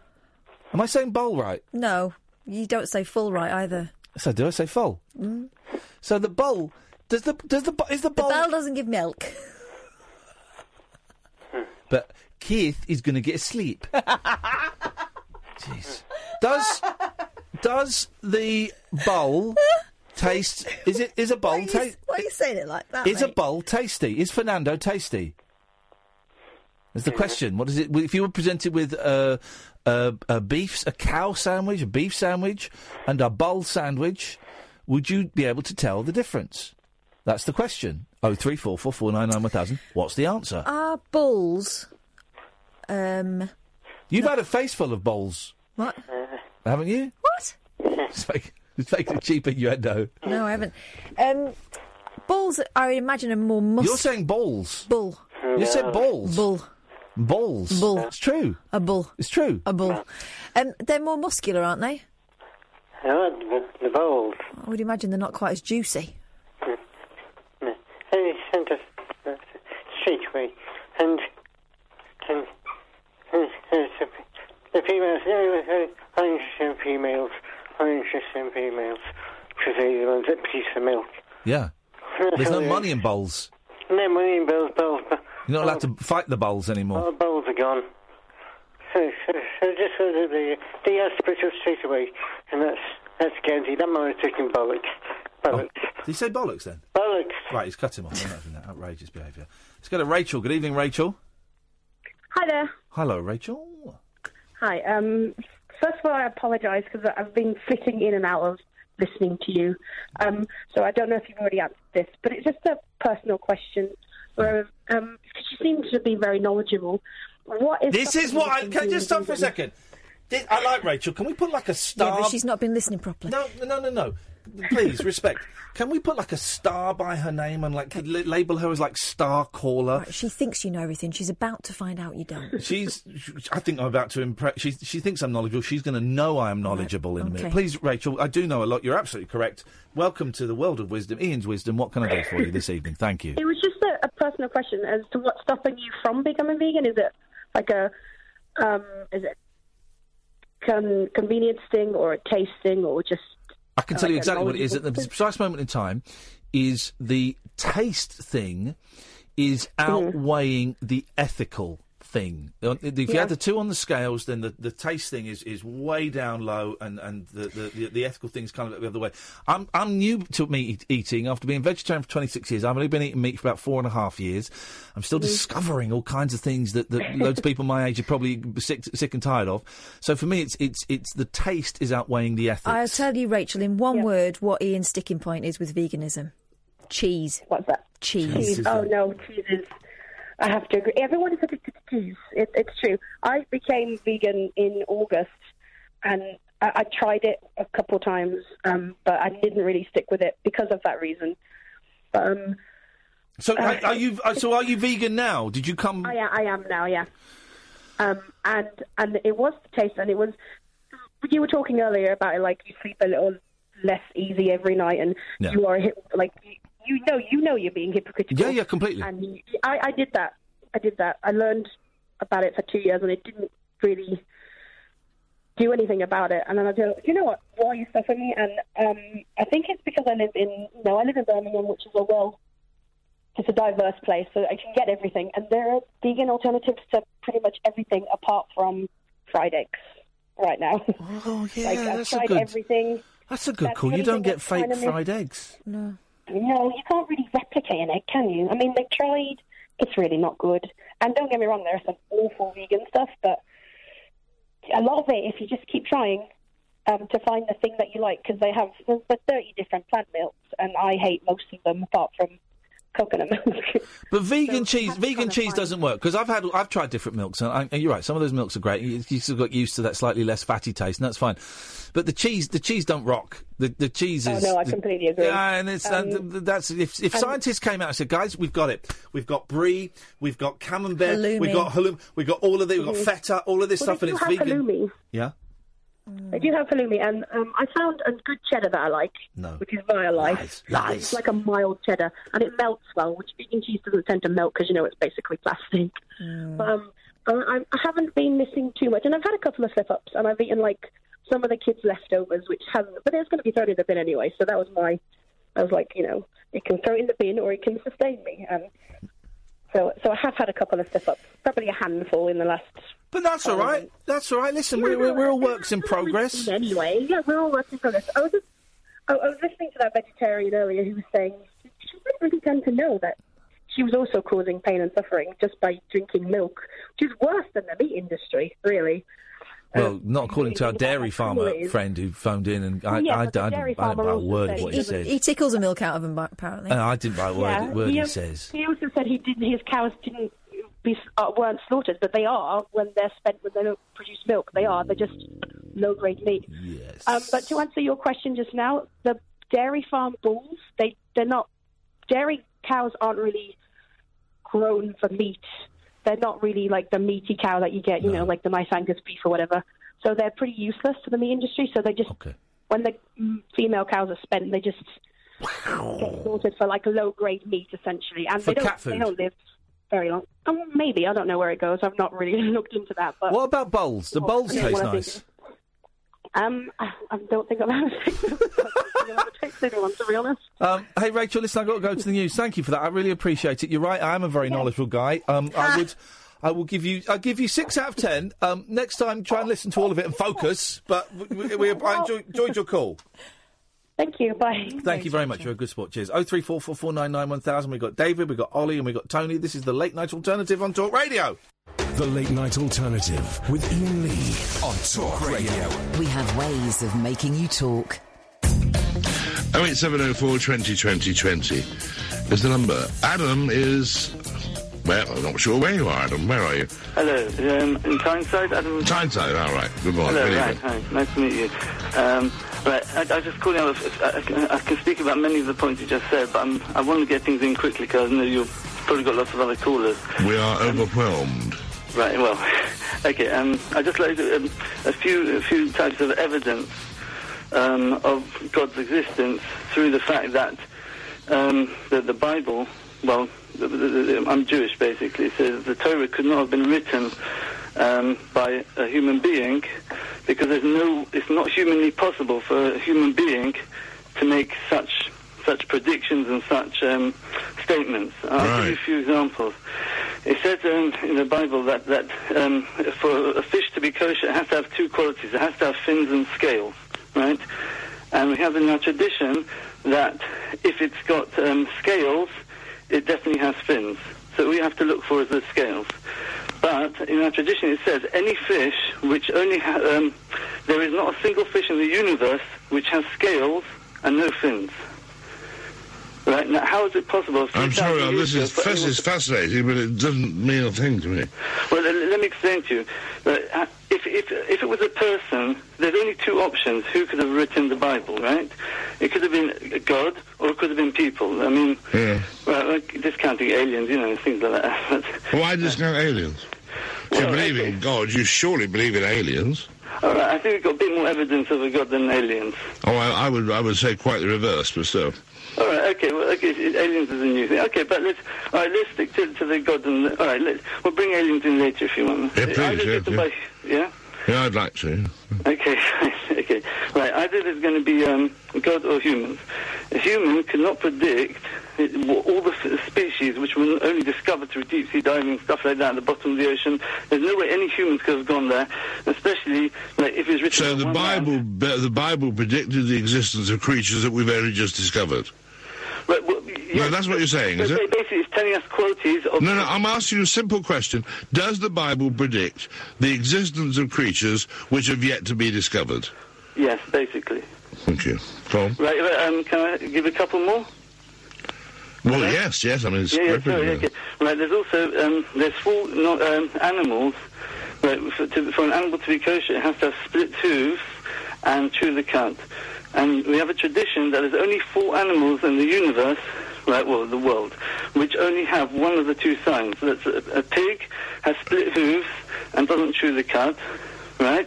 Speaker 6: Am I saying bull right?
Speaker 7: No, you don't say full right either.
Speaker 6: So do I say full?
Speaker 7: Mm.
Speaker 6: So the bull does the does the bu- is the
Speaker 7: The
Speaker 6: bull?
Speaker 7: bell doesn't give milk.
Speaker 6: But Keith is going to get asleep. Jeez. Does does the bowl taste? Is it is a bowl taste?
Speaker 7: Why are you saying it like that?
Speaker 6: Is a
Speaker 7: mate?
Speaker 6: bowl tasty? Is Fernando tasty? That's the question. What is it? If you were presented with a, a, a beef, a cow sandwich, a beef sandwich, and a bowl sandwich, would you be able to tell the difference? That's the question. Oh three four four four nine nine one thousand. What's the answer?
Speaker 7: Are bulls? Um,
Speaker 6: You've had a face full of bowls,
Speaker 7: what?
Speaker 6: haven't you?
Speaker 7: What?
Speaker 6: It's like, it's like a cheap innuendo.
Speaker 7: No, I haven't. Um, bulls, I imagine, are more muscular.
Speaker 6: You're saying balls.
Speaker 7: Bull.
Speaker 6: You said balls.
Speaker 7: Bull.
Speaker 6: Balls.
Speaker 7: Bull.
Speaker 6: It's true.
Speaker 7: A bull.
Speaker 6: It's true.
Speaker 7: A bull. Um, they're more muscular, aren't they?
Speaker 8: the, the bowls.
Speaker 7: I would imagine they're not quite as juicy.
Speaker 8: Any centre uh, streetway, and and, and, and the, the females, yeah, I'm interested in females, I'm interested in females, because they're the ones that produce the milk.
Speaker 6: Yeah. There's no money in bowls.
Speaker 8: No money in bills, bills, but
Speaker 6: You're not allowed to fight the bowls anymore.
Speaker 8: all the bowls Oh, are gone. So, so, so just so that the the hospital straight away, and that's that's guaranteed. I'm only taking bollocks, bollocks,
Speaker 6: Did Oh. he say bollocks then?
Speaker 8: bollocks.
Speaker 6: Right, he's cut him off. I'm not doing that. Outrageous behaviour. Let's go to Rachel. Good evening, Rachel.
Speaker 9: Hi there.
Speaker 6: Hello, Rachel.
Speaker 9: Hi. Um, first of all, I apologise because I've been flitting in and out of listening to you. Um, so I don't know if you've already answered this, but it's just a personal question. Where um, 'cause you seem to be very knowledgeable. What is
Speaker 6: This is what I. Can I just stop for a second? Thi- I like Rachel. Can we put like a star?
Speaker 7: Yeah, but she's not been listening properly.
Speaker 6: No, no, no, no. Please respect. Can we put like a star by her name and like l- label her as like star caller?
Speaker 7: She thinks you know everything. She's about to find out you don't.
Speaker 6: She's. sh- I think I'm about to impress. She she thinks I'm knowledgeable. She's going to know I am knowledgeable in a minute.
Speaker 7: okay.
Speaker 6: Please, Rachel. I do know a lot. You're absolutely correct. Welcome to the world of wisdom, Ian's wisdom. What can I do for you this evening? Thank you.
Speaker 9: It was just a, a personal question as to what's stopping you from becoming vegan. Is it like a um, is it con- convenience thing or a taste thing or just
Speaker 6: I can tell
Speaker 9: like
Speaker 6: you
Speaker 9: a
Speaker 6: exactly what it is at the
Speaker 9: knowledgeable-
Speaker 6: precise moment in time. Is the taste thing is outweighing the ethical thing? Uh, If you
Speaker 11: Yeah.
Speaker 6: had the two on the scales, then the, the taste thing is, is way down low, and and the, the, the, the ethical thing is kind of the other way. I'm I'm new to meat eat- eating after being vegetarian for 26 years. I've only been eating meat for about four and a half years. I'm still
Speaker 11: Mm.
Speaker 6: discovering all kinds of things that, that loads of people my age are probably sick sick and tired of. So for me, it's it's it's the taste is outweighing the ethics.
Speaker 7: I'll tell you, Rachel, in one word, what Ian's sticking point is with veganism. Cheese.
Speaker 9: What's that?
Speaker 7: Cheese.
Speaker 9: cheese? Oh no, cheese is. I have to agree. Everyone is addicted to cheese. It, it's true. I became vegan in August, and I, I tried it a couple times, um, but I didn't really stick with it because of that reason. But um,
Speaker 6: So are, are you? uh, So are you vegan now? Did you come?
Speaker 9: I, I am now, yeah. Um, and and it was the taste, and it was. You were talking earlier about it, like you sleep a little less easy every night, and
Speaker 6: Yeah.
Speaker 9: you are hip, like you- you know you know you're being hypocritical.
Speaker 6: Yeah, yeah, completely.
Speaker 9: And you- I, I did that. I did that. I learned about it for two years, and it didn't really do anything about it. And then I do. You know what? Why you suffer me? And um, I think it's because I live in you know I live in Birmingham, which is a well it's a diverse place, so I can get everything. And there are vegan alternatives to pretty much everything apart from fried eggs right now.
Speaker 6: Oh yeah,
Speaker 9: like, I've
Speaker 6: that's a
Speaker 9: tried
Speaker 6: good.
Speaker 9: everything.
Speaker 6: That's a good
Speaker 9: That's
Speaker 6: call. You
Speaker 9: really
Speaker 6: don't
Speaker 9: good
Speaker 6: get fake
Speaker 9: economy.
Speaker 6: fried eggs.
Speaker 9: No. No, you can't really replicate an egg, can you? I mean, they tried. It's really not good. And don't get me wrong, there are some awful vegan stuff, but a lot of it, if you just keep trying um, to find the thing that you like, because they have there's there's 30 different plant milks, and I hate most of them apart from coconut milk.
Speaker 6: But vegan cheese, vegan cheese doesn't work because I've had, I've tried different milks, and, I, and you're right. Some of those milks are great. You, you sort of got used to that slightly less fatty taste, and that's fine. But the cheese, the cheese don't rock. The the cheese
Speaker 9: Oh,
Speaker 6: is.
Speaker 9: no, I completely agree.
Speaker 6: Yeah, and it's and
Speaker 9: Um,
Speaker 6: th- th- that's if, if
Speaker 9: and-
Speaker 6: scientists came out and said, guys, we've got it. We've got brie, we've got camembert, we've
Speaker 9: Halloumi.
Speaker 6: got halloumi, we've got all of the, we've got
Speaker 9: Mhm.
Speaker 6: feta, all of this
Speaker 9: Well,
Speaker 6: stuff,
Speaker 9: they
Speaker 6: and it's
Speaker 9: do have
Speaker 6: vegan.
Speaker 9: halloumi.
Speaker 6: Yeah.
Speaker 9: I do have halloumi, and um, I found a good cheddar that I like,
Speaker 6: No.
Speaker 9: which is via life.
Speaker 6: Lies.
Speaker 9: It's like a mild cheddar, and it melts well, which vegan cheese doesn't tend to melt because you know it's basically plastic. But, um, I, I'm- I haven't been missing too much, and I've had a couple of slip ups, and I've eaten like some of the kids' leftovers, which hasn't. But there's going to be thrown in the bin anyway, so that was my. I was like, you know, it can throw it in the bin or it can sustain me, and so so I have had a couple of slip ups, probably a handful in the last.
Speaker 6: But that's all right. That's all right. Listen, we're, we're, we're all works in progress.
Speaker 9: Anyway, yeah, we're all working for this. I was just, I, I was listening to that vegetarian earlier who was saying she didn't really tend to know that she was also causing pain and suffering just by drinking milk, which is worse than the meat industry, really.
Speaker 6: Well, not according to our dairy farmer
Speaker 9: is-
Speaker 6: friend who phoned in, and I,
Speaker 9: Yeah,
Speaker 6: I,
Speaker 9: but
Speaker 6: I,
Speaker 9: the
Speaker 6: didn't- I
Speaker 9: dairy
Speaker 6: didn't buy
Speaker 9: farmer
Speaker 6: a
Speaker 9: also
Speaker 6: word of
Speaker 9: said
Speaker 6: what
Speaker 9: he
Speaker 6: he
Speaker 9: doesn't-
Speaker 6: said.
Speaker 7: He tickles the milk out of him, bu- apparently.
Speaker 6: And I didn't buy a word, word he
Speaker 9: al-
Speaker 6: says.
Speaker 9: He also said he didn't. His cows didn't be uh, weren't slaughtered, but they are when they're spent when they don't produce milk. They are. They're just low grade meat.
Speaker 6: Yes.
Speaker 9: Um, but to answer your question just now, the dairy farm bulls they they're not dairy cows aren't really grown for meat. they're not really like the meaty cow that you get, you know, like the nice Angus beef or whatever. So they're pretty useless to the meat industry. So they just when the mm, female cows are spent, they just get sorted for like low grade meat essentially, and
Speaker 6: For
Speaker 9: they don't
Speaker 6: cat
Speaker 9: they
Speaker 6: food.
Speaker 9: don't live very long. Um, maybe I don't know where it goes. I've not really looked into that, but
Speaker 6: What about bowls? The
Speaker 9: Well,
Speaker 6: bowls
Speaker 9: I mean,
Speaker 6: taste
Speaker 9: what I
Speaker 6: nice.
Speaker 9: um, I, I don't think I've ever tasted tasted one to be honest.
Speaker 6: Um, hey Rachel, listen, I've got to go to the news. Thank you for that. I really appreciate it. You're right. I am a very knowledgeable guy. Um, I would, I will give you, I'll give you six out of ten. Um, next time, try and listen to all of it and focus. But we, we, we I enjoy, enjoyed your call.
Speaker 9: Thank you. Bye.
Speaker 6: Thank you very much. You're a good sport. Cheers. Oh three four four four nine nine one thousand. We got David, we got Ollie, and we got Tony. This is the late night alternative on Talk Radio.
Speaker 1: The Late Night Alternative with Ian Lee on Talk Radio.
Speaker 4: We have ways of making you talk.
Speaker 11: 08704 20 20 20 is the number. Adam is. Well, I'm not sure where you are, Adam. Where are you?
Speaker 12: Hello, um, in Tyneside, Adam.
Speaker 11: Tyneside, all right. Good morning.
Speaker 12: Hello,
Speaker 11: Good
Speaker 12: right,
Speaker 11: evening.
Speaker 12: hi, nice to meet you. Um, right, I, I was just calling. I, was, I, I can, I can speak about many of the points you just said, but I'm, I want to get things in quickly because I know you've probably got lots of other callers.
Speaker 11: We are overwhelmed.
Speaker 12: Right. Well, okay. Um, I just like um, a few a few types of evidence um, of God's existence through the fact that um, the, the Bible. Well, the, the, the, I'm Jewish basically, so the Torah could not have been written um, by a human being because there's no. It's not humanly possible for a human being to make such such predictions and such um, statements. I'll give you a few examples. It says um, in the Bible that, that um, for a fish to be kosher, it has to have two qualities. It has to have fins and scales, right? And we have in our tradition that if it's got um, scales, it definitely has fins. So we have to look for is the scales. But in our tradition, it says any fish which only ha- um, there is not a single fish in the universe which has scales and no fins. Right now, how is it possible?
Speaker 11: I'm
Speaker 12: 3,000
Speaker 11: sorry, Adam,
Speaker 12: years
Speaker 11: this is,
Speaker 12: ago for
Speaker 11: this
Speaker 12: anyone
Speaker 11: is fascinating, but it doesn't mean a thing to me.
Speaker 12: well, let, let me explain to you. Right, uh, If, if, if it was a person, there's only two options who could have written the Bible, right? It could have been God or it could have been people. I mean,
Speaker 11: Yeah.
Speaker 12: well, like discounting aliens, you know, things like that. But,
Speaker 11: Why discount aliens? If you believe in God, you surely believe in aliens.
Speaker 12: all right, I think we've got a bit more evidence of a God than aliens.
Speaker 11: Oh, I, I would I would say quite the reverse, but still.
Speaker 12: All right, okay, well, okay, it- aliens is a new thing. Okay, but let's, all right, let's stick to, to the God and, all right, let, we'll bring aliens in later if you want.
Speaker 11: Yeah, please,
Speaker 12: I just
Speaker 11: yeah,
Speaker 12: get to
Speaker 11: yeah.
Speaker 12: buy- yeah?
Speaker 11: Yeah, I'd like to.
Speaker 12: Okay, okay. Right, either there's going to be um, God or humans. A human cannot predict it- wh- all the s- species which were only discovered through deep sea diving, stuff like that, at the bottom of the ocean. There's no way any humans could have gone there, especially like, if it's written.
Speaker 11: So
Speaker 12: in
Speaker 11: the
Speaker 12: one man.
Speaker 11: Bible, be- the Bible predicted the existence of creatures that we've only just discovered.
Speaker 12: Right, well,
Speaker 11: no, that's what you're saying,
Speaker 12: But
Speaker 11: is
Speaker 12: ba-
Speaker 11: it?
Speaker 12: Basically, it's telling us qualities of.
Speaker 11: No, no. I'm asking you a simple question: Does the Bible predict the existence of creatures which have yet to be discovered?
Speaker 12: Yes, basically.
Speaker 11: Thank you, Tom.
Speaker 12: Right, right, um, can I give a couple more?
Speaker 11: Well, yes, yes. I mean, it's
Speaker 12: Yeah, yeah,
Speaker 11: perfect,
Speaker 12: sorry,
Speaker 11: yeah.
Speaker 12: okay. Right, there's also um, there's four no, um, animals. Right, for, to, for an animal to be kosher, it has to have split hooves and chew the cud. And we have a tradition that there's only four animals in the universe, right, well, the world, which only have one of the two signs. So that's a, a pig has split hooves and doesn't chew the cud, right?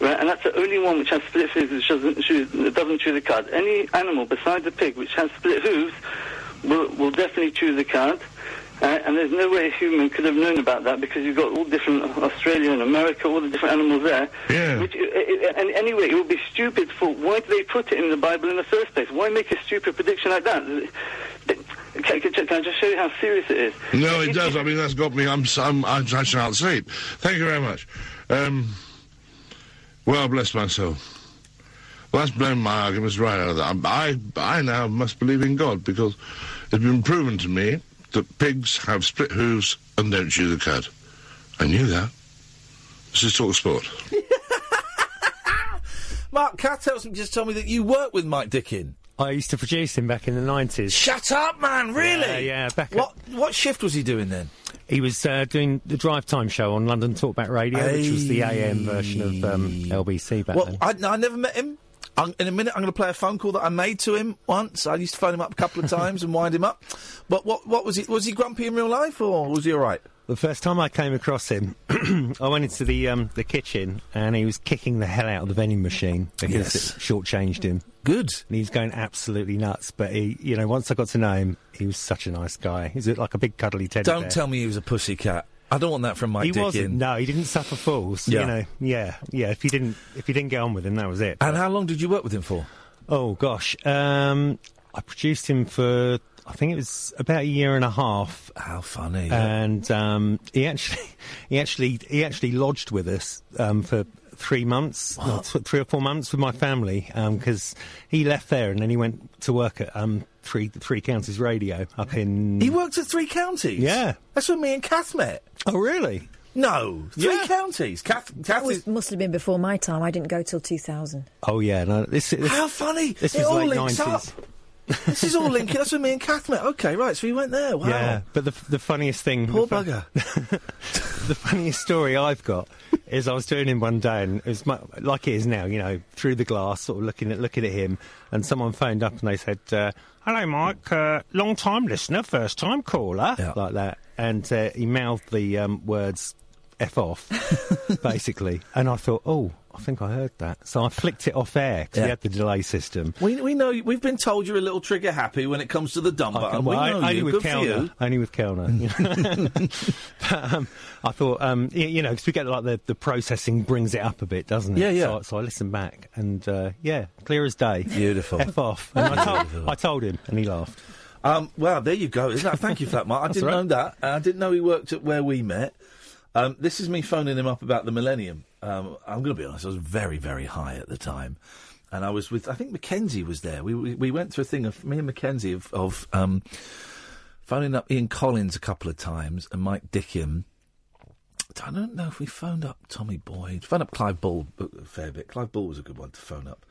Speaker 12: Right, and that's the only one which has split hooves which doesn't chew, doesn't chew the cud. Any animal besides a pig which has split hooves will, will definitely chew the cud. Uh, and there's no way a human could have known about that because you've got all different Australia and America, all the different animals there.
Speaker 11: Yeah.
Speaker 12: Which, uh, uh, and anyway, it would be stupid for why do they put it in the Bible in the first place? Why make a stupid prediction like that? Can, can, can I just show you how serious it is?
Speaker 11: No, it does. I mean, that's got me. I'm. s- I'm I, I shan't sleep. Thank you very much. Um, well, bless my soul. Well, that's blown my arguments right out of that. I, I now must believe in God because it's been proven to me that pigs have split hooves and don't chew the cud. I knew that. This is Talk Sport.
Speaker 6: Mark Cattles just told me that you work with Mike Dickin.
Speaker 25: I used to produce him back in the 90s.
Speaker 6: Shut up, man! Really?
Speaker 25: Yeah, yeah, back
Speaker 6: What what shift was he doing then?
Speaker 25: He was uh, doing the drive time show on London Talkback Radio, which was the AM version of um, LBC back
Speaker 6: Well,
Speaker 25: then.
Speaker 6: I, I never met him. I'm, in a minute, I'm going to play a phone call that I made to him once. I used to phone him up a couple of times and wind him up. But what, what was he? Was he grumpy in real life or was he all right?
Speaker 25: The first time I came across him, I went into the um, the kitchen and he was kicking the hell out of the vending machine because
Speaker 6: Yes.
Speaker 25: it shortchanged him.
Speaker 6: Good.
Speaker 25: And he was going absolutely nuts. But he, you know, once I got to know him, he was such a nice guy. He's like a big cuddly teddy
Speaker 6: Don't
Speaker 25: bear.
Speaker 6: tell me he was a pussy cat. I don't want that from Mike
Speaker 25: he
Speaker 6: Dickin.
Speaker 25: wasn't. No, he didn't suffer fools.
Speaker 6: Yeah.
Speaker 25: You know, yeah, yeah. If you didn't, if you didn't get on with him, that was it.
Speaker 6: And how long did you work with him for?
Speaker 25: Oh gosh, um, I produced him for I think it was about a year and a half.
Speaker 6: How funny!
Speaker 25: And um, he actually, he actually, he actually lodged with us um, for three months, no, th- three or four months with my family because he left there and then he went to work at um, three three counties radio up in.
Speaker 6: He worked at Three Counties.
Speaker 25: Yeah.
Speaker 6: That's when me and Kath met.
Speaker 25: Oh really?
Speaker 6: No, Three Counties. Kath, Kath
Speaker 7: That was, must have been before my time. I didn't go till 2000.
Speaker 25: Oh yeah. No, this, this
Speaker 6: How funny!
Speaker 25: This
Speaker 6: it
Speaker 25: was
Speaker 6: all
Speaker 25: late
Speaker 6: links
Speaker 25: 90s.
Speaker 6: up. this is all linking. That's when me and Kath met. Okay, right. So we went there. Wow.
Speaker 25: Yeah, but the the funniest thing,
Speaker 6: Poor
Speaker 25: the
Speaker 6: bugger.
Speaker 25: the funniest story I've got is I was doing him one day, and it was mu like it is now, you know, through the glass, sort of looking at looking at him, and someone phoned up and they said, uh, "Hello, Mike, uh, long time listener, first time caller," like that, and uh, he mouthed the um, words "f off," basically, and I thought, "Oh, I think I heard that," so I flicked it off air because
Speaker 6: Yeah.
Speaker 25: he had the delay system.
Speaker 6: We, we know we've been told you're a little trigger happy when it comes to the dumb button.
Speaker 25: Well,
Speaker 6: we
Speaker 25: I-
Speaker 6: know
Speaker 25: only
Speaker 6: you.
Speaker 25: with
Speaker 6: Good for
Speaker 25: Kellner.
Speaker 6: you.
Speaker 25: Only with Kellner. you know. but, um, I thought, um, y- you know, because we get like the, the processing brings it up a bit, doesn't it?
Speaker 6: Yeah, yeah.
Speaker 25: So, I- so I listened back and uh, yeah, clear as day.
Speaker 6: Beautiful.
Speaker 25: F off. And I, told, I told him and he laughed.
Speaker 6: Um, well, there you go. Isn't that? Thank you for that, Mark. I
Speaker 25: That's
Speaker 6: didn't
Speaker 25: all right.
Speaker 6: know that. and I didn't know he worked at where we met. Um, this is me phoning him up about the millennium. Um, I'm going to be honest. I was very, very high at the time, and I was with. I think Mackenzie was there. We we, we went through a thing of me and Mackenzie of, of um, phoning up Ian Collins a couple of times and Mike Dickham. I don't know if we phoned up Tommy Boyd. Phoned up Clive Ball a fair bit. Clive Ball was a good one to phone up.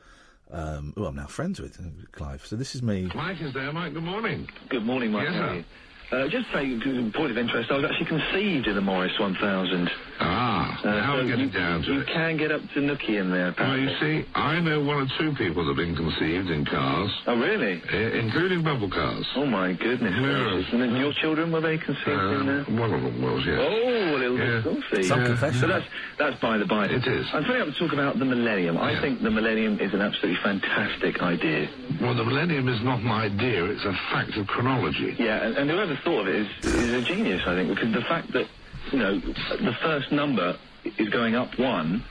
Speaker 6: Um, who I'm now friends with, Clive. So this is me.
Speaker 26: Mike is there. Mike, good morning.
Speaker 27: Good morning, Mike.
Speaker 26: Yes,
Speaker 27: How
Speaker 26: sir.
Speaker 27: are you? Uh, just say, to- point of interest, I was actually conceived in the Morris 1000.
Speaker 26: Ah, now we're getting down to
Speaker 27: You
Speaker 26: it.
Speaker 27: can get up to Nookie in there.
Speaker 26: Well, you see, I know one or two people that have been conceived in cars. Eh,
Speaker 27: Oh, really?
Speaker 26: including bubble cars.
Speaker 27: Oh, my goodness. gracious. And then your children, were they conceived in there?
Speaker 26: Uh, One of them was, yes.
Speaker 27: Oh, a little bit saucy.
Speaker 26: Some confession.
Speaker 27: So that's, that's by the by. It is. I'm trying to talk about the millennium. I think the millennium is an absolutely fantastic idea.
Speaker 26: Well, the millennium is not an idea, it's a fact of chronology.
Speaker 27: Yeah, and, and whoever thought of it is, is a genius, I think, because the fact that, you know, the first number is going up one,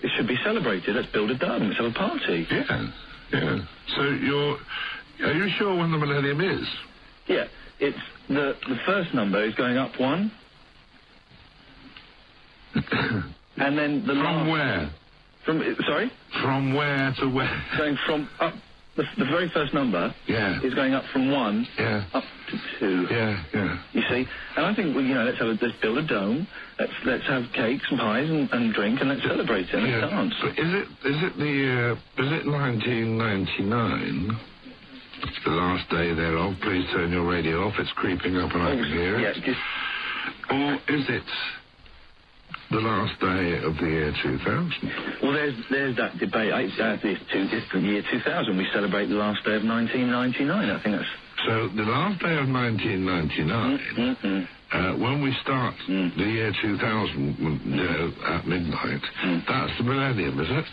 Speaker 27: it should be celebrated. Let's build a dome. Let's have a party.
Speaker 26: Yeah, yeah. So you're. Are you sure when the millennium is?
Speaker 27: Yeah, it's the, the first number is going up one. and then the From
Speaker 26: where?
Speaker 27: From, uh, sorry?
Speaker 26: From where to where?
Speaker 27: Going from up, the, the very first number
Speaker 26: Yeah.
Speaker 27: is going up from one
Speaker 26: Yeah.
Speaker 27: up to two.
Speaker 26: Yeah, yeah.
Speaker 27: You see, and I think well, you know, let's have a, let's build a dome, let's let's have cakes and pies and, and drink, and let's celebrate it and
Speaker 26: Yeah.
Speaker 27: let's dance.
Speaker 26: But is it is it the uh, is it 1999? The last day thereof. Please turn your radio off. It's creeping up and I can hear it. Or is it the last day of the year 2000?
Speaker 27: Well, there's there's that debate. I, uh, it's two, it's the year 2000. We celebrate the last day of 1999. I think that's
Speaker 26: So the last day of
Speaker 27: Mm,
Speaker 26: 1999, uh, when we start the year 2000 mm, uh, at midnight,
Speaker 27: Mm.
Speaker 26: that's the millennium, is it?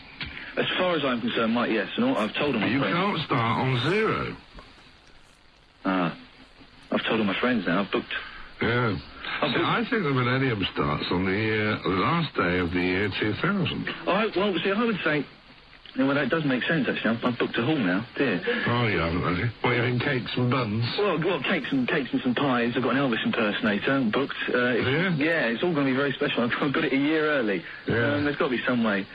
Speaker 27: as far as I'm concerned, Mike. Yes, and all, I've told him.
Speaker 26: You can't start on zero.
Speaker 27: Ah, I've told all my friends now. I've booked.
Speaker 26: Yeah. See, I think the millennium starts on the year, the last day of the year 2000.
Speaker 27: I, well, see, I would say. yeah, Well, that does make sense, actually. I've, I've booked a hall now, dear.
Speaker 26: Oh, you haven't, have you? Well, you're in cakes and buns.
Speaker 27: Well, well, cakes and cakes and some pies. I've got an Elvis impersonator booked. Uh, it's, yeah? it's all going to be very special. I've got it a year early. Yeah. Um, there's got to be some way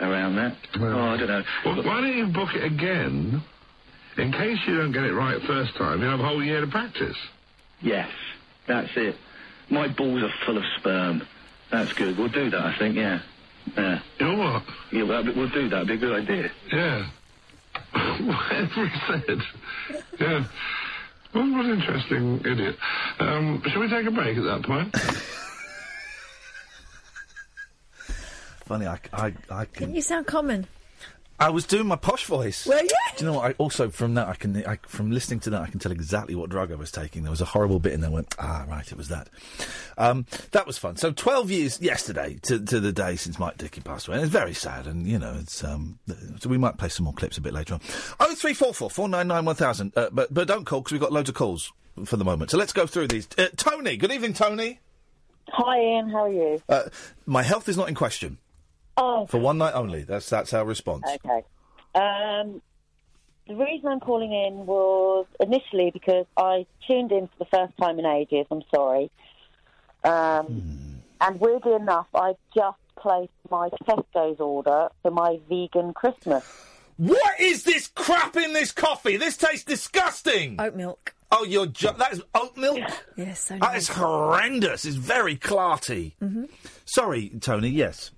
Speaker 27: around that. oh, I don't know.
Speaker 26: Well, why don't you book it again? In case you don't get it right first time, you have a whole year to practice.
Speaker 27: Yes, that's it. My balls are full of sperm. That's good. We'll do that, I think. Yeah. Yeah.
Speaker 26: You know what?
Speaker 27: Yeah, well, we'll do that. It'd be a good idea.
Speaker 26: Yeah. Whatever he said. Yeah. Well, what an interesting idiot. Um, shall we take a break at that point?
Speaker 6: Funny, I, I, I can.
Speaker 7: Didn't you sound common?
Speaker 6: I was doing my posh voice.
Speaker 7: Were you?
Speaker 6: Do you know what? I also from that I can I, from listening to that I can tell exactly what drug I was taking. There was a horrible bit in there. I Went ah right, it was that. Um, that was fun. So twelve years yesterday to, to the day since Mike Dickey passed away. And it's very sad, and you know it's um. th- So we might play some more clips a bit later on. Oh three four four four nine nine one thousand. Uh, but but don't call because we've got loads of calls for the moment. So let's go through these. Uh, Tony, good evening, Tony.
Speaker 14: Hi, Ian. How are you?
Speaker 6: Uh, my health is not in question.
Speaker 14: Oh,
Speaker 6: For one night only. That's that's our response.
Speaker 14: okay. Um, the reason I'm calling in was initially because I tuned in for the first time in ages. I'm sorry. Um, And weirdly enough, I've just placed my Tesco's order for my vegan Christmas.
Speaker 6: What is this crap in this coffee? This tastes disgusting.
Speaker 7: Oat milk.
Speaker 6: Oh, you're ju- that's oat milk.
Speaker 7: Yes, so
Speaker 6: That is horrendous. It's very clarty.
Speaker 14: Mhm.
Speaker 6: Sorry, Tony. Yes.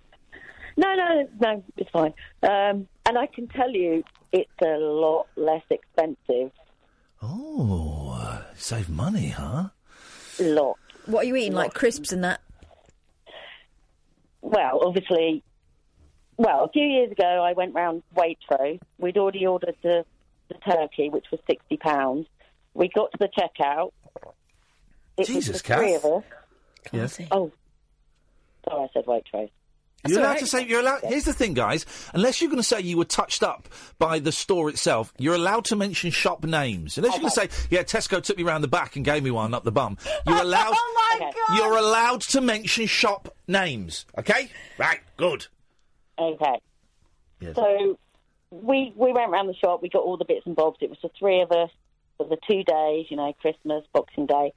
Speaker 14: No, no, no, it's fine. Um, and I can tell you, it's a lot less expensive.
Speaker 6: Oh, save money, huh?
Speaker 14: Lot.
Speaker 7: What are you eating? Like crisps and that?
Speaker 14: Well, obviously, well, a few years ago, I went round Waitrose. We'd already ordered the, the turkey, which was sixty pounds. We got to the checkout. It
Speaker 6: Jesus,
Speaker 14: was the three
Speaker 6: Kath.
Speaker 14: of us.
Speaker 6: Yes.
Speaker 14: Oh, sorry, I said Waitrose.
Speaker 6: You're allowed to say you're allowed. Here's the thing, guys. Unless you're going to say you were touched up by the store itself, you're allowed to mention shop names. Unless you're going to say, "Yeah, Tesco took me round the back and gave me one up the bum," you're allowed.
Speaker 14: Oh, my God.
Speaker 6: You're allowed to mention shop names. Okay. Right. Good.
Speaker 14: Okay.
Speaker 6: Yes.
Speaker 14: So we we went round the shop. We got all the bits and bobs. It was the three of us for the two days. You know, Christmas, Boxing Day.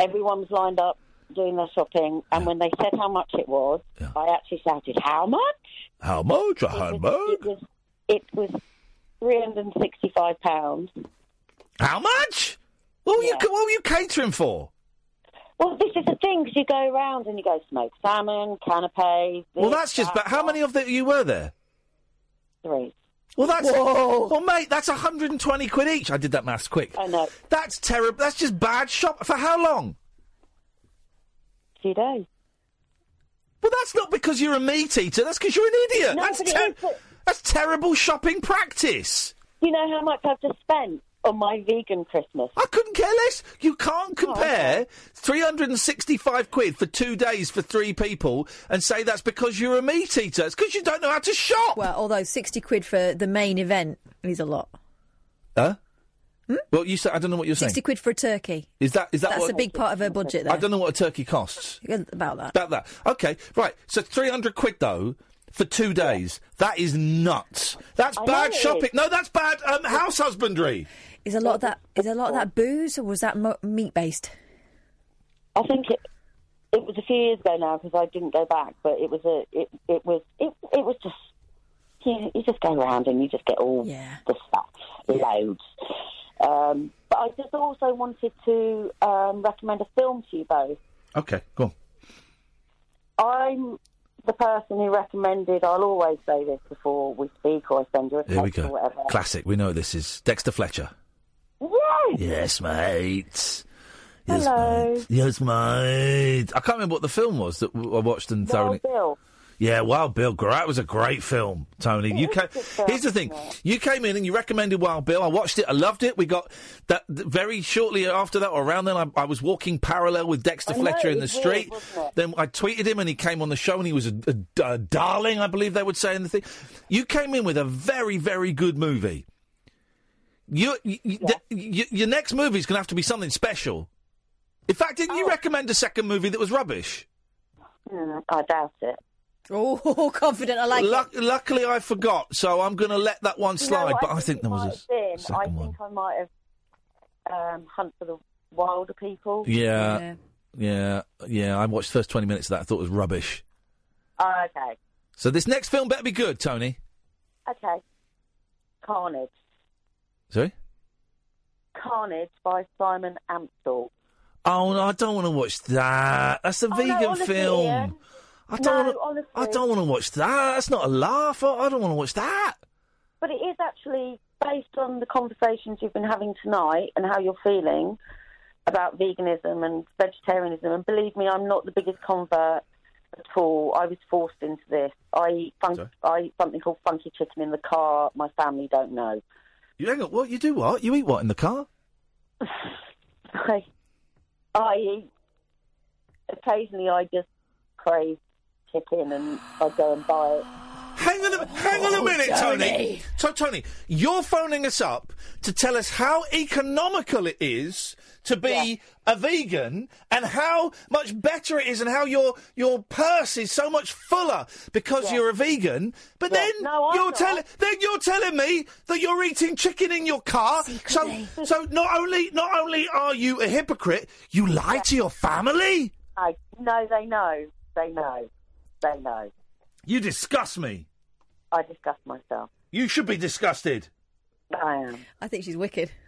Speaker 14: Everyone was lined up doing their shopping, and when they said how much it was, I actually shouted, "How much?"
Speaker 6: How much a
Speaker 14: It was it was three hundred and sixty-five pounds.
Speaker 6: How much? What were you What were you catering for?
Speaker 14: Well, this is the thing because you go around and you go smoke salmon, canapes.
Speaker 6: Well, that's just. But how many of the, you were there?
Speaker 14: Three.
Speaker 6: Well, that's.
Speaker 14: Whoa.
Speaker 6: Well, mate, that's 120 quid each. I did that maths quick. I
Speaker 14: know.
Speaker 6: That's terrible. That's just bad shop. For how long?
Speaker 14: Two days.
Speaker 6: Well, that's not because you're a meat eater. That's because you're an idiot.
Speaker 14: No,
Speaker 6: that's
Speaker 14: but it is, but-
Speaker 6: that's terrible shopping practice.
Speaker 14: You know how much I've just spent on my vegan Christmas?
Speaker 6: I couldn't care less. You can't
Speaker 7: Oh,
Speaker 6: compare 365 quid for two days for three people and say that's because you're a meat eater. It's because you don't know how to shop.
Speaker 7: Well, although sixty quid for the main event is a lot.
Speaker 6: Huh? Well, you said I don't know what you're saying.
Speaker 7: Sixty quid for a turkey.
Speaker 6: Is that is that
Speaker 7: That's
Speaker 6: what,
Speaker 7: a big part of her budget there.
Speaker 6: I don't know what a turkey costs.
Speaker 7: About that.
Speaker 6: About that. Okay, right. So 300 quid though for two days. That is nuts. That's
Speaker 7: I know
Speaker 6: bad
Speaker 7: it is.
Speaker 6: shopping. No, that's bad um, house husbandry.
Speaker 7: Is a lot of that is a lot of that booze or was that mo- meat based?
Speaker 14: I think it it was a few years ago now because I didn't go back, but it was a it it was it it was just you, know, you just go around and you just get all the stuff loads. Um, but I just also wanted to um, recommend a film to you both.
Speaker 6: Okay, go on.
Speaker 14: I'm the person who recommended. I'll always say this before we speak or I send you a
Speaker 6: Here we
Speaker 14: text or
Speaker 6: go.
Speaker 14: whatever.
Speaker 6: Classic. We know this is Dexter Fletcher.
Speaker 14: Yes.
Speaker 6: Yes, mate. Yes,
Speaker 14: Hello.
Speaker 6: mate. Yes, mate. I can't remember what the film was that w- I watched and thoroughly.
Speaker 14: Wild Bill.
Speaker 6: Yeah, Wild Bill. Gr- That was a great film, Tony. you ca- Here's the thing. You came in and you recommended Wild Bill. I watched it. I loved it. We got that th- very shortly after that, or around then, I, I was walking parallel with Dexter
Speaker 14: I know,
Speaker 6: Fletcher in
Speaker 14: it
Speaker 6: the
Speaker 14: was
Speaker 6: street.
Speaker 14: weird, wasn't it?
Speaker 6: then I tweeted him and he came on the show and he was a, a- a darling, I believe they would say in the thing. You came in with a very, very good movie. You, you, the- you- your next movie is going to have to be something special. In fact, didn't
Speaker 14: Oh.
Speaker 6: you recommend a second movie that was rubbish?
Speaker 14: Mm, I doubt it.
Speaker 7: Oh, confident. I like it.
Speaker 6: Luck- Luckily, I forgot, so I'm going to let that one
Speaker 14: You know
Speaker 6: slide.
Speaker 14: what
Speaker 6: but I think
Speaker 14: it
Speaker 6: there was a
Speaker 14: might
Speaker 6: s-
Speaker 14: have been? I
Speaker 6: second one.
Speaker 14: think I might have um, Hunt for the Wilder People.
Speaker 6: Yeah, yeah, yeah. I watched the first 20 minutes of that. I thought it was rubbish.
Speaker 14: Oh, okay.
Speaker 6: So this next film better be good, Tony.
Speaker 14: Okay. Carnage.
Speaker 6: Sorry.
Speaker 14: Carnage by Simon Amstel.
Speaker 6: Oh no, I don't want to watch that. That's a
Speaker 14: Oh, no,
Speaker 6: vegan
Speaker 14: honestly,
Speaker 6: film.
Speaker 14: Ian.
Speaker 6: I
Speaker 14: No,
Speaker 6: don't. wanna, I
Speaker 14: honestly.
Speaker 6: don't want to watch that. That's not a laugh. I, I don't want to watch that.
Speaker 14: But it is actually based on the conversations you've been having tonight and how you're feeling about veganism and vegetarianism. And believe me, I'm not the biggest convert at all. I was forced into this. I eat funk, I eat something called funky chicken in the car. My family don't know.
Speaker 6: You hang on. What you do? What you eat? What in the car?
Speaker 14: I, I eat. Occasionally, I just crave chicken, and I go and buy it.
Speaker 6: Hang on a hang
Speaker 14: Oh,
Speaker 6: on a minute, Tony. So, Tony, you're phoning us up to tell us how economical it is to be a vegan and how much better it is, and how your your purse is so much fuller because you're a vegan. But then you're telling then you're telling me that you're eating chicken in your car. So so not only not only are you a hypocrite, you lie to your family.
Speaker 14: I no, they know. They know. They know.
Speaker 6: You disgust me.
Speaker 14: I disgust myself.
Speaker 6: You should be disgusted.
Speaker 14: I am.
Speaker 7: I think she's wicked.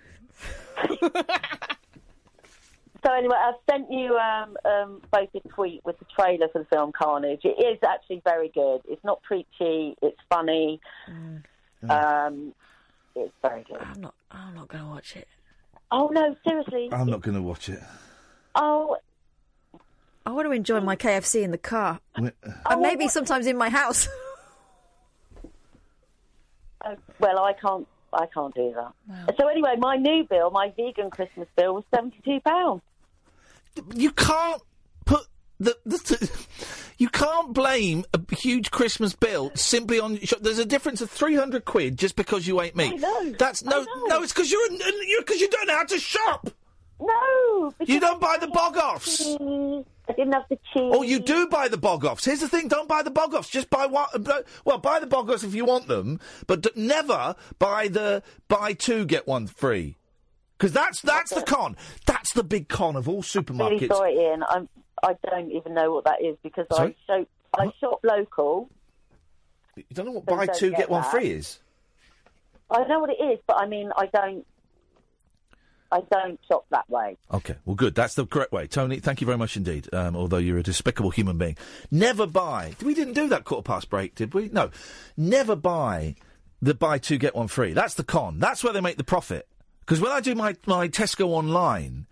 Speaker 14: So anyway, I've sent you um, um, both a tweet with the trailer for the film Carnage. It is actually very good. It's not preachy. It's funny. Um, it's very good. I'm
Speaker 7: not. Mm. I'm not going to watch it.
Speaker 14: Oh no, seriously.
Speaker 6: I'm not going to watch it.
Speaker 14: Oh,
Speaker 7: I want to enjoy my KFC in the car,
Speaker 6: Wait, uh,
Speaker 7: and maybe sometimes in my house.
Speaker 14: Oh, well, I can't. I can't do that. So anyway, my new bill, my vegan Christmas bill, was seventy-two pounds.
Speaker 6: You can't put the, the, You can't blame a huge Christmas bill simply on. There's a difference of three hundred quid just because you ate meat.
Speaker 14: know.
Speaker 6: That's no,
Speaker 14: I know.
Speaker 6: no. It's because you're you because you don't know how to shop.
Speaker 14: No,
Speaker 6: you don't buy the bog offs.
Speaker 14: I didn't have the cheese.
Speaker 6: Or Oh, you do buy the bog offs. Here's the thing: don't buy the bog offs. Just buy one. uh, Well, buy the bog offs if you want them, but d- never buy the buy two get one free. Because that's that's the con. That's the big con of all
Speaker 14: Really
Speaker 6: supermarkets.
Speaker 14: sorry, Ian. I'm. I don't even know what that is because
Speaker 6: Sorry?
Speaker 14: I shop. I shop local.
Speaker 6: You don't know what
Speaker 14: So
Speaker 6: buy
Speaker 14: don't
Speaker 6: two
Speaker 14: get
Speaker 6: get, one
Speaker 14: that.
Speaker 6: free is.
Speaker 14: I know what it is, but I mean, I don't. I don't shop that way.
Speaker 6: Okay, well, good. That's the correct way. Tony, thank you very much indeed. Um, although you're a despicable human being, never buy. We didn't do that quarter past break, did we? No, never buy the buy two get one free. That's the con. That's where they make the profit. Because when I do my my Tesco online,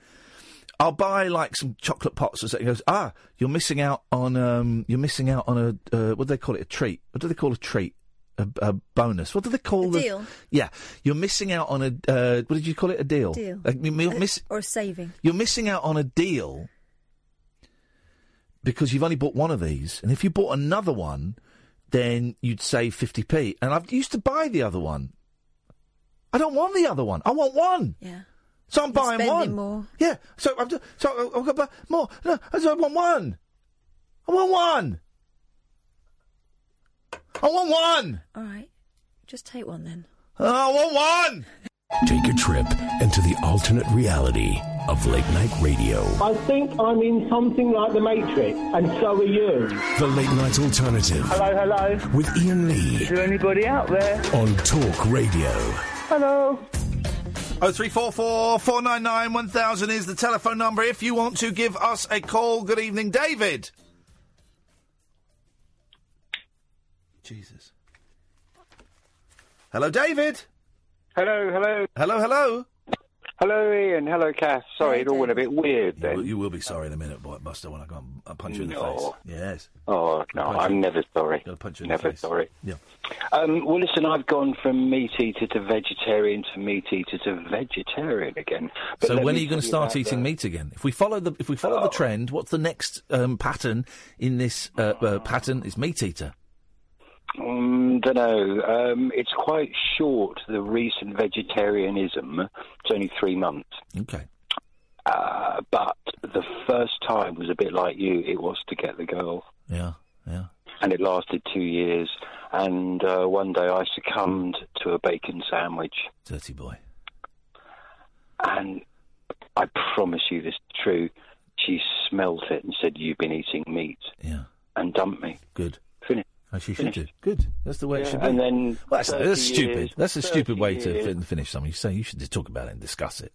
Speaker 6: I'll buy like some chocolate pots or something. It goes, ah, you're missing out on um, you're missing out on a uh, what do they call it? A treat? What do they call a treat? A, a bonus. What do they call the
Speaker 7: deal?
Speaker 6: Yeah, you're missing out on a uh, what did you call it? A deal.
Speaker 7: Deal.
Speaker 6: Like, you- you're
Speaker 7: Uh,
Speaker 6: miss-
Speaker 7: or saving.
Speaker 6: you're missing out on a deal because you've only bought one of these. And if you bought another one, then you'd save 50p. And I have used to buy the other one. I don't want the other one. I want one.
Speaker 7: Yeah.
Speaker 6: So I'm buying
Speaker 7: spending
Speaker 6: one.
Speaker 7: more.
Speaker 6: Yeah. So I've d- so I- I've got to buy more. No, I just want one. I want one. I want one.
Speaker 7: All right, just take one then.
Speaker 6: Oh, I want one.
Speaker 1: Take a trip into the alternate reality of late night radio.
Speaker 28: I think I'm in something like The Matrix, and so are you.
Speaker 1: The late night alternative
Speaker 28: Hello, hello.
Speaker 1: with Ian Lee
Speaker 28: Is there anybody out there?
Speaker 1: on Talk Radio.
Speaker 28: Hello.
Speaker 6: Oh three four four four nine nine one thousand is the telephone number if you want to give us a call. Good evening, David. Jesus. Hello, David.
Speaker 29: Hello, hello.
Speaker 6: Hello, hello.
Speaker 29: Hello, Ian. Hello, Kath. Sorry, it all went a bit weird
Speaker 6: then. You will be sorry in a minute, boy, Buster, when I go and I punch you in the face. Yes.
Speaker 29: Oh, no, I'm never sorry. never sorry.
Speaker 6: Yeah.
Speaker 29: Um, well, listen, I've gone from meat eater to vegetarian to meat eater to vegetarian again. But
Speaker 6: so
Speaker 29: let
Speaker 6: when
Speaker 29: me
Speaker 6: are you going
Speaker 29: tell
Speaker 6: to start
Speaker 29: about
Speaker 6: eating
Speaker 29: that. Oh.
Speaker 6: meat again? If we follow the if we follow the trend, what's the next um, pattern in this uh, uh, pattern? Is meat eater.
Speaker 29: Um, don't know. Um, it's quite short, the recent vegetarianism. It's only three months.
Speaker 6: Okay.
Speaker 29: Uh, but the first time was a bit like you. It was to get the girl.
Speaker 6: Yeah, yeah.
Speaker 29: and it lasted two years. And uh, one day I succumbed to a bacon sandwich.
Speaker 6: Dirty boy.
Speaker 29: And I promise you this is true. She smelt it and said, You've been eating meat.
Speaker 6: Yeah.
Speaker 29: And dumped me.
Speaker 6: Good.
Speaker 29: Finished.
Speaker 6: As you should do. Good. That's the way it
Speaker 29: Yeah,
Speaker 6: should be.
Speaker 29: and then
Speaker 6: well, that's,
Speaker 29: 30
Speaker 6: that's stupid.
Speaker 29: years-
Speaker 6: that's a stupid
Speaker 29: 30
Speaker 6: way to
Speaker 29: years.
Speaker 6: fin- finish something. You say you should just talk about it and discuss it.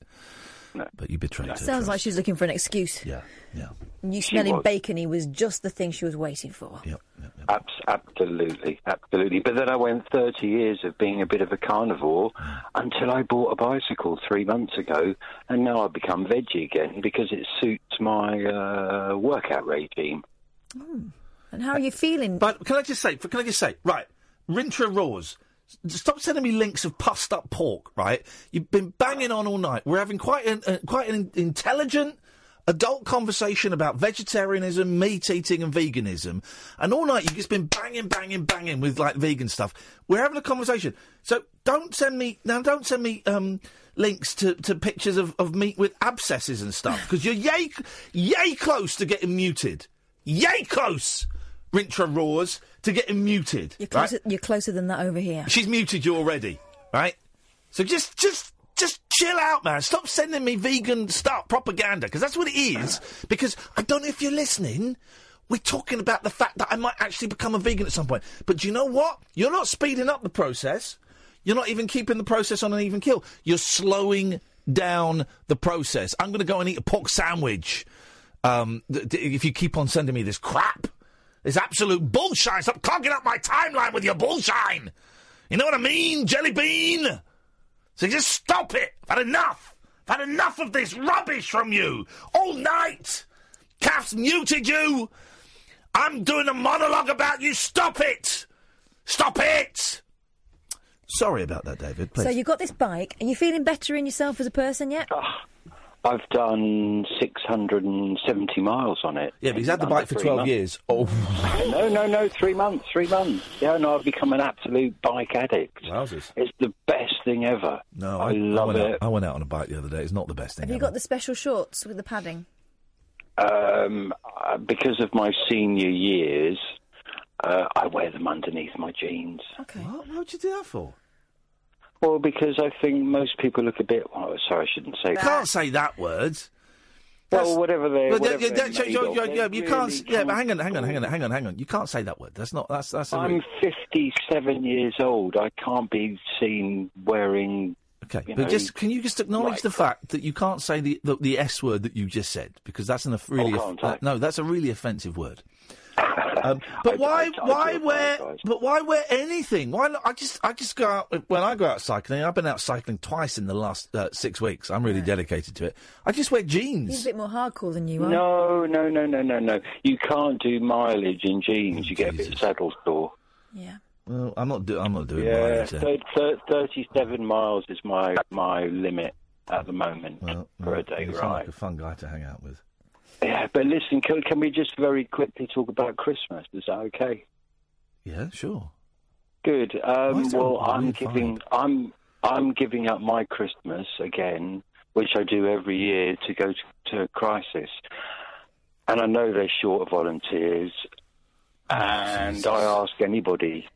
Speaker 6: But you betrayed her.
Speaker 7: Sounds like she's looking for an excuse.
Speaker 6: Yeah, yeah.
Speaker 7: You
Speaker 29: She
Speaker 7: smelling
Speaker 29: was.
Speaker 7: bacony was just the thing she was waiting for.
Speaker 29: Abs- absolutely. Absolutely. But then I went 30 years of being a bit of a carnivore until I bought a bicycle three months ago. And now I've become veggie again because it suits my uh, workout regime.
Speaker 7: And how are you feeling?
Speaker 6: But can I just say, can I just say, right, Rintra Raws, s- stop sending me links of pussed up pork, right? You've been banging on all night. We're having quite an, uh, quite an intelligent adult conversation about vegetarianism, meat eating and veganism. And all night you've just been banging, banging, banging with like vegan stuff. We're having a conversation. So don't send me, now don't send me, um, links to, to pictures of, of meat with abscesses and stuff because you're yay, yay close to getting muted. Yay close! Rintra roars to get him muted.
Speaker 7: You're closer,
Speaker 6: right?
Speaker 7: you're closer than that over here.
Speaker 6: She's muted you already, right? So just, just, just chill out, man. Stop sending me vegan start propaganda because that's what it is. Because I don't know if you're listening. We're talking about the fact that I might actually become a vegan at some point. But do you know what? You're not speeding up the process. You're not even keeping the process on an even kill. You're slowing down the process. I'm going to go and eat a pork sandwich. Um, th- th- if you keep on sending me this crap, this absolute uh, bullshine. Stop clogging up my timeline with your bullshine. You know what I mean, Jelly Bean? So just stop it. I've had enough. I've had enough of this rubbish from you all night. Calf's muted you. I'm doing a monologue about you. Stop it. Stop it. Sorry about that, David.
Speaker 7: So you got this bike. Are you feeling better in yourself as a person yet?
Speaker 29: Ah. I've done 670 miles on it.
Speaker 6: Yeah, but he's had the
Speaker 29: Under
Speaker 6: bike for
Speaker 29: three
Speaker 6: 12
Speaker 29: months.
Speaker 6: years. Oh.
Speaker 29: no, no, no, three months, three months. Yeah, no, I've become an absolute bike addict. It's the best thing ever.
Speaker 6: No,
Speaker 29: I, love
Speaker 6: went
Speaker 29: it.
Speaker 6: Out, I went out on a bike the other day. It's not the best thing.
Speaker 7: Have you got the special shorts with the padding?
Speaker 29: Um, uh, because of my senior years, uh, I wear them underneath my jeans.
Speaker 7: Okay.
Speaker 6: What? What would you do that for?
Speaker 29: Well, because I think most people look a bit. Oh, sorry, I shouldn't say.
Speaker 6: Can't say that word.
Speaker 29: Well, whatever they.
Speaker 6: But
Speaker 29: whatever
Speaker 6: yeah,
Speaker 29: they're
Speaker 6: yeah, yeah,
Speaker 29: made
Speaker 6: yeah,
Speaker 29: of,
Speaker 6: yeah,
Speaker 29: they're
Speaker 6: yeah, you can't.
Speaker 29: really
Speaker 6: yeah, but hang on, hang on, hang on, hang on, hang on. You can't say that word. That's not. That's that's. A
Speaker 29: I'm
Speaker 6: rude-
Speaker 29: 57 years old. I can't be seen wearing.
Speaker 6: Okay,
Speaker 29: you
Speaker 6: but
Speaker 29: know,
Speaker 6: just can you just acknowledge the fact that you can't say the, the the S word that you just said because that's an aff- really aff-
Speaker 29: Oh, can't I?
Speaker 6: uh, no, that's a really offensive word. um, but why
Speaker 29: I
Speaker 6: why
Speaker 29: do
Speaker 6: wear
Speaker 29: apologise.
Speaker 6: but why wear anything? Why not? I just I just go out when I go out cycling. I've been out cycling twice in the last uh, six weeks. I'm really dedicated to it. I just wear
Speaker 7: He's
Speaker 6: jeans.
Speaker 7: a bit more hardcore than you are.
Speaker 29: No, no, no, no, no, no. You can't do mileage in jeans. You get a bit saddle sore.
Speaker 6: Oh, Well, I'm not do, I'm not doing
Speaker 29: Yeah,
Speaker 6: mileage, uh,
Speaker 29: thir- thir- 37 miles is my my limit at the moment for a day
Speaker 6: you sound
Speaker 29: ride.
Speaker 6: like a fun guy to hang out with.
Speaker 29: Yeah, but listen, can, can we just very quickly talk about Christmas? Is that okay?
Speaker 6: Yeah, sure.
Speaker 29: Good.
Speaker 6: Why
Speaker 29: Um,
Speaker 6: is there
Speaker 29: well,
Speaker 6: a weird
Speaker 29: I'm giving I'm I'm giving up my Christmas again, which I do every year to go to, to Crisis, and I know they're short of volunteers, and I ask anybody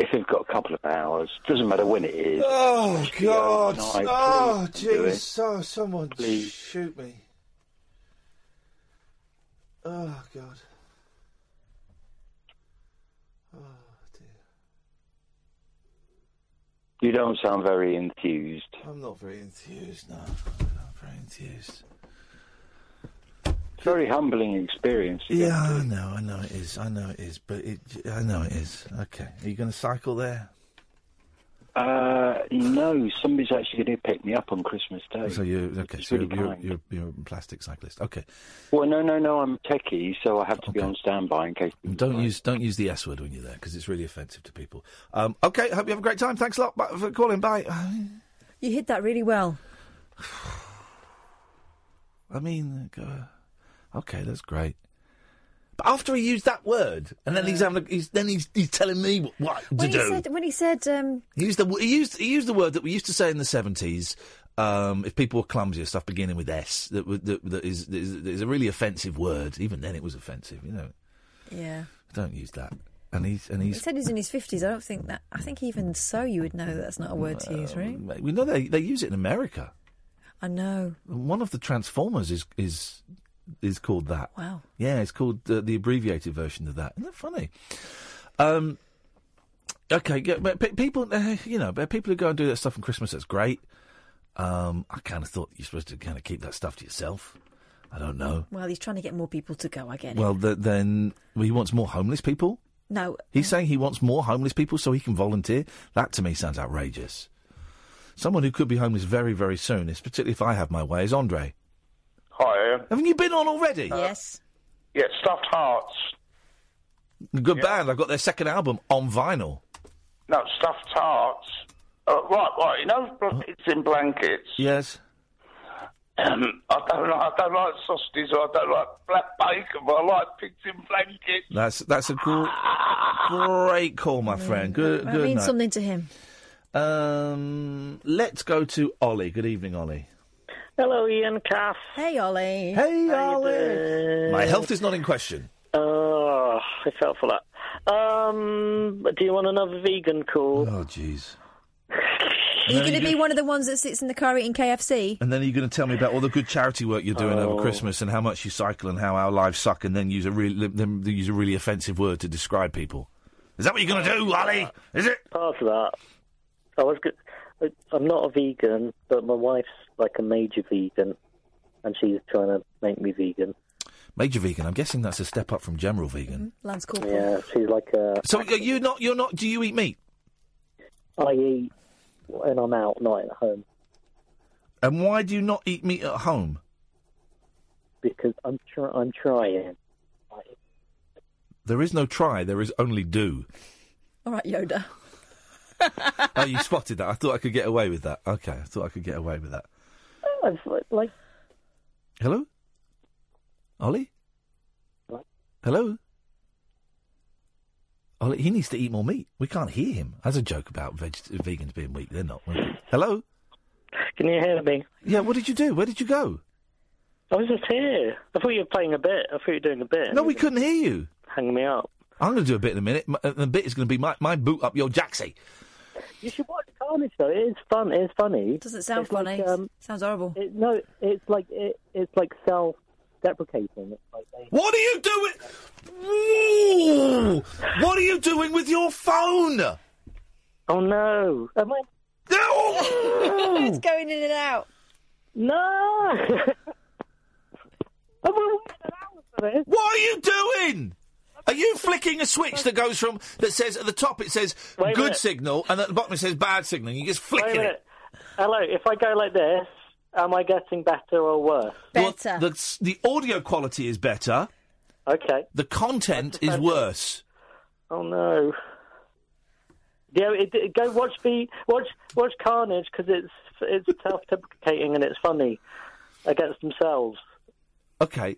Speaker 29: if they've got a couple of hours, doesn't matter when it is.
Speaker 6: Oh
Speaker 29: just to go
Speaker 6: God!
Speaker 29: tonight,
Speaker 6: Oh
Speaker 29: please do it.
Speaker 6: jeez! Oh, someone
Speaker 29: Please.
Speaker 6: shoot me! Oh God! Oh,
Speaker 29: You don't sound very enthused.
Speaker 6: I'm not very enthused now. I'm not very enthused.
Speaker 29: Very humbling experience. to go
Speaker 6: Yeah, I know, I know it is. I know it is, but it, I know it is. Okay, are you going to cycle there?
Speaker 29: Uh, no, somebody's actually going to pick me up on Christmas Day.
Speaker 6: So you okay?
Speaker 29: It's
Speaker 6: So
Speaker 29: really
Speaker 6: you're, you're,
Speaker 29: kind.
Speaker 6: you're, you're a plastic cyclist. Okay,
Speaker 29: Well, no, no, no. I'm a techie, so I have to be on standby in case.
Speaker 6: don't use don't use the S word when you're there because it's really offensive to people. Um, okay, hope you have a great time. Thanks a lot bu- for calling. Bye.
Speaker 7: You hid that really well.
Speaker 6: I mean, uh, okay, that's great. But after he used that word, and then he's having, a, he's, then he's, he's telling me what, what to
Speaker 7: When Uh, he
Speaker 6: do.
Speaker 7: said, when he said, um,
Speaker 6: He used the he used he used the word that we used to say in the seventies. Um, if people were clumsy and stuff beginning with S, that w- that, that, is, that, is, that is a really offensive word. Even then, it was offensive. You know,
Speaker 7: yeah.
Speaker 6: don't use that. And he's and
Speaker 7: He
Speaker 6: he's.
Speaker 7: said he's in his fifties. I don't think that. I think even so, you would know that's not a word to use, right?
Speaker 6: We know they they use it in America.
Speaker 7: I know.
Speaker 6: One of the Transformers is is is called that.
Speaker 7: Wow.
Speaker 6: Yeah, it's called uh, the abbreviated version of that. Isn't that funny? Um, okay, yeah, but pe- people, uh, you know, but people who go and do that stuff on Christmas, that's great. Um, I kind of thought you're supposed to kind of keep that stuff to yourself. I don't know.
Speaker 7: Well, he's trying to get more people to go. I get it.
Speaker 6: Well, uh, th- then well, he wants more homeless people.
Speaker 7: No,
Speaker 6: He's saying he wants more homeless people so he can volunteer. That to me sounds outrageous. Someone who could be homeless very, very soon, is particularly if I have my way, is Andre.
Speaker 4: Hi, Ian.
Speaker 6: Haven't you been on already?
Speaker 4: Yes. Yeah, stuffed hearts.
Speaker 6: Good band. I've got their second album on vinyl.
Speaker 22: No, stuffed tarts. Uh, right, right. You know, blankets in blankets.
Speaker 6: Yes.
Speaker 22: Um, I don't like. I don't like sausages. Or I don't like black bacon. But I like pigs in blankets.
Speaker 6: That's that's a gr- great call, my friend. Good,
Speaker 7: Mm. That
Speaker 6: good
Speaker 7: means
Speaker 6: night.
Speaker 7: something to him.
Speaker 6: Um, let's go to Ollie. Good evening, Ollie.
Speaker 18: Hello, Ian Cass.
Speaker 7: Hey, Ollie.
Speaker 6: Hey,
Speaker 18: Ollie.
Speaker 6: My health is not in question.
Speaker 18: Oh, I fell for that. Um, do you want another vegan call?
Speaker 6: Oh, jeez.
Speaker 7: Are you going to be one of the ones that sits in the car eating KFC?
Speaker 6: And then you're going to tell me about all the good charity work you're doing over Christmas and how much you cycle and how our lives suck, and then use a really then use a really offensive word to describe people. Is that what you're going to do, Ollie? Is it?
Speaker 18: Part of that. I was good. I'm not a vegan, but my wife's like a major vegan, and she's trying to make me vegan.
Speaker 6: Major vegan. I'm guessing that's a step up from general vegan.
Speaker 7: Lance Corporal.
Speaker 18: Yeah, she's like a.
Speaker 6: So are you not? You're not? Do you eat meat?
Speaker 18: I eat when I'm out, not at home,
Speaker 7: Mm-hmm.
Speaker 6: And why do you not eat meat at home?
Speaker 18: because I'm try- I'm trying.
Speaker 6: There is no try. There is only do.
Speaker 7: All right, Yoda.
Speaker 6: oh, you spotted that. I thought I could get away with that. Okay, I thought I could get away with that.
Speaker 18: I've like
Speaker 6: Hello? Ollie? Hello? Ollie, he needs to eat more meat. We can't hear him. That's a joke about veg- vegans being weak. They're not. weren't they? Hello?
Speaker 18: Can you hear me?
Speaker 6: Yeah, what did you do? Where did you go?
Speaker 18: I was just here. I thought you were playing a bit. I thought you were doing a bit.
Speaker 6: No, we couldn't hear you.
Speaker 18: Hang me up.
Speaker 6: I'm going to do a bit in a minute. M- uh, The bit is going to be my, my boot up your jacksie.
Speaker 18: You should watch Carnage though. It is fun. It's funny.
Speaker 7: Doesn't sound
Speaker 18: It's
Speaker 7: funny.
Speaker 18: Like, um,
Speaker 7: sounds horrible.
Speaker 18: It, no, it's like it, it's like self-deprecating. It's like they,
Speaker 6: What are you doing? Ooh, what are you doing with your phone?
Speaker 18: Oh no! Am I?
Speaker 7: it's going in and out.
Speaker 18: No.
Speaker 6: What are you doing? Are you flicking a switch that goes from that says at the top it says
Speaker 18: Wait a
Speaker 6: good
Speaker 18: minute.
Speaker 6: signal and at the bottom it says bad signal? and You're just
Speaker 18: Wait a
Speaker 6: flicking it.
Speaker 18: minute. Hello. If I go like this, am I getting better or worse?
Speaker 6: Better. The, s- the audio quality is better.
Speaker 18: Okay.
Speaker 6: The content is worse.
Speaker 18: Oh no. Yeah, it, it- go watch the watch watch Carnage because it's it's self-deprecating and it's funny against themselves.
Speaker 6: Okay.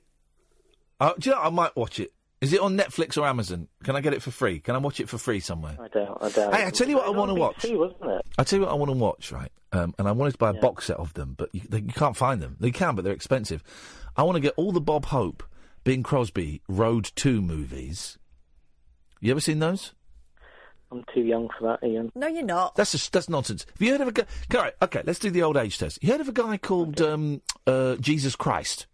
Speaker 6: Uh, do you know? what? I might watch it. Is it on Netflix or Amazon? Can I get it for free? Can I watch it for free somewhere?
Speaker 18: I don't. I don't.
Speaker 6: Hey, I tell you what I want to watch.
Speaker 18: BBC, wasn't it?
Speaker 6: I tell you what I want to watch, right? Um, and I wanted to buy a box set of them, but you, they, you can't find them. They can, but they're expensive. I want to get all the Bob Hope, Bing Crosby, Road Two movies. You ever seen those?
Speaker 18: I'm too young for that, Ian.
Speaker 7: No, you're not.
Speaker 6: That's just, that's nonsense. Have you heard of a guy? All right, okay, let's do the old age test. You heard of a guy called um, uh, Jesus Christ?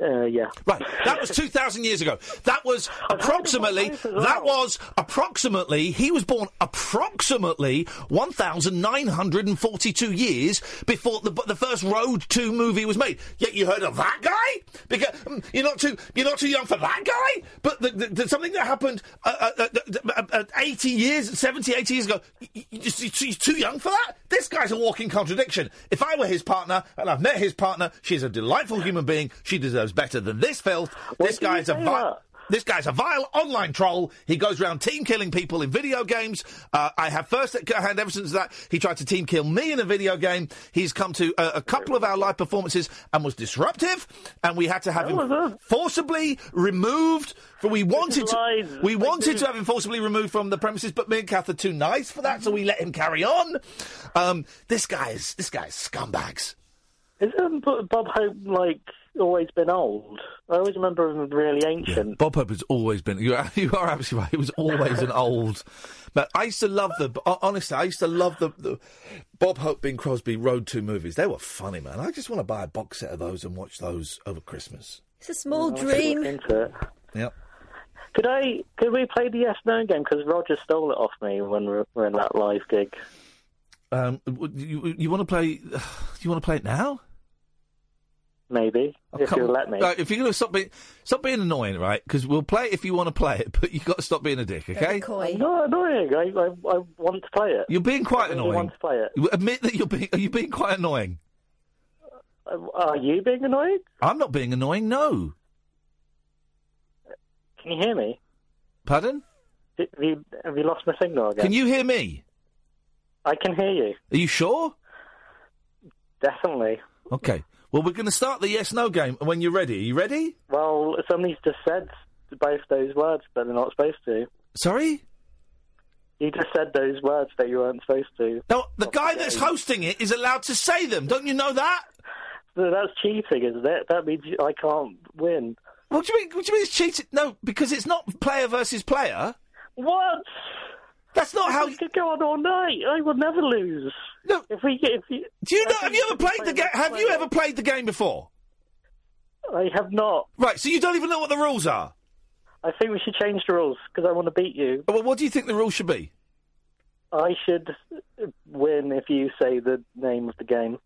Speaker 18: Uh, yeah.
Speaker 6: Right, that was two thousand years ago. That was approximately. That was approximately. He was born approximately one thousand nine hundred and forty-two years before the the first Road Two movie was made. Yet you heard of that guy? Because mm, you're not too you're not too young for that guy. But the, the, the, something that happened uh, uh, uh, uh, uh, eighty years, 70, 80 years ago, y- y- you're just- you're too young for that. This guy's a walking contradiction. If I were his partner and I've met his partner, she's a delightful human being. She deserves better than this filth. this guy's a vi- this guy's a vile online troll. He goes around team killing people in video games. Uh, I have first hand evidence of that. He tried to team kill me in a video game. He's come to uh, a couple of our live performances and was disruptive, and we had to have him forcibly removed. For we wanted to, we wanted to have him forcibly removed from the premises, but me and Kath are too nice for that, so we let him carry on. Um, this guy is this guy is scumbags.
Speaker 18: Isn't B- Bob Hope like always been old? I always remember him really ancient.
Speaker 6: Bob Hope has always been. You are, you are absolutely right. It was always an old. But I used to love the. ho- Honestly, I used to love the, the Bob Hope, Bing Crosby Road Two movies. They were funny, man. I just want to buy a box set of those and watch those over Christmas.
Speaker 7: It's a small
Speaker 18: Yeah, I should
Speaker 7: dream.
Speaker 18: look into it.
Speaker 6: Yep.
Speaker 18: Could I? Could we play the yes no game? Because Roger stole it off me when we were in that live gig.
Speaker 6: Um, w- you you want to play? Do you want to play it now?
Speaker 18: Maybe
Speaker 6: Oh,
Speaker 18: if
Speaker 6: come
Speaker 18: you'll
Speaker 6: on.
Speaker 18: let me.
Speaker 6: Right, if you're going to stop being stop being annoying, right? Because we'll play it if you want to play it, but you have got to stop being a dick, okay?
Speaker 18: I'm not annoying. I, I, I want to play it.
Speaker 6: You're being quite
Speaker 18: I really
Speaker 6: annoying.
Speaker 18: want to play it.
Speaker 6: You Admit that you're being are you being quite annoying?
Speaker 18: Uh, Are you being annoyed?
Speaker 6: I'm not being annoying. No.
Speaker 18: Can you hear me?
Speaker 6: Pardon?
Speaker 18: Have you, have you lost my signal again?
Speaker 6: Can you hear me?
Speaker 18: I can hear you.
Speaker 6: Are you sure?
Speaker 18: Definitely.
Speaker 6: Okay. Well, we're going to start the yes no game when you're ready. Are you ready?
Speaker 18: Well, somebody's just said both those words, but they're not supposed to.
Speaker 6: Sorry?
Speaker 18: You just said those words that you weren't supposed to.
Speaker 6: No, the guy that's hosting it is allowed to say them. Don't you know that?
Speaker 18: that's cheating, isn't it? That means you- I can't win.
Speaker 6: What do you mean? What do you mean it's cheating? No, because it's not player versus player.
Speaker 18: What?
Speaker 6: That's not how
Speaker 18: you could go on all night. I will never lose.
Speaker 6: No,
Speaker 18: if we get, if you,
Speaker 6: Do you know? Have you ever played the game? Have you ever played the game before?
Speaker 18: I have not.
Speaker 6: Right, so you don't even know what the rules are.
Speaker 18: I think we should change the rules because I want to beat you.
Speaker 6: Well, what do you think the rules should be?
Speaker 18: I should win if you say the name of the game.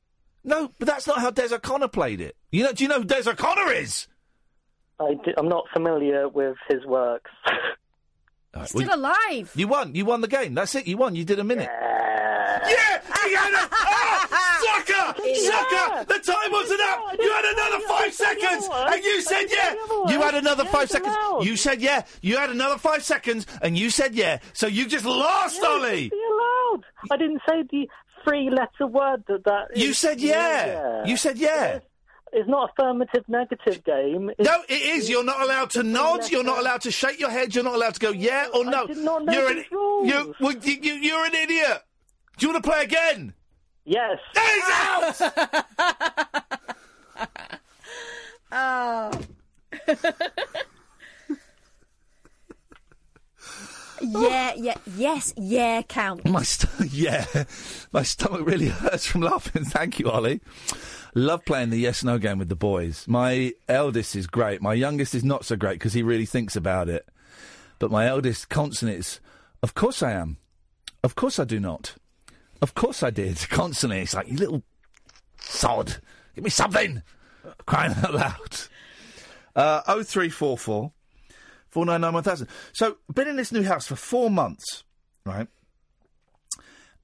Speaker 6: No, but that's not how Des O'Connor played it. You know? Do you know who Des O'Connor is?
Speaker 18: I am not familiar with his works.
Speaker 6: Still
Speaker 7: alive.
Speaker 6: You won. You won the game. That's it. You won. You did a minute. Yeah, you had a oh, sucker, sucker. The time wasn't up. You had another five seconds, and you said yeah. You had another five seconds. You said yeah. You had another five seconds, and you said yeah. So you just lost,
Speaker 18: Yeah,
Speaker 6: Ollie.
Speaker 18: Be allowed. I didn't say the three-letter word that that.
Speaker 6: You
Speaker 18: is.
Speaker 6: said yeah. You said yeah.
Speaker 18: It's not affirmative negative game. It's
Speaker 6: No, it is. You're not allowed to nod. You're not allowed to shake your head. You're not allowed to go yeah or no.
Speaker 18: know
Speaker 6: you're
Speaker 18: these
Speaker 6: you, well, you, you, you're an idiot. Do you want to play again?
Speaker 18: Yes.
Speaker 6: He's out.
Speaker 7: Oh. yeah, yeah, yes, yeah, count.
Speaker 6: My st- yeah, my stomach really hurts from laughing. Thank you, Ollie. Love playing the yes no game with the boys. My eldest is great. My youngest is not so great because he really thinks about it. But my eldest constantly is, of course I am. Of course I do not. Of course I did. Constantly, it's like you little sod. Give me something. Crying out loud. Uh, 0344 499 1000. So, been in this new house for four months, right?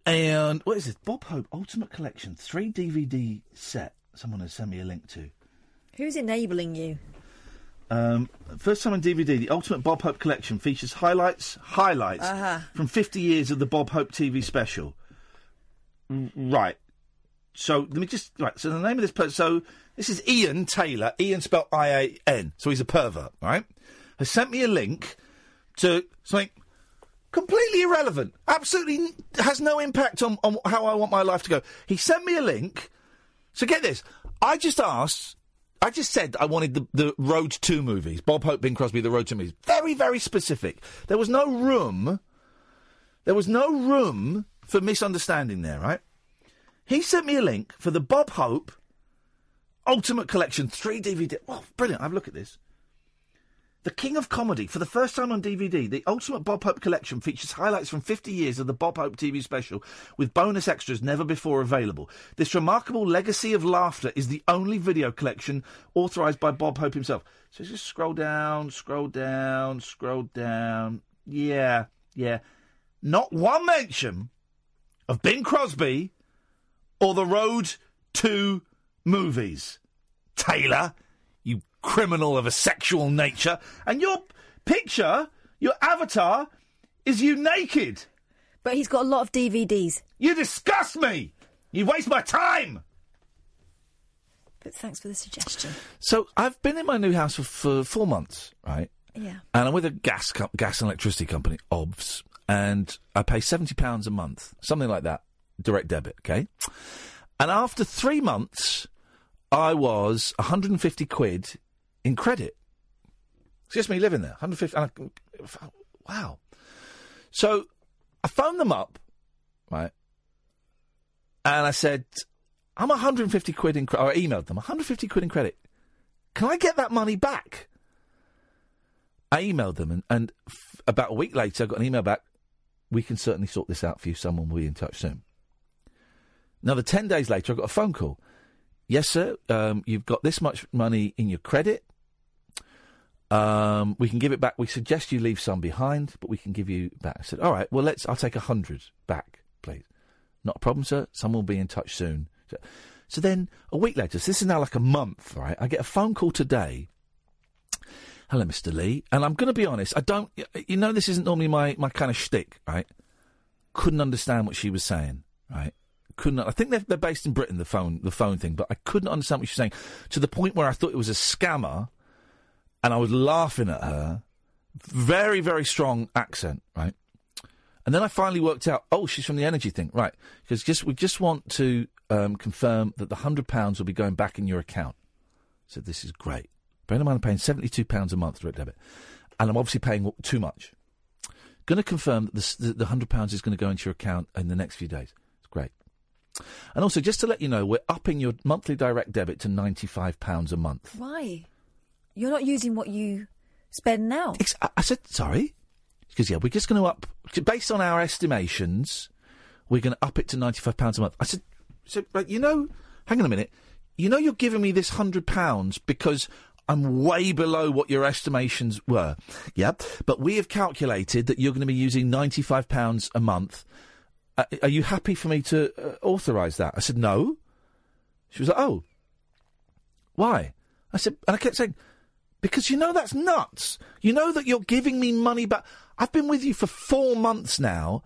Speaker 6: And what is this? Bob Hope Ultimate Collection, three DVD set. Someone has sent me a link to.
Speaker 7: Who's enabling you?
Speaker 6: Um, first time on DVD, the Ultimate Bob Hope Collection features highlights, highlights
Speaker 7: Uh-huh.
Speaker 6: from 50 years of the Bob Hope TV special. R- Right. So let me just right. So the name of this person. So this is Ian Taylor. Ian spelled I A N. So he's a pervert, right? Has sent me a link to something completely irrelevant. Absolutely n- has no impact on, on how I want my life to go. He sent me a link. So get this. I just asked. I just said I wanted the, the Road Two movies. Bob Hope, Bing Crosby, the Road Two movies. Very, very specific. There was no room. There was no room for misunderstanding there, right? He sent me a link for the Bob Hope Ultimate Collection 3 DVD. Oh, brilliant. Have a look at this. The King of Comedy, for the first time on DVD, the Ultimate Bob Hope Collection features highlights from 50 years of the Bob Hope TV special with bonus extras never before available. This remarkable legacy of laughter is the only video collection authorised by Bob Hope himself. So just scroll down, scroll down, scroll down. Yeah, yeah. Not one mention of Bing Crosby or the Road to Movies. Taylor, you criminal of a sexual nature. And your picture, your avatar, is you naked.
Speaker 7: But he's got a lot of DVDs.
Speaker 6: You disgust me! You waste my time!
Speaker 7: But thanks for the suggestion.
Speaker 6: So I've been in my new house for, for four months, right?
Speaker 7: Yeah.
Speaker 6: And I'm with a gas co- gas and electricity company, OBS, and I pay seventy pounds a month, something like that, direct debit. Okay. And after three months, I was 150 quid in credit. It's just me living there. 150. And I, wow. So I phoned them up, right? And I said, I'm 150 quid in credit. I emailed them, 150 quid in credit. Can I get that money back? I emailed them, and, and f- about a week later, I got an email back. We can certainly sort this out for you. Someone will be in touch soon. Another 10 days later, I got a phone call. Yes, sir, um, you've got this much money in your credit. Um, we can give it back. We suggest you leave some behind, but we can give you back. I said, all right, well, let's. I'll take a 100 back, please. Not a problem, sir. Someone will be in touch soon. So, so then a week later, so this is now like a month, right? I get a phone call today hello, Mr. Lee. And I'm going to be honest, I don't, y- you know, this isn't normally my, my kind of shtick, right? Couldn't understand what she was saying, right? Couldn't, I think they're, they're based in Britain, the phone, the phone thing, but I couldn't understand what she was saying to the point where I thought it was a scammer and I was laughing at her. Very, very strong accent, right? And then I finally worked out, oh, she's from the energy thing, right? Because just we just want to um, confirm that the hundred pounds will be going back in your account. So this is great. Bearing in mind, I'm paying seventy-two pounds a month direct debit, and I'm obviously paying w- too much. Going to confirm that the s- the, the hundred pounds is going to go into your account in the next few days. It's great. And also, just to let you know, we're upping your monthly direct debit to ninety-five pounds a month.
Speaker 7: Why? You're not using what you spend now.
Speaker 6: Ex- uh, I- I said, sorry. Because, yeah, we're just going to up, based on our estimations, we're going to up it to £95 a month. I said, so, but you know, hang on a minute. You know, you're giving me this £100 because I'm way below what your estimations were. Yeah. But we have calculated that you're going to be using £95 a month. Uh, are you happy for me to uh, authorise that? I said, no. She was like, oh, why? I said, and I kept saying, because you know that's nuts. You know that you're giving me money back. I've been with you for four months now,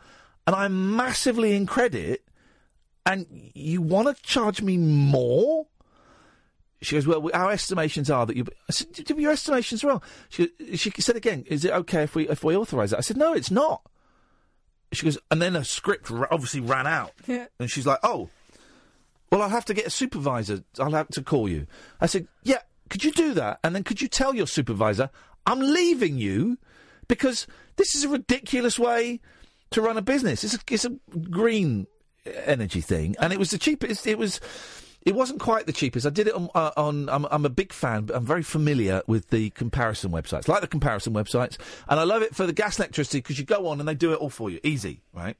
Speaker 6: and I'm massively in credit, and you want to charge me more? She goes, well, we- our estimations are that you. I said, "D- d- your estimations are wrong. She, she said again, is it okay if we if we authorise that? I said, no, it's not. She goes, and then her script ra- obviously ran out,
Speaker 3: Yeah.
Speaker 6: and she's like, oh, well, I'll have to get a supervisor. I'll have to call you. I said, yeah, could you do that? And then could you tell your supervisor, I'm leaving you because this is a ridiculous way to run a business. It's a, it's a green energy thing. And it was the cheapest. It was. It wasn't quite the cheapest. I did it on. Uh, on I'm, I'm a big fan. But I'm very familiar with the comparison websites, like the comparison websites, and I love it for the gas and electricity because you go on and they do it all for you, easy, right?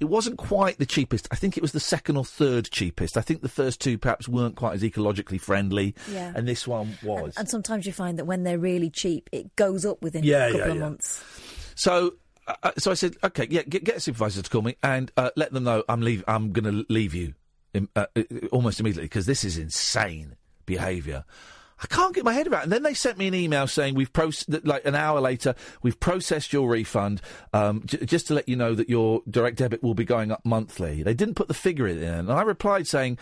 Speaker 6: It wasn't quite the cheapest. I think it was the second or third cheapest. I think the first two perhaps weren't quite as ecologically friendly,
Speaker 7: Yeah.
Speaker 6: and this one was.
Speaker 7: And sometimes you find that when they're really cheap, it goes up within
Speaker 6: Yeah,
Speaker 7: a couple
Speaker 6: yeah,
Speaker 7: of
Speaker 6: yeah.
Speaker 7: months.
Speaker 6: So, uh, uh, so I said, okay, yeah, get, get a supervisor to call me and uh, let them know I'm leave. I'm going to leave you im- uh, uh, almost immediately because this is insane behaviour. I can't get my head around. it. And then they sent me an email saying we've processed. Like an hour later, we've processed your refund. Um, j- just to let you know that your direct debit will be going up monthly. They didn't put the figure in, and I replied saying,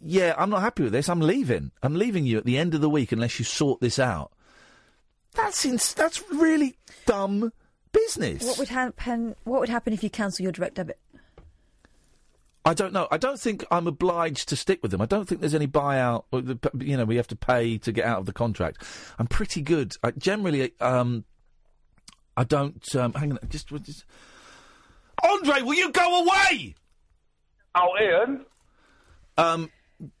Speaker 6: "Yeah, I'm not happy with this. I'm leaving. I'm leaving you at the end of the week unless you sort this out." That's ins- that's really dumb business.
Speaker 7: What would happen? What would happen if you cancel your direct debit?
Speaker 6: I don't know. I don't think I'm obliged to stick with them. I don't think there's any buyout. or the- You know, we have to pay to get out of the contract. I'm pretty good. I, generally, um, I don't. Um, hang on, just, just. Andre, will you go away?
Speaker 22: Oh, Ian.
Speaker 6: Um,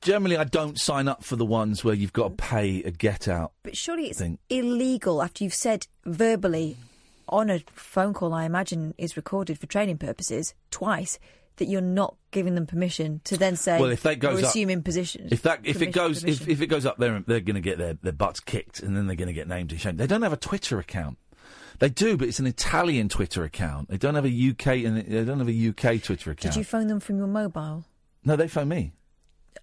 Speaker 6: generally, I don't sign up for the ones where you've got to pay a get out.
Speaker 7: But surely it's
Speaker 6: thing.
Speaker 7: illegal after you've said verbally on a phone call. I imagine is recorded for training purposes twice that you're not giving them permission to then say.
Speaker 6: Well, if that goes
Speaker 7: we're
Speaker 6: up-
Speaker 7: assuming position.
Speaker 6: If that if
Speaker 7: permission-
Speaker 6: it goes
Speaker 7: permission."
Speaker 6: if, if it goes up there, they're going to get their, their butts kicked, and then they're going to get named and shamed. They don't have a Twitter account. They do, but it's an Italian Twitter account. They don't have a UK and they don't have a UK Twitter account.
Speaker 7: did you phone them from your mobile
Speaker 6: No, they phone me.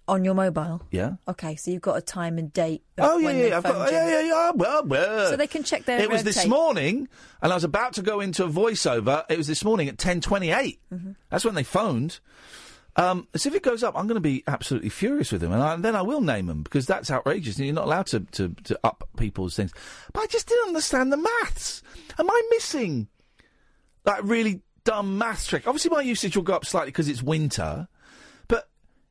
Speaker 7: on your mobile?
Speaker 6: Yeah.
Speaker 7: Okay, so you've got a time and date. of
Speaker 6: Oh yeah,
Speaker 7: when
Speaker 6: yeah,
Speaker 7: they
Speaker 6: yeah, I've
Speaker 7: phoned
Speaker 6: got,
Speaker 7: you.
Speaker 6: yeah, yeah, yeah. Well, well.
Speaker 7: So they can check their.
Speaker 6: It was
Speaker 7: uh,
Speaker 6: this
Speaker 7: tape.
Speaker 6: morning, and I was about to go into a voiceover. It was this morning at ten
Speaker 7: Mm-hmm.
Speaker 6: That's when they phoned. Um, so if it goes up, I'm going to be absolutely furious with them, and, I, then I will name them because that's outrageous, and you're not allowed to, to, to up people's things. But I just didn't understand the maths. Am I missing that really dumb maths trick? Obviously, my usage will go up slightly because it's winter, but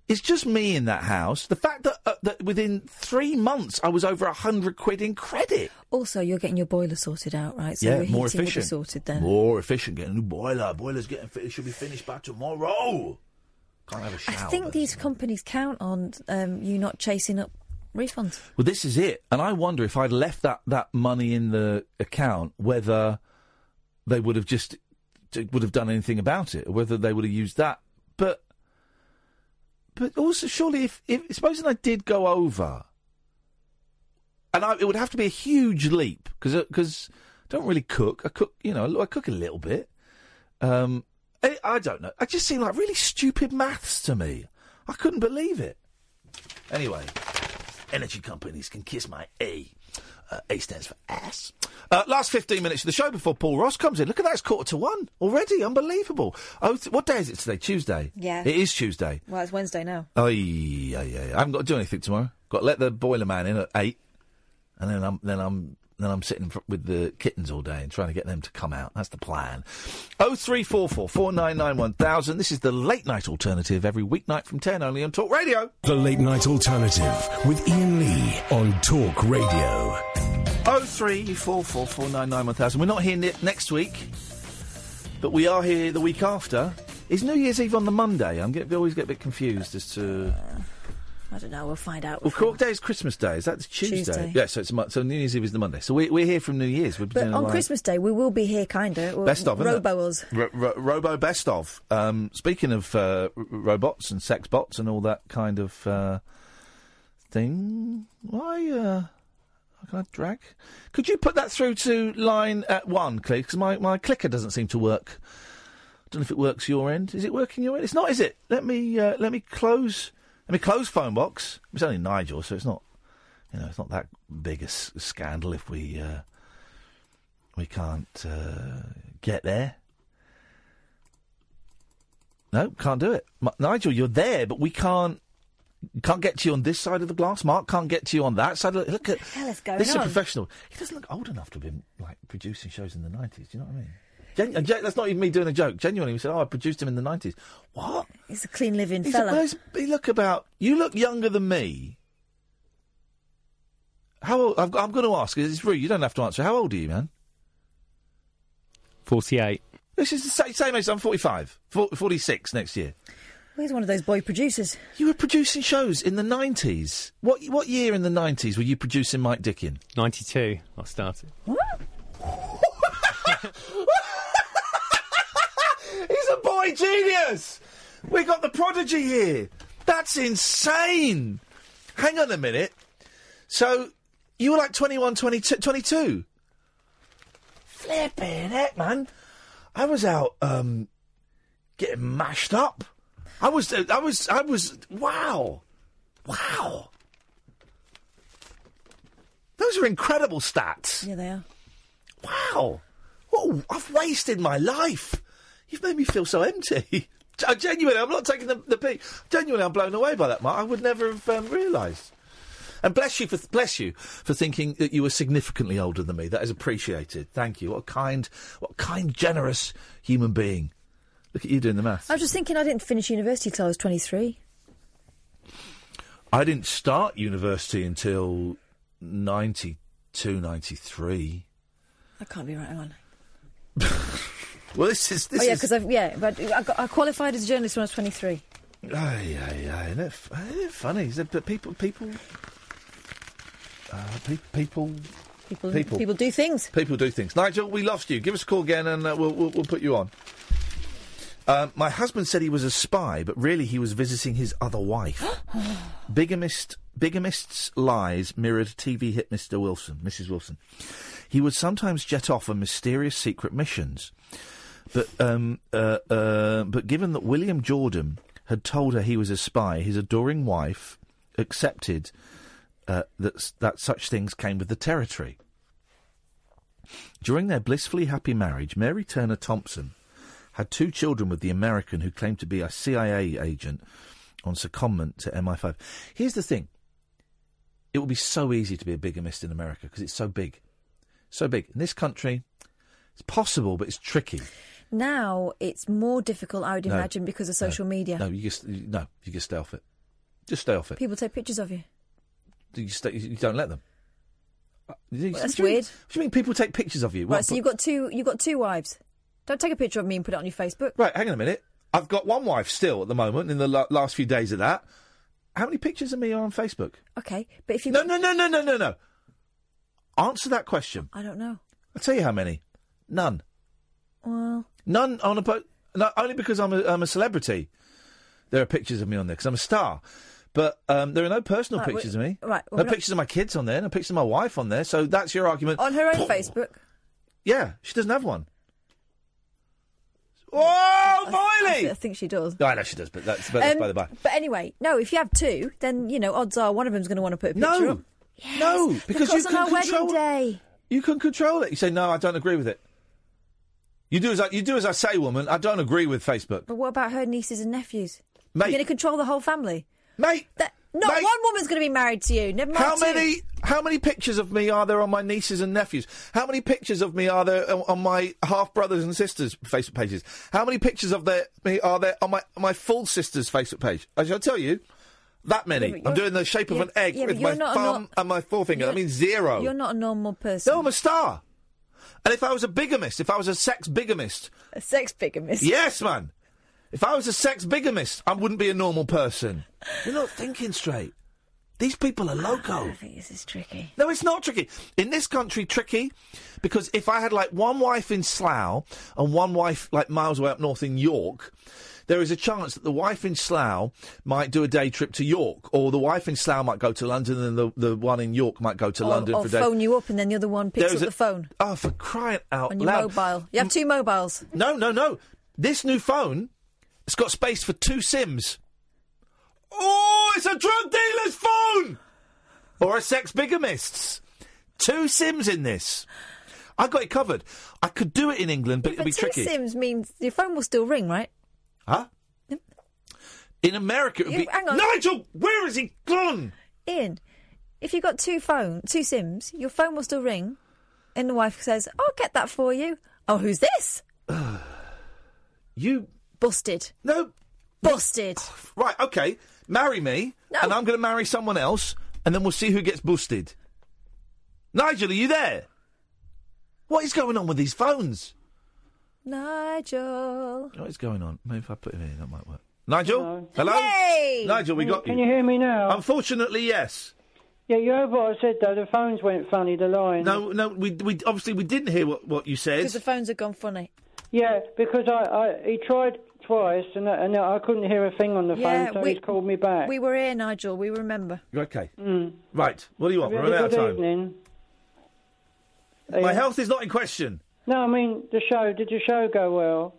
Speaker 6: it's just me in that house. The fact that, uh, that within three months I was over a hundred quid in credit.
Speaker 7: Also, you're getting your boiler sorted out, right? So your
Speaker 6: yeah, more
Speaker 7: heating will be
Speaker 6: efficient.
Speaker 7: sorted then.
Speaker 6: More efficient. Get a new boiler. Boiler's getting fi- it should be finished by tomorrow. Can't have a shower.
Speaker 7: I think these companies count on um, you not chasing up refunds.
Speaker 6: Well, this is it, and I wonder if I'd left that that money in the account, whether they would have just t- would have done anything about it, or whether they would have used that. But but also, surely, if, if supposing I did go over, and I, it would have to be a huge leap because because I don't really cook. I cook, you know, I cook a little bit. Um, I, I don't know. I just seem like really stupid maths to me. I couldn't believe it. Anyway, energy companies can kiss my A. Uh, A stands for ass. Uh, last 15 minutes of the show before Paul Ross comes in. Look at that, it's quarter to one already. Unbelievable. Oh, th- what day is it today? Tuesday?
Speaker 7: Yeah.
Speaker 6: It is Tuesday.
Speaker 7: Well, it's Wednesday now.
Speaker 6: Ay, ay, ay. I haven't got to do anything tomorrow. Got to let the boiler man in at eight, and then I'm then I'm then I'm sitting fr- with the kittens all day and trying to get them to come out. That's the plan. Oh three four four four nine nine one thousand. This is the late night alternative every weeknight from ten only on Talk Radio.
Speaker 15: The Late Night Alternative with Ian Lee on Talk Radio.
Speaker 6: Oh three four four four nine nine one thousand. We're not here ne- next week, but we are here the week after. Is New Year's Eve on the Monday? I'm get, always get a bit confused as to.
Speaker 7: I don't know. We'll find out.
Speaker 6: Well, Cork Day is Christmas Day. Is that Tuesday?
Speaker 7: Tuesday.
Speaker 6: Yeah, so it's Mon- so New Year's Eve is the Monday. So we, we're here from New Year's. We're
Speaker 7: But
Speaker 6: doing a
Speaker 7: on
Speaker 6: live-
Speaker 7: Christmas Day, we will be here, kind of.
Speaker 6: Best of, isn't it?
Speaker 7: Robo us.
Speaker 6: Ro- ro- Robo best of. Um, speaking of uh, r- robots and sex bots and all that kind of uh, thing, why uh, how can I drag? Could you put that through to line at one, please? Because my, my clicker doesn't seem to work. don't know if it works your end. Is it working your end? It's not, is it? Let me uh, let me close. Let me close phone box. It's only Nigel, so it's not. You know, it's not that big a s- scandal if we uh, we can't uh, get there. No, can't do it. M- Nigel, you're there, but we can't can't get to you on this side of the glass. Mark can't get to you on that side. Look, look at
Speaker 7: hell is going
Speaker 6: this
Speaker 7: on?
Speaker 6: is a professional. He doesn't look old enough to have been like producing shows in the nineties. Do you know what I mean? Gen- and gen- that's not even me doing a joke. Genuinely, we said, "Oh, I produced him in the 90s. What?
Speaker 7: He's a clean living
Speaker 6: He's-
Speaker 7: fella.
Speaker 6: well, he's- he look about. You look younger than me. How old? I've, got- I'm going to ask. It's rude. You don't have to answer. How old are you, man?
Speaker 25: 48.
Speaker 6: This is the same, same age. I'm 45, 40, 46 next year.
Speaker 7: Well, he's one of those boy producers.
Speaker 6: You were producing shows in the 90s. What what year in the 90s were you producing Mike Dickin?
Speaker 25: 92, I started.
Speaker 6: He's a boy genius. We got the prodigy here. That's insane. Hang on a minute. So you were like 21, 22, 22. Flipping heck, man. I was out um, getting mashed up. I was, uh, I was, I was, wow. Wow. Those are incredible stats.
Speaker 7: Yeah, they are.
Speaker 6: Wow. Whoa, I've wasted my life. You've made me feel so empty. Gen- Genuinely, I'm not taking the, the pick. Genuinely, I'm blown away by that, Mark. I would never have um, realised. And bless you for bless you for thinking that you were significantly older than me. That is appreciated. Thank you. What a kind, what a kind, generous human being. Look at you doing the math.
Speaker 7: I was just thinking I didn't finish university till I was 23.
Speaker 6: I didn't start university until 92, 93.
Speaker 7: That can't be right, hang on.
Speaker 6: Well, this is this
Speaker 7: oh, yeah,
Speaker 6: is
Speaker 7: because I've, yeah, but I, got, I qualified as a journalist when I was 23.
Speaker 6: Aye, aye, aye. Isn't it, f- isn't it funny? Is it, but people, people, uh, pe- people,
Speaker 7: People, people do things.
Speaker 6: People do things. Nigel, we lost you. Give us a call again, and uh, we'll, we'll we'll put you on. Um, my husband said he was a spy, but really he was visiting his other wife. Bigamist, bigamist's lies mirrored TV hit Mr. Wilson, Mrs. Wilson. He would sometimes jet off on mysterious secret missions, but um, uh, uh, but given that William Jordan had told her he was a spy, his adoring wife accepted uh, that s- that such things came with the territory. During their blissfully happy marriage, Mary Turner Thompson had two children with the American who claimed to be a CIA agent on secondment to MI5. Here's the thing it would be so easy to be a bigamist in America because it's so big. So big. In this country, it's possible, but it's tricky.
Speaker 7: Now it's more difficult, I would
Speaker 6: No.
Speaker 7: imagine, because of social media.
Speaker 6: No, you just you- no, you just stay off it. Just stay off it.
Speaker 7: People take pictures of you.
Speaker 6: You, stay, you don't let them. Uh, you-
Speaker 7: Well, that's
Speaker 6: what do you mean-
Speaker 7: weird.
Speaker 6: What do you mean people take pictures of you?
Speaker 7: right,
Speaker 6: What,
Speaker 7: so you've got two. You've got two wives. Don't take a picture of me and put it on your Facebook.
Speaker 6: Right, hang on a minute. I've got one wife still at the moment in the la- last few days of that. How many pictures of me are on Facebook?
Speaker 7: Okay, but if you
Speaker 6: No, no, no, no, no, no, no. Answer that question.
Speaker 7: I don't know.
Speaker 6: I'll tell you how many. None.
Speaker 7: Well,
Speaker 6: None on a po- no, only because I'm a, I'm a celebrity. There are pictures of me on there because I'm a star. But um, there are no personal
Speaker 7: Right, we-
Speaker 6: pictures of me.
Speaker 7: right, well,
Speaker 6: no
Speaker 7: we're not-
Speaker 6: pictures of my kids on there. No pictures of my wife on there. So that's your argument.
Speaker 7: on her own Facebook.
Speaker 6: Yeah, she doesn't have one. Oh,
Speaker 7: I,
Speaker 6: Boily!
Speaker 7: I think she does.
Speaker 6: Oh, No, I know she does, but that's, but that's
Speaker 7: Um,
Speaker 6: by the by.
Speaker 7: But anyway, no. If you have two, then you know odds are one of them's going to want to put a picture
Speaker 6: No.
Speaker 7: up.
Speaker 6: No, because,
Speaker 7: because
Speaker 6: you
Speaker 7: on
Speaker 6: can
Speaker 7: our wedding
Speaker 6: control
Speaker 7: day.
Speaker 6: You can control it. You say no, I don't agree with it. You do as I, you do as I say, woman. I don't agree with Facebook.
Speaker 7: But what about her nieces and nephews?
Speaker 6: Mate.
Speaker 7: You're going to control the whole family,
Speaker 6: mate.
Speaker 7: That, not one woman's going to be married to you. Never mind.
Speaker 6: How
Speaker 7: two.
Speaker 6: many how many pictures of me are there on my nieces and nephews? How many pictures of me are there on- on my half brothers and sisters Facebook pages? How many pictures of there me are there on my my full sister's Facebook page? I shall tell you. That many. I'm doing the shape of
Speaker 7: yeah,
Speaker 6: an egg
Speaker 7: yeah, but
Speaker 6: with
Speaker 7: you're
Speaker 6: my
Speaker 7: not a
Speaker 6: thumb
Speaker 7: nor-
Speaker 6: and my forefinger. That
Speaker 7: you're-
Speaker 6: means zero.
Speaker 7: You're not a normal person.
Speaker 6: No, I'm a star. And if I was a bigamist, if I was a sex bigamist,
Speaker 7: A sex bigamist.
Speaker 6: yes, man. If I was a sex bigamist, I wouldn't be a normal person. You're not thinking straight. These people are loco.
Speaker 7: This is tricky.
Speaker 6: No, it's not tricky. In this country, tricky, because if I had like one wife in Slough and one wife like miles away up north in York, there is a chance that the wife in Slough might do a day trip to York, or the wife in Slough might go to London, and the, the one in York might go to
Speaker 7: or,
Speaker 6: London
Speaker 7: or
Speaker 6: for a day.
Speaker 7: phone you up and then the other one picks
Speaker 6: There is
Speaker 7: up
Speaker 6: a-
Speaker 7: the phone
Speaker 6: Oh, for crying out
Speaker 7: on your
Speaker 6: loud!
Speaker 7: mobile. You have two mobiles.
Speaker 6: No, no, no. This new phone, it's got space for two SIMs. Oh, it's a drug dealer's phone! Or a sex bigamist's. Two SIMs in this. I got it covered. I could do it in England, but it'd
Speaker 7: But
Speaker 6: be
Speaker 7: two
Speaker 6: tricky.
Speaker 7: sims means your phone will still ring, right?
Speaker 6: Huh? In America, it would
Speaker 7: You-
Speaker 6: be.
Speaker 7: hang on.
Speaker 6: Nigel, where is he gone?
Speaker 7: Ian, if you've got two phone, two sims, your phone will still ring, and the wife says, "I'll get that for you." Oh, who's this?
Speaker 6: you
Speaker 7: busted.
Speaker 6: No,
Speaker 7: busted.
Speaker 6: Right, okay. Marry me, and I'm going to marry someone else, and then we'll see who gets busted. Nigel, are you there? What is going on with these phones?
Speaker 7: Nigel.
Speaker 6: What is going on? Maybe if I put him in, that might work. Nigel? Hello?
Speaker 7: Hey!
Speaker 6: Nigel, we got
Speaker 19: Can
Speaker 6: you.
Speaker 19: you hear me now?
Speaker 6: Unfortunately, yes.
Speaker 19: Yeah, you heard what I said though. The phones went funny. The line.
Speaker 6: No, no, we, we obviously we didn't hear what, what you said.
Speaker 7: Because the phones have gone funny.
Speaker 19: Yeah, because I, I he tried twice and I, and I couldn't hear a thing on the
Speaker 7: Yeah,
Speaker 19: phone, so
Speaker 7: we-
Speaker 19: he's called me back.
Speaker 7: We were here, Nigel. We remember.
Speaker 6: Okay.
Speaker 19: Mm.
Speaker 6: Right, what do you want? We're
Speaker 19: Have
Speaker 6: running
Speaker 19: you
Speaker 6: out
Speaker 19: had
Speaker 6: of
Speaker 19: a good
Speaker 6: time.
Speaker 19: evening?
Speaker 6: My
Speaker 19: Yeah.
Speaker 6: health is not in question.
Speaker 19: No, I mean the show. Did the show go well?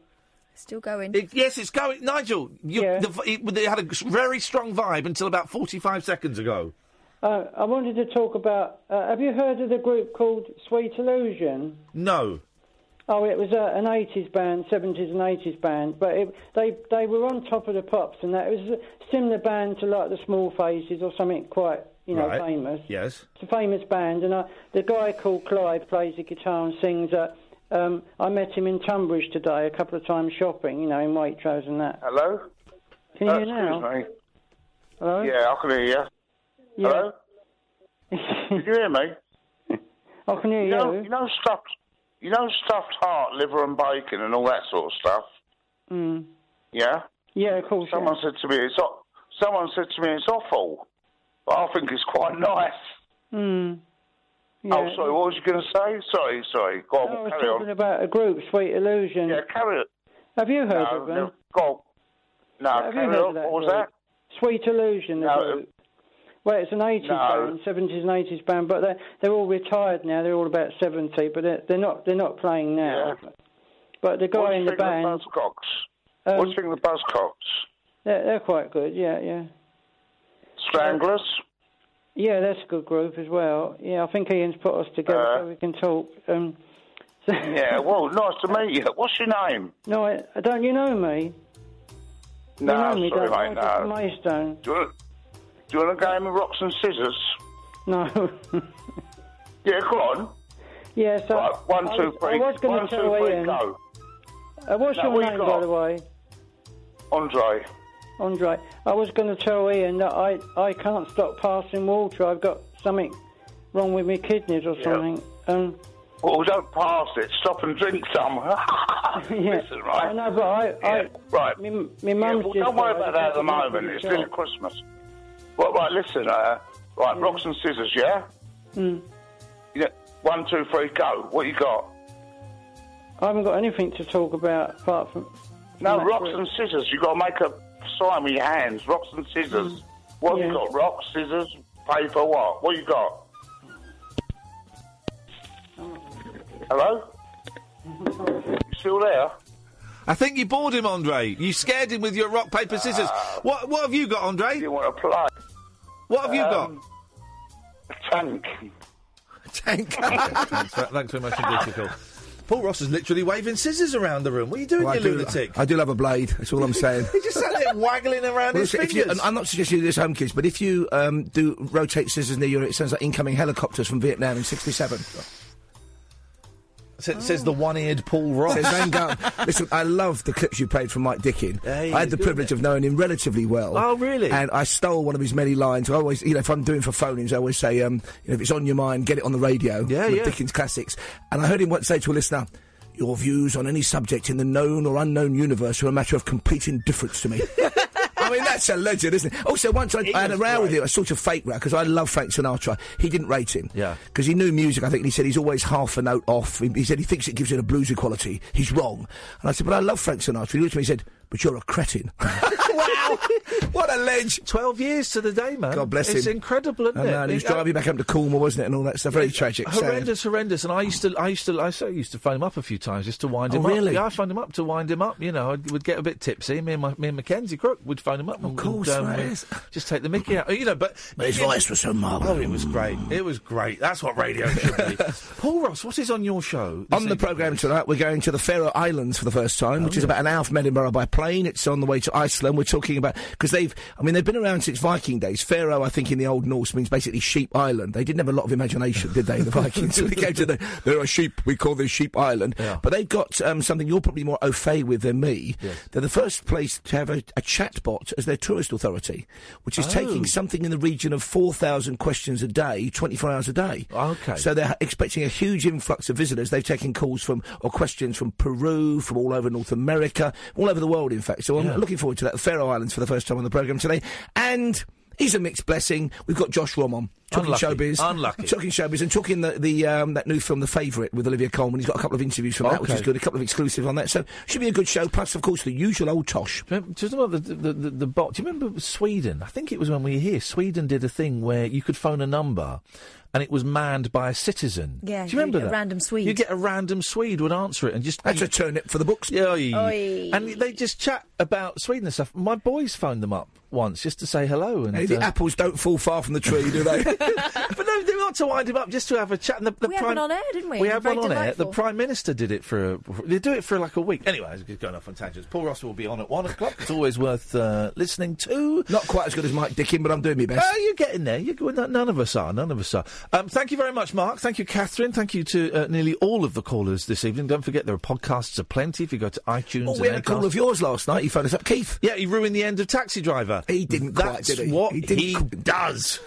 Speaker 7: Still going.
Speaker 6: It, yes, it's going. Nigel, you, the, it, it had a very strong vibe until about 45 seconds ago.
Speaker 19: Uh, I wanted to talk about. Uh, have you heard of the group called Sweet Illusion?
Speaker 6: No.
Speaker 19: Oh, it was uh, an 80s band, 70s and 80s band, but it, they they were on top of the pops, and that it was a similar band to like the Small Faces or something quite you know
Speaker 6: Right.
Speaker 19: famous.
Speaker 6: Yes.
Speaker 19: It's a famous band, and I, the guy called Clive plays the guitar and sings. Uh, um, I met him in Tunbridge today a couple of times shopping, you know, in Waitrose and that.
Speaker 22: Hello?
Speaker 19: Can you
Speaker 22: Uh,
Speaker 19: hear now?
Speaker 22: Excuse me.
Speaker 19: Hello?
Speaker 22: Yeah, I can hear you. Hello? Can you hear me?
Speaker 19: I can hear
Speaker 22: you. Know,
Speaker 19: you.
Speaker 22: you know stuffed, you know stuffed heart, liver and bacon and all that sort of stuff.
Speaker 19: Mm.
Speaker 22: Yeah.
Speaker 19: Yeah, of course.
Speaker 22: Someone said to me, it's o- someone said to me it's awful, but I think it's quite nice.
Speaker 19: Mm. Yeah.
Speaker 22: Oh, sorry, what was you going to say? Sorry, sorry. Go
Speaker 19: I
Speaker 22: on,
Speaker 19: was
Speaker 22: Oh, carry on.
Speaker 19: talking about a group, Sweet Illusion.
Speaker 22: Yeah, carry on.
Speaker 19: Have you heard
Speaker 22: no,
Speaker 19: of them?
Speaker 22: No, go on. No,
Speaker 19: Have you
Speaker 22: carry
Speaker 19: heard
Speaker 22: on.
Speaker 19: of that
Speaker 22: What was
Speaker 19: group?
Speaker 22: that?
Speaker 19: Sweet Illusion. the
Speaker 22: No.
Speaker 19: group. Well, it's an 80s
Speaker 22: No.
Speaker 19: band, 70s and 80s band, but they're, they're all retired now. They're all about 70, but they're, they're not they're not playing now. But the guy
Speaker 22: What do you
Speaker 19: in the
Speaker 22: think of
Speaker 19: band, Um,
Speaker 22: Buzzcocks? what do you think of the Buzzcocks?
Speaker 19: they're, they're quite good. Yeah, yeah,
Speaker 22: Stranglers?
Speaker 19: yeah. That's a good group as well. Yeah, I think Ian's put us together
Speaker 22: Uh,
Speaker 19: so we can talk. Um,
Speaker 22: yeah, well, nice to meet you. What's your name?
Speaker 19: no, I, I don't. You know me?
Speaker 22: No,
Speaker 19: you know me,
Speaker 22: sorry, mate,
Speaker 19: don't you?
Speaker 22: no.
Speaker 19: Just Maidstone.
Speaker 22: Do you, want, do you want a game of rocks and scissors?
Speaker 19: No.
Speaker 22: Yeah, go on.
Speaker 19: yeah. So
Speaker 22: Right, one,
Speaker 19: I
Speaker 22: two,
Speaker 19: was-
Speaker 22: three.
Speaker 19: I was going
Speaker 22: one,
Speaker 19: to
Speaker 22: two,
Speaker 19: tell
Speaker 22: three,
Speaker 19: Ian.
Speaker 22: go.
Speaker 19: Uh, what's
Speaker 22: Now,
Speaker 19: your
Speaker 22: what you
Speaker 19: name,
Speaker 22: got?
Speaker 19: by the way?
Speaker 22: Andre.
Speaker 19: Andre, I was going to tell Ian that I, I can't stop passing water. I've got something wrong with my kidneys or something. Um,
Speaker 22: Well, don't pass it. Stop and drink some. Listen, right?
Speaker 19: I know, but I,
Speaker 22: Yeah, right.
Speaker 19: I, my mum's
Speaker 22: well,
Speaker 19: just
Speaker 22: don't worry
Speaker 19: died.
Speaker 22: about that at the moment. It's still Christmas. Well, right, listen. Uh, right, rocks and scissors, yeah? Hmm.
Speaker 19: Mm.
Speaker 22: yeah? One, two, three, go. What you got?
Speaker 19: I haven't got anything to talk about apart from.
Speaker 22: No,
Speaker 19: from that
Speaker 22: rocks
Speaker 19: group.
Speaker 22: and scissors. You've got to make a sign with your hands. Rocks and scissors. What have you got? Rocks, scissors, paper, what? What you got? Oh. Hello? You still there?
Speaker 6: I think you bored him, Andre. You scared him with your rock, paper,
Speaker 22: Uh,
Speaker 6: scissors. what What have you got, Andre? You
Speaker 22: want to play?
Speaker 6: What have you
Speaker 22: Um,
Speaker 6: Tank. Tank. thanks, ver- thanks very much indeed for your call. Paul Ross is literally waving scissors around the room. What are you doing,
Speaker 30: Well, I
Speaker 6: you
Speaker 30: do-
Speaker 6: lunatic?
Speaker 30: I do love a blade. That's all I'm saying.
Speaker 6: He just sat there waggling around
Speaker 30: Well,
Speaker 6: his
Speaker 30: listen, if
Speaker 6: fingers.
Speaker 30: you, and I'm not suggesting you do this, home kids, but if you um, do rotate scissors near your, it sounds like incoming helicopters from Vietnam in '67.
Speaker 6: Sa- Says the one-eared Paul Ross.
Speaker 30: Says Van Gogh. Listen, I love the clips you played from Mike Dickin.
Speaker 6: Yeah, he
Speaker 30: I
Speaker 6: was
Speaker 30: had the
Speaker 6: good,
Speaker 30: privilege of knowing him relatively well.
Speaker 6: Oh, really?
Speaker 30: And I stole one of his many lines. I always, you know, if I'm doing for phonings, I always say, um, you know, if it's on your mind, get it on the radio. Yeah, with
Speaker 6: yeah.
Speaker 30: Dickin's classics. And I heard him once say to a listener, your views on any subject in the known or unknown universe are a matter of complete indifference to me. I mean, that's a legend, isn't it? Also, once I, I had a row with him, a sort of fake row, because I love Frank Sinatra. He didn't rate him. Yeah. Because he knew music, I think, and he said he's always half a note off. He, he said he thinks it gives it a bluesy quality. He's wrong. And I said, but I love Frank Sinatra. He looked at me and said, but you're a cretin.
Speaker 6: wow! What a ledge! Twelve years to the day, man.
Speaker 30: God bless him.
Speaker 6: It's incredible, isn't
Speaker 30: I
Speaker 6: it?
Speaker 30: know, and he was
Speaker 6: It- uh,
Speaker 30: driving back up to Cornwall, wasn't it, and all that stuff. Very tragic. sad.
Speaker 6: Horrendous, horrendous. And I used to, I used to, I so used to phone him up a few times just to wind
Speaker 30: Oh,
Speaker 6: him up.
Speaker 30: really?
Speaker 6: Yeah, I phoned him up to wind him up. You know, I would get a bit tipsy. Me and my, me and Mackenzie Crook would phone him up. Of
Speaker 30: course, mate.
Speaker 6: just take the Mickey out. You know, but,
Speaker 30: But his voice was so marvellous.
Speaker 6: Oh, it was great. It was great. That's what radio should be. Paul Ross, what is on your show?
Speaker 30: on the programme tonight, we're going to the Faroe Islands for the first
Speaker 6: Oh,
Speaker 30: time, which is about an hour from Edinburgh by plane. It's on the way to Iceland. We're talking about because they've, I mean, they've been around since Viking days. Faroe, I think, in the Old Norse means basically sheep island. They didn't have a lot of imagination, did they? The Vikings, So they came to the, there are sheep. We call this Sheep Island. But they've got um, something you're probably more au fait with than me. They're the first place to have a, a chatbot as their tourist authority, which is
Speaker 6: Oh.
Speaker 30: taking something in the region of four thousand questions a day, twenty four hours a day.
Speaker 6: Okay.
Speaker 30: So they're expecting a huge influx of visitors. They've taken calls from or questions from Peru, from all over North America, all over the world, in fact. So I'm
Speaker 6: Yeah.
Speaker 30: looking forward to that. The Faroe Islands for the first time on the programme today, and. He's a mixed blessing. We've got Josh Rom on talking
Speaker 6: Unlucky.
Speaker 30: showbiz,
Speaker 6: Unlucky.
Speaker 30: talking showbiz, E. and talking the, the um, that new film, The Favourite, with Olivia Colman. He's got a couple of interviews from that, which
Speaker 6: Okay.
Speaker 30: is good. A couple of exclusives on that, so should be a good show. Plus, of course, the usual old tosh.
Speaker 6: Do you remember- do you remember the, the, the, the bot? Do you remember Sweden? I think it was when we were here. Sweden did a thing where you could phone a number and it was manned by a citizen.
Speaker 7: Yeah,
Speaker 6: Do you remember
Speaker 7: a
Speaker 6: that?
Speaker 7: random Swede.
Speaker 6: You get a random Swede would answer it and just. That's
Speaker 30: a turnip for the books.
Speaker 6: Yeah,
Speaker 7: Oi.
Speaker 6: and they just chat about Sweden and stuff. My boys phoned them up once just to say hello. And uh,
Speaker 30: Hey, the apples don't fall far from the tree, do they?
Speaker 6: but no, they want to wind him up just to have a chat. And the, the
Speaker 7: We had
Speaker 6: prime,
Speaker 7: one on air, didn't we?
Speaker 6: We had
Speaker 7: Very
Speaker 6: one on air. The
Speaker 7: delightful.
Speaker 6: prime minister did it for. A, they do it for like a week. Anyway, it's going off on tangents. Paul Ross will be on at one o'clock. It's always worth uh, listening to.
Speaker 30: Not quite as good as Mike Dickin, but I'm doing my best.
Speaker 6: Oh, you're getting there. You're, well, no- none of us are. None of us are. Um, thank you very much, Mark. Thank you, Catherine. Thank you to uh, nearly all of the callers this evening. Don't forget there are podcasts aplenty if you go to iTunes.
Speaker 30: Oh,
Speaker 6: and
Speaker 30: we had a
Speaker 6: Acast.
Speaker 30: call of yours last night. You phoned us up, Keith.
Speaker 6: Yeah, he ruined the end of Taxi Driver.
Speaker 30: He didn't
Speaker 6: That's
Speaker 30: quite, did he?
Speaker 6: what
Speaker 30: He
Speaker 6: he,
Speaker 30: didn't
Speaker 6: does.